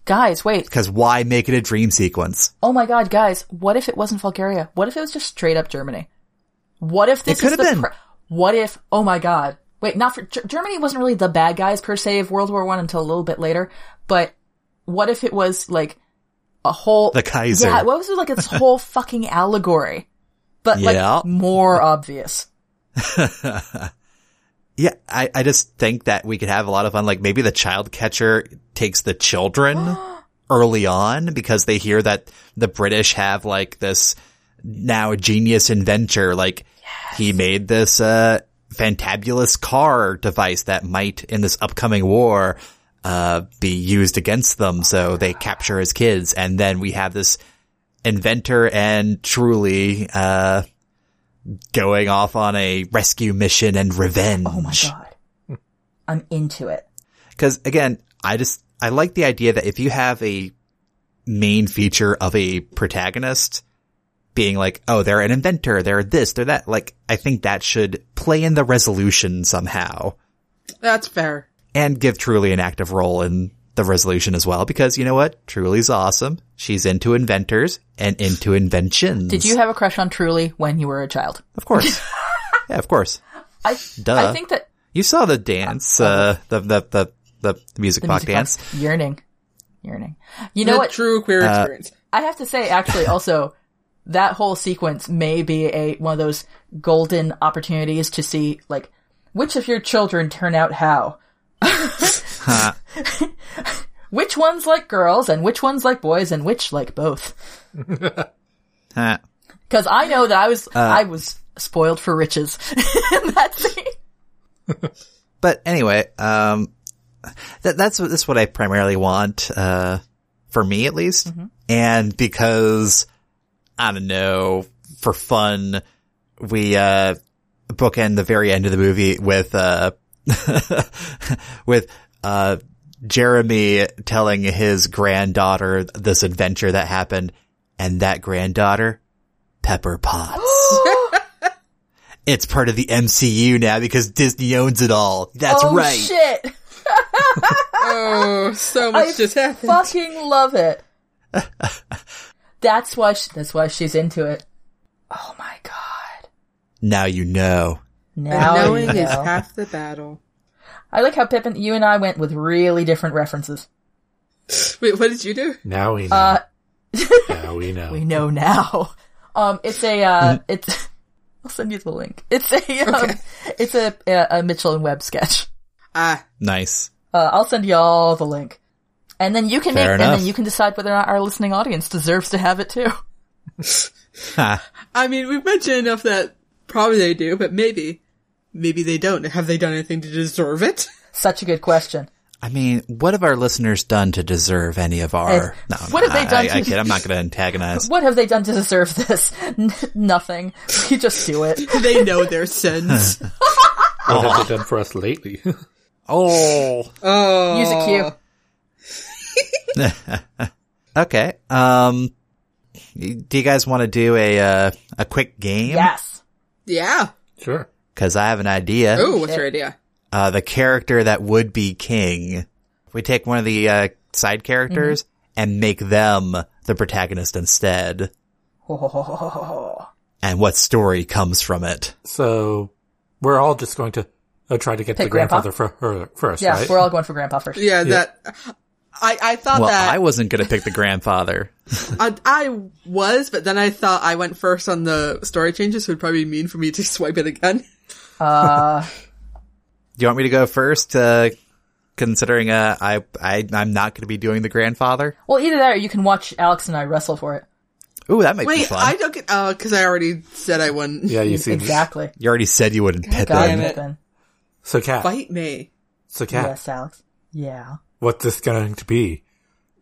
Speaker 4: guys, wait.
Speaker 2: Because why make it a dream sequence?
Speaker 4: Oh my god, guys, what if it wasn't Bulgaria? What if it was just straight up Germany? What if this
Speaker 2: It could
Speaker 4: is
Speaker 2: have
Speaker 4: the
Speaker 2: been.
Speaker 4: pre- What if oh my god. Wait, not for G- Germany wasn't really the bad guys per se of World War 1 until a little bit later, but what if it was like a whole
Speaker 2: The Kaiser.
Speaker 4: Yeah, what was it like
Speaker 2: <laughs>
Speaker 4: its whole fucking allegory? But
Speaker 2: Yeah.
Speaker 4: like more obvious.
Speaker 2: Yeah, I, I just think that we could have a lot of fun. Like maybe the child catcher takes
Speaker 4: <gasps>
Speaker 2: the children <gasps> early on because they hear that the British have like this now genius inventor. Like he made this, uh, fantabulous car device that might in this upcoming war, uh, be used against them. So they capture his kids. And then we have this inventor and truly, uh, going off on a rescue mission and revenge.
Speaker 4: Oh my god. I'm into it.
Speaker 2: Cause again, I just, I like the idea that if you have a main feature of a protagonist being like, oh, they're an inventor, they're this, they're that, like, I think that should play in the resolution somehow
Speaker 1: That's fair.
Speaker 2: and give Truly an active role in the resolution as well. Because you know what? Truly's awesome. She's into inventors and into inventions.
Speaker 4: Did you have a crush on Truly when you were a child? <laughs>
Speaker 2: Of course. yeah, of course.
Speaker 4: I
Speaker 2: Duh.
Speaker 4: I think that
Speaker 2: You saw the dance, uh, the, the, the, the music
Speaker 4: the
Speaker 2: box
Speaker 4: music
Speaker 2: dance.
Speaker 4: box- yearning. Yearning. You know
Speaker 1: the
Speaker 4: what?
Speaker 1: true queer experience.
Speaker 4: I have to say,
Speaker 2: <laughs>
Speaker 4: actually, also, that whole sequence may be a one of those golden opportunities to see, like, which of your children turn out
Speaker 2: <laughs>
Speaker 4: how. <laughs> which ones like girls, and which ones like boys, and which like both.
Speaker 2: Huh.
Speaker 4: Because I know that I was
Speaker 2: Uh.
Speaker 4: I was spoiled for riches. <laughs> That's me.
Speaker 2: But anyway, um, that, that's what, that's what I primarily want, uh, for me at least.
Speaker 4: Mm-hmm.
Speaker 2: And because, I don't know, for fun, we, uh, bookend the very end of the movie with, uh, <laughs> with, uh, Jeremy telling his granddaughter this adventure that happened and that granddaughter,
Speaker 4: <gasps>
Speaker 2: Pepper Potts. It's part of the MCU now because Disney owns it all. That's
Speaker 4: oh
Speaker 2: right.
Speaker 4: shit!
Speaker 1: Oh, so much
Speaker 4: I
Speaker 1: just happened.
Speaker 4: fucking love it. that's why she, that's why she's into it. Oh my god!
Speaker 2: Now you know.
Speaker 4: Now
Speaker 1: And
Speaker 4: I
Speaker 1: knowing is
Speaker 4: know.
Speaker 1: half the battle.
Speaker 4: I like how Pippin, you and I went with really different references.
Speaker 1: Wait, what did you do?
Speaker 3: Now we know.
Speaker 4: Uh, <laughs>
Speaker 3: now we know.
Speaker 4: we know now. <laughs> Um, it's a uh, it's. <laughs> I'll send you the link. It's a um,
Speaker 1: Okay.
Speaker 4: it's a, a a Mitchell and Webb sketch.
Speaker 1: Ah,
Speaker 2: Nice.
Speaker 4: Uh, I'll send you all the link, and then you can
Speaker 2: Fair
Speaker 4: make, and
Speaker 2: enough.
Speaker 4: then you can decide whether or not our listening audience deserves to have it too.
Speaker 2: Ha.
Speaker 1: I mean, we've mentioned enough that probably they do, but maybe, maybe they don't. Have they done anything to deserve it? <laughs>
Speaker 4: Such a good question.
Speaker 2: I mean, what have our listeners done to deserve any of our?
Speaker 4: Eh,
Speaker 2: No,
Speaker 4: what
Speaker 2: no,
Speaker 4: have they
Speaker 2: I-
Speaker 4: done
Speaker 2: I,
Speaker 4: to-
Speaker 2: I kid. I'm not going to antagonize.
Speaker 4: <laughs> What have they done to deserve this? N- nothing. We just do it.
Speaker 1: they know their sins.
Speaker 3: What have they done for us lately? <laughs>
Speaker 2: oh.
Speaker 1: Oh,
Speaker 4: Use a cue.
Speaker 2: Okay. Um. Do you guys want to do a uh, a quick game?
Speaker 4: Yes.
Speaker 1: yeah.
Speaker 3: sure.
Speaker 2: Because I have an idea.
Speaker 1: Oh, what's your idea?
Speaker 2: Uh, the character that would be king. We take one of the uh, side characters
Speaker 4: Mm-hmm.
Speaker 2: and make them the protagonist instead. and what story comes from it.
Speaker 3: So we're all just going to uh, try to get
Speaker 4: Pick
Speaker 3: the grandfather
Speaker 4: grandpa.
Speaker 3: fir- her first,
Speaker 4: Yeah,
Speaker 3: right?
Speaker 4: we're all going for grandpa first.
Speaker 1: Yeah, that I I thought
Speaker 2: Well,
Speaker 1: that
Speaker 2: I wasn't going to pick the grandfather.
Speaker 1: I, I was, but then I thought I went first on the story changes, so it'd probably mean for me to <laughs> swipe it again.
Speaker 4: Uh,
Speaker 2: Do you want me to go first? Uh, considering uh, I, I I'm not going to be doing the grandfather.
Speaker 4: Well, either that or you can watch Alex and I wrestle for it.
Speaker 2: Ooh, that might be
Speaker 1: Wait,
Speaker 2: fun.
Speaker 1: I don't get oh, because I already said I wouldn't
Speaker 3: yeah, you see.
Speaker 4: Exactly.
Speaker 2: You already said you wouldn't pet
Speaker 4: God,
Speaker 1: Damn
Speaker 2: them.
Speaker 1: it.
Speaker 4: Pippin.
Speaker 3: So,
Speaker 1: <laughs>
Speaker 3: Cat.
Speaker 1: bite me.
Speaker 3: So, Cat.
Speaker 4: Yes, Alex. Yeah.
Speaker 3: what's this going to be?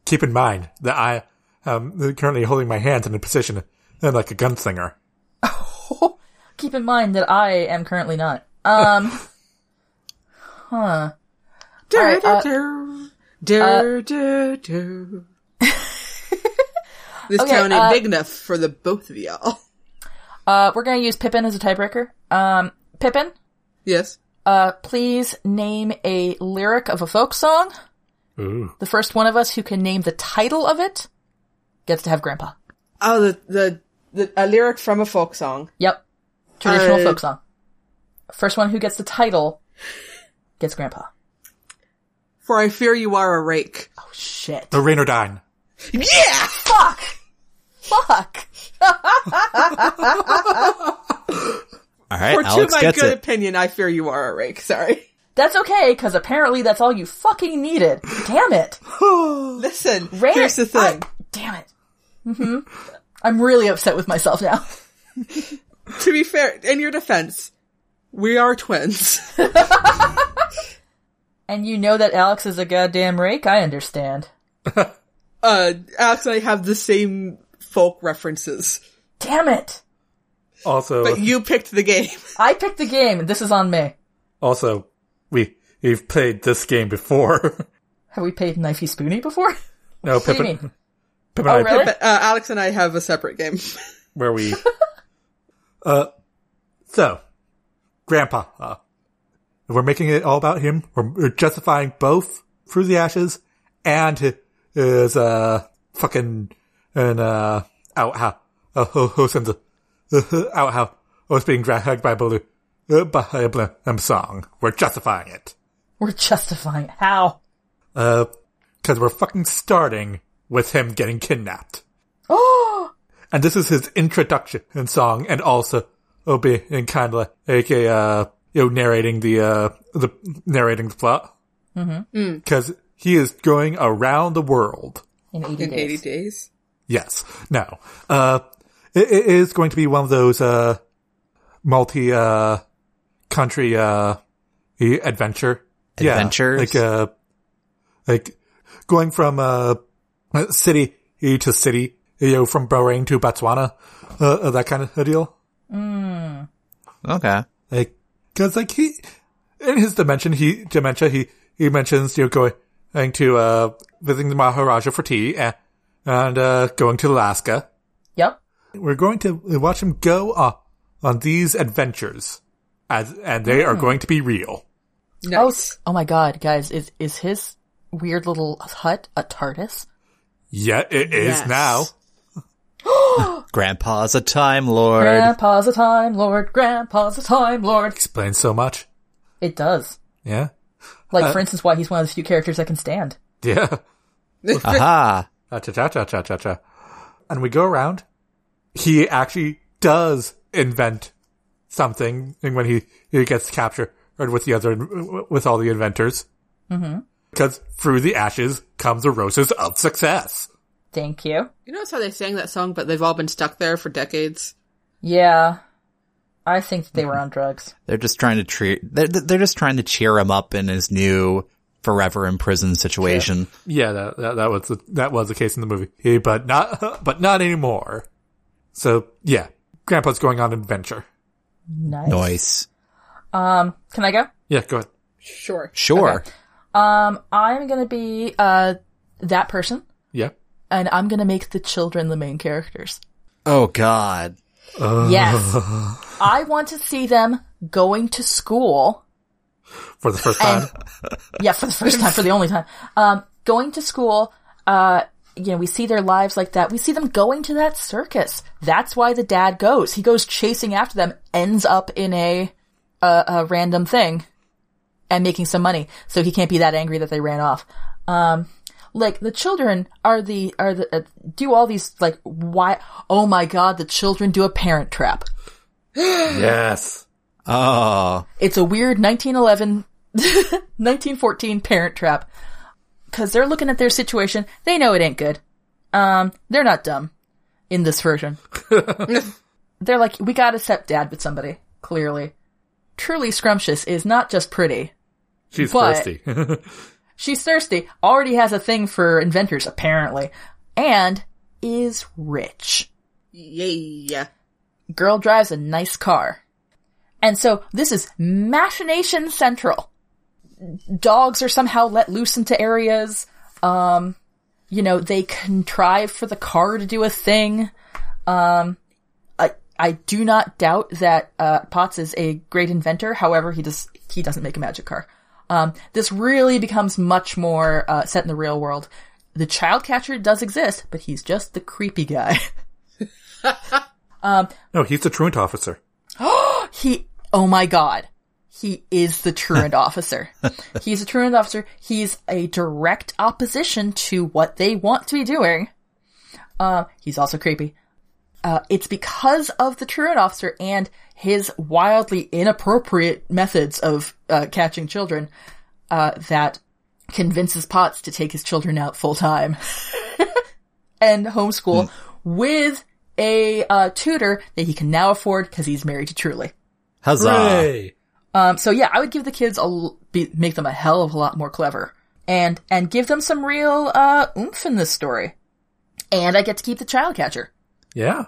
Speaker 3: Keep in mind that I am currently holding my hands in a position uh, like a gunslinger.
Speaker 4: Keep in mind that I am currently not.
Speaker 3: <laughs>
Speaker 4: Um,
Speaker 1: Dur,
Speaker 4: right, uh,
Speaker 1: dur, dur, dur, <laughs> dur. This
Speaker 4: Okay,
Speaker 1: town ain't
Speaker 4: uh,
Speaker 1: big enough for the both of y'all. <laughs>
Speaker 4: uh, we're gonna use Pippin as a tiebreaker. Um, Pippin,
Speaker 1: Yes.
Speaker 4: uh, please name a lyric of a folk song.
Speaker 3: Ooh.
Speaker 4: The first one of us who can name the title of it gets to have grandpa.
Speaker 1: Oh, the the, the a lyric from a folk song.
Speaker 4: Yep. Traditional
Speaker 1: Uh,
Speaker 4: folk song. First one who gets the title gets grandpa.
Speaker 1: For I fear you are a rake.
Speaker 4: Oh shit.
Speaker 3: The rain or dine.
Speaker 1: Yeah.
Speaker 4: Fuck! Fuck!
Speaker 2: All right,
Speaker 1: For
Speaker 2: Alex
Speaker 1: to my
Speaker 2: gets
Speaker 1: good
Speaker 2: it.
Speaker 1: opinion, I fear you are a rake. <sighs> Sorry.
Speaker 4: That's okay, cause apparently that's all you fucking needed. Damn it.
Speaker 1: Listen,
Speaker 4: Ran-
Speaker 1: here's the thing.
Speaker 4: I- damn it. hmm I'm really upset with myself now.
Speaker 1: <laughs> to be fair, in your defense, we are twins. <laughs>
Speaker 4: And you know that Alex is a goddamn rake? I understand.
Speaker 1: Uh, Alex and I have the same folk references,
Speaker 4: Damn it.
Speaker 3: Also,
Speaker 1: but you picked the <laughs> game.
Speaker 4: I picked the game and this is on me.
Speaker 3: also, we we've played this game before. <laughs>
Speaker 4: Have we played Knifey Spoony before?
Speaker 3: no,
Speaker 4: What do you
Speaker 3: Pippin,
Speaker 4: mean?
Speaker 3: Pippin
Speaker 4: Oh,
Speaker 3: and I,
Speaker 4: really?
Speaker 1: But, uh, Alex and I have a separate <laughs> game.
Speaker 3: where we. <laughs> uh, so, Grandpa, uh, we're making it all about him. We're, we're justifying both through the ashes and hi- his uh fucking and uh outhouse uh, ho- ho- sends a- uh, outhouse was being dragged by a balloon uh, by a bl- um, song. We're justifying it
Speaker 4: We're justifying it. How? <gasps>
Speaker 3: because we're fucking starting with him getting kidnapped.
Speaker 4: Oh!
Speaker 3: And this is his introduction and song, and also Obi and kind of like a uh, you know narrating the uh the narrating the plot because mm-hmm. he is going around the world.
Speaker 4: In 80
Speaker 1: In
Speaker 4: days.
Speaker 1: 80 days.
Speaker 3: Yes, no, uh, it, it is going to be one of those uh multi uh country uh e- adventure Yeah, like
Speaker 2: Adventures?
Speaker 3: uh like going from uh city E to city, you know, from Bahrain to Botswana, uh, uh, that kind of a deal.
Speaker 2: Okay.
Speaker 3: Like, cause like he, in his dimension, he, dementia, he, he mentions, you know, going going to, uh, visiting the Maharaja for tea and, and, uh, going to Alaska.
Speaker 4: Yep.
Speaker 3: We're going to watch him go on, on these adventures as, and they are going to be real.
Speaker 4: Oh,
Speaker 1: Nice.
Speaker 4: s- oh my god, guys, is is his weird little hut a TARDIS?
Speaker 3: Yeah, it is
Speaker 1: Yes.
Speaker 3: now.
Speaker 2: Grandpa's a time lord.
Speaker 4: Grandpa's a time lord, grandpa's a time lord.
Speaker 3: Explains so much.
Speaker 4: It does.
Speaker 3: Yeah.
Speaker 4: Like, for instance, why he's one of the few characters that can stand.
Speaker 3: Yeah.
Speaker 2: Aha.
Speaker 3: Cha cha cha cha cha cha. And we go around. He actually does invent something and when he, he gets captured with the other, with all the inventors. Mm-hmm. Because through the ashes comes the roses of success.
Speaker 4: Thank you.
Speaker 1: You notice how they sang that song, but they've all been stuck there for decades?
Speaker 4: Yeah. I think that they were on drugs.
Speaker 2: They're just trying to treat. They're, they're just trying to cheer him up in his new forever in prison situation.
Speaker 3: Yeah, that, that, that was the, that was the case in the movie, but not <laughs> but not anymore. So yeah, Grandpa's going on an adventure.
Speaker 4: Nice.
Speaker 2: Nice.
Speaker 4: Um, can I go?
Speaker 3: Yeah, go ahead.
Speaker 1: Sure.
Speaker 2: Sure.
Speaker 4: Um, I'm gonna be, uh, that person,
Speaker 3: Yeah,
Speaker 4: and I'm gonna make the children the main characters.
Speaker 2: Oh God.
Speaker 4: Yes. I want to see them going to school
Speaker 3: for
Speaker 4: <laughs>
Speaker 3: the first time.
Speaker 4: yeah, for the first time, for the only time. Um, going to school, uh, you know, we see their lives like that. We see them going to that circus. That's why the dad goes. He goes chasing after them, ends up in a, a, a random thing and making some money. So he can't be that angry that they ran off. Um, like the children are the, are the, uh, do all these like, why, oh my god, the children do a parent trap.
Speaker 3: Yes.
Speaker 2: Oh,
Speaker 4: It's a weird <laughs> 1911, 1914 parent trap. Cause they're looking at their situation. They know it ain't good. Um, they're not dumb in this version. they're like, we gotta set dad with somebody, clearly. Truly scrumptious is not just pretty.
Speaker 3: She's
Speaker 4: But-
Speaker 3: thirsty. <laughs>
Speaker 4: She's thirsty, already has a thing for inventors, apparently, and is rich.
Speaker 1: Yeah.
Speaker 4: Girl drives a nice car. And so this is machination central. Dogs are somehow let loose into areas. Um, you know, they contrive for the car to do a thing. Um, I, I do not doubt that, uh, Potts is a great inventor. However, he does, he doesn't make a magic car. Um, this really becomes much more, uh, set in the real world. The child catcher does exist, but he's just the creepy guy. <laughs>
Speaker 3: no, he's the truant officer.
Speaker 4: he oh my god he is the truant officer he's a truant officer he's a direct opposition to what they want to be doing uh, he's also creepy uh, it's because of the truant officer and his wildly inappropriate methods of uh, catching children uh, that convinces potts to take his children out full time <laughs> and homeschool with a uh, tutor that he can now afford because he's married to Truly.
Speaker 2: huzzah!
Speaker 3: Hooray!
Speaker 4: Um, so yeah, I would give the kids a l- be, make them a hell of a lot more clever, and and give them some real uh oomph in this story. And I get to keep the child catcher.
Speaker 3: Yeah.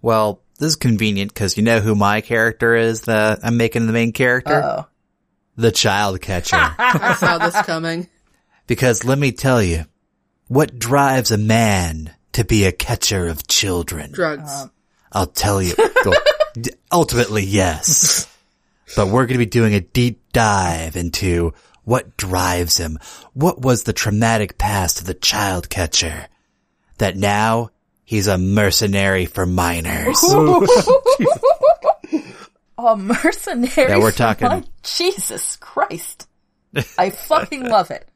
Speaker 2: Well, this is convenient because you know who my character is. The I'm making the main character,
Speaker 4: Oh,
Speaker 2: the
Speaker 4: <laughs>
Speaker 2: child catcher.
Speaker 1: I saw this <laughs> coming.
Speaker 2: because let me tell you, what drives a man to be a catcher of children?
Speaker 1: Drugs.
Speaker 2: I'll tell
Speaker 4: <laughs>
Speaker 2: you. Well, d- ultimately, yes. But we're going to be doing a deep dive into what drives him. What was the traumatic past of the child catcher that now he's a mercenary for minors?
Speaker 4: a mercenary.
Speaker 2: Yeah, we're
Speaker 4: for
Speaker 2: talking-
Speaker 4: my- Jesus Christ! I
Speaker 2: <laughs>
Speaker 4: fucking love it.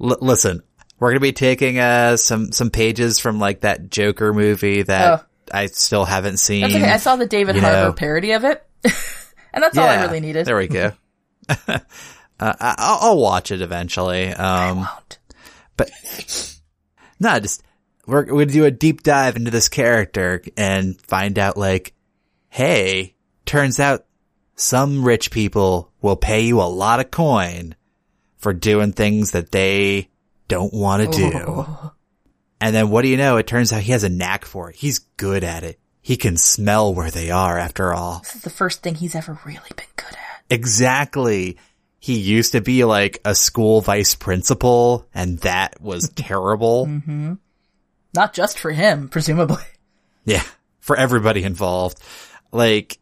Speaker 2: L- listen, we're going to be taking uh, some some pages from like that Joker movie that
Speaker 4: Oh.
Speaker 2: I still haven't seen.
Speaker 4: That's okay. I saw the David
Speaker 2: you
Speaker 4: Harbour
Speaker 2: know.
Speaker 4: parody of it, <laughs> and that's all I really needed.
Speaker 2: There we go. <laughs> uh, I- I'll, I'll watch it eventually. Um,
Speaker 4: won't.
Speaker 2: But no, just we're we're gonna do a deep dive into this character and find out. Like, hey, turns out some rich people will pay you a lot of coin for doing things that they don't want to do. And then what do you know? It turns out he has a knack for it. He's good at it. He can smell where they are after all.
Speaker 4: This is the first thing he's ever really been good at.
Speaker 2: Exactly. He used to be like a school vice principal, and that
Speaker 4: <laughs>
Speaker 2: was terrible.
Speaker 4: Mm-hmm. Not just for him, presumably. <laughs>
Speaker 2: Yeah, for everybody involved. Like,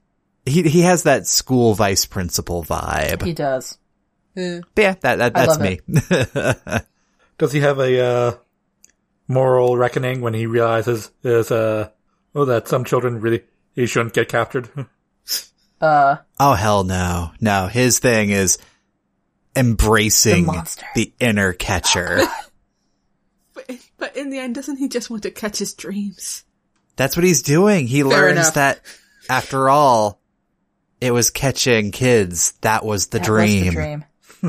Speaker 2: he he has that school vice principal vibe.
Speaker 4: He does.
Speaker 2: But yeah, that, that
Speaker 4: I
Speaker 2: that's
Speaker 4: love
Speaker 2: me.
Speaker 3: Does he have a uh, moral reckoning when he realizes is uh oh that some children really he shouldn't get captured? <laughs>
Speaker 4: Uh,
Speaker 2: <laughs> oh hell no, no. His thing is embracing
Speaker 4: The monster. Oh,
Speaker 2: the
Speaker 4: <laughs>
Speaker 2: inner catcher.
Speaker 1: But, but in the end, doesn't he just want to catch his dreams?
Speaker 2: That's what he's doing. He learns
Speaker 1: enough.
Speaker 2: that after all, it was catching kids. That was the
Speaker 4: That was
Speaker 2: dream.
Speaker 4: the dream.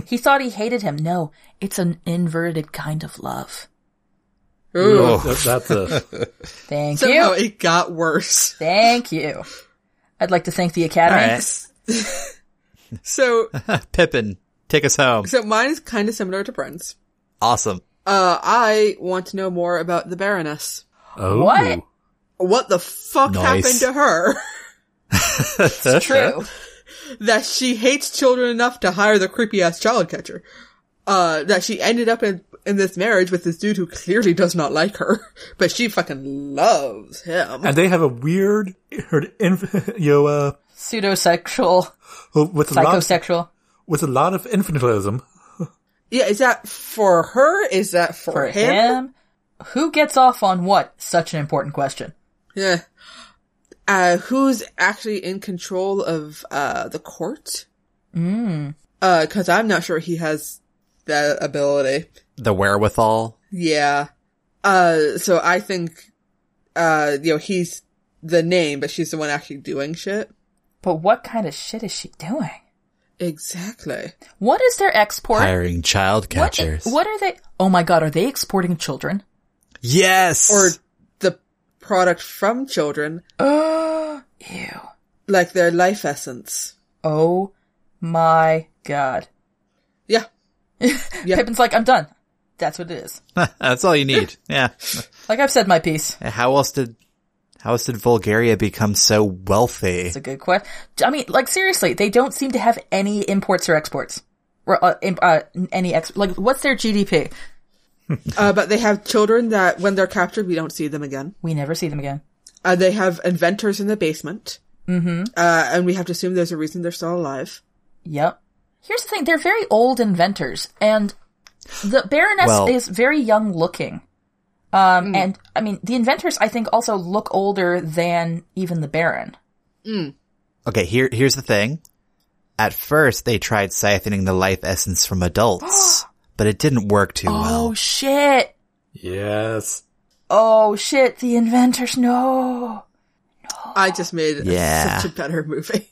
Speaker 4: he thought he hated him. No, it's an inverted kind of love.
Speaker 1: Ooh.
Speaker 3: That- that's a
Speaker 4: Thank
Speaker 1: Somehow
Speaker 4: you.
Speaker 1: it got worse.
Speaker 4: Thank you. I'd like to thank the
Speaker 2: All
Speaker 4: Academy.
Speaker 2: right,
Speaker 1: So,
Speaker 2: Pippin, take us home.
Speaker 1: so mine is kind of similar to Brent's.
Speaker 2: Awesome.
Speaker 1: Uh, I want to know more about the Baroness.
Speaker 3: <laughs> oh.
Speaker 4: What?
Speaker 1: What the fuck
Speaker 2: Nice.
Speaker 1: happened to her? <laughs>
Speaker 4: It's true.
Speaker 1: that she hates children enough to hire the creepy ass child catcher. Uh, that she ended up in, in this marriage with this dude who clearly does not like her, <laughs> but she fucking loves him.
Speaker 3: And they have a weird heard inf- <laughs> you know, uh
Speaker 4: Pseudosexual,
Speaker 3: with a lot
Speaker 4: psychosexual
Speaker 3: with a lot of infantilism.
Speaker 1: Yeah, is that for her? Is that for,
Speaker 4: for
Speaker 1: him?
Speaker 4: him. Who gets off on what? Such an important question.
Speaker 1: Yeah. Uh, who's actually in control of uh, the court? Mm. Because I'm not sure he has that ability.
Speaker 2: The wherewithal.
Speaker 1: Yeah. Uh, so I think, uh, you know, he's the name, but she's the one actually doing shit.
Speaker 4: But what kind of shit is she doing?
Speaker 1: Exactly.
Speaker 4: What is their export?
Speaker 2: Hiring child
Speaker 4: What,
Speaker 2: catchers.
Speaker 4: what are they? Oh my god, are they exporting children? <gasps>
Speaker 2: Yes.
Speaker 1: Or the product from children,
Speaker 4: Oh, ew.
Speaker 1: like their life essence.
Speaker 4: Oh my god.
Speaker 1: Yeah. Yeah.
Speaker 4: Pippin's like, I'm done. That's what it is.
Speaker 2: <laughs> That's all you need. <laughs> Yeah.
Speaker 4: Like I've said my piece.
Speaker 2: How else did how else did Bulgaria become so wealthy?
Speaker 4: It's a good question. I mean, like seriously, they don't seem to have any imports or exports. Or, uh, imp- uh, any ex- like what's their GDP?
Speaker 1: Uh, but they have children that when they're captured, we don't see them again.
Speaker 4: We never see them again.
Speaker 1: Uh, they have inventors in the basement. Mm-hmm. Uh, and we have to assume there's a reason they're still alive.
Speaker 4: Yep. Here's the thing, they're very old inventors, and the Baroness
Speaker 2: Well-
Speaker 4: is very young looking. Um, and I mean, the inventors, I think, also look older than even the Baron.
Speaker 2: Okay, here here's the thing. At first they tried siphoning the life essence
Speaker 4: <gasps>
Speaker 2: from adults, but it didn't work too
Speaker 4: Oh
Speaker 2: well.
Speaker 4: shit!
Speaker 3: Yes.
Speaker 4: Oh shit! The inventors, no.
Speaker 1: I just made
Speaker 2: Yeah.
Speaker 1: such a better movie.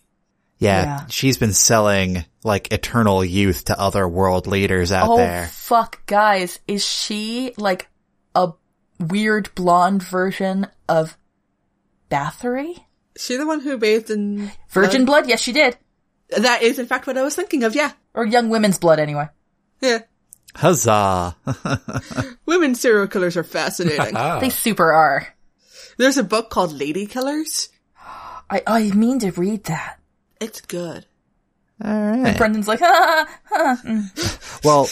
Speaker 2: Yeah,
Speaker 4: yeah.
Speaker 2: she's been selling like eternal youth to other world leaders out
Speaker 4: oh
Speaker 2: there.
Speaker 4: fuck, guys, is she like a weird blonde version of Bathory?
Speaker 1: Is she the one who bathed in
Speaker 4: Virgin blood? Yes, she did.
Speaker 1: blood? That is, in fact, what I was thinking of. Yeah,
Speaker 4: Or young women's blood, anyway.
Speaker 1: yeah.
Speaker 2: Huzzah. <laughs>
Speaker 1: Women serial killers are <laughs> fascinating.
Speaker 2: Oh.
Speaker 4: They super are.
Speaker 1: There's a book called Lady Killers.
Speaker 4: I I mean to read that.
Speaker 1: It's good.
Speaker 2: All right.
Speaker 4: Brendan's like, <laughs> ah, huh.
Speaker 2: Well,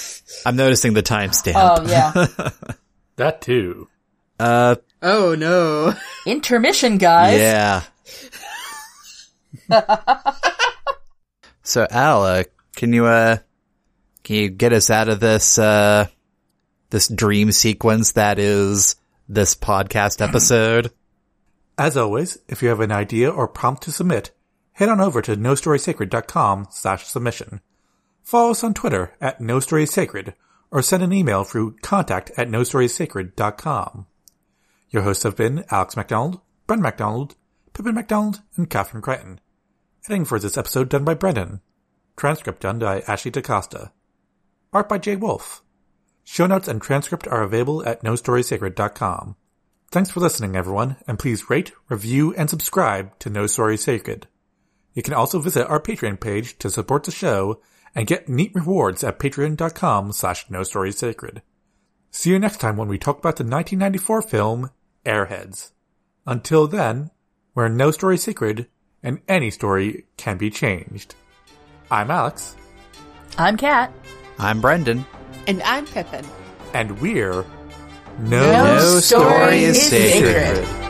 Speaker 2: I'm noticing the timestamp.
Speaker 4: oh
Speaker 2: <laughs>
Speaker 4: yeah,
Speaker 3: That too.
Speaker 2: uh,
Speaker 1: Oh no.
Speaker 4: intermission, guys.
Speaker 2: yeah. so, Al, uh, can you uh, can you get us out of this uh, this dream sequence that is this podcast episode?
Speaker 3: As always, if you have an idea or prompt to submit, head on over to nostorysacred.com slash submission. Follow us on Twitter at nostorysacred or send an email through contact at nostorysacred.com. Your hosts have been Alex MacDonald, Brendan MacDonald, Pippin MacDonald, and Catherine Crichton. Editing for this episode done by Brendan. Transcript done by Ashley DaCosta. Art by Jay Wolf. Show notes and transcript are available at nostorysacred.com. Thanks for listening, everyone, and please rate, review, and subscribe to No Story Sacred. You can also visit our Patreon page to support the show and get neat rewards at patreon.com slash no story sacred. See you next time when we talk about the 1994 film Airheads. Until then, we're No Story Sacred, and any story can be changed. I'm Alex,
Speaker 4: I'm Kat.
Speaker 2: I'm Brendan.
Speaker 1: And I'm Pippin.
Speaker 3: and we're
Speaker 4: No Story
Speaker 2: is sacred.
Speaker 4: sacred.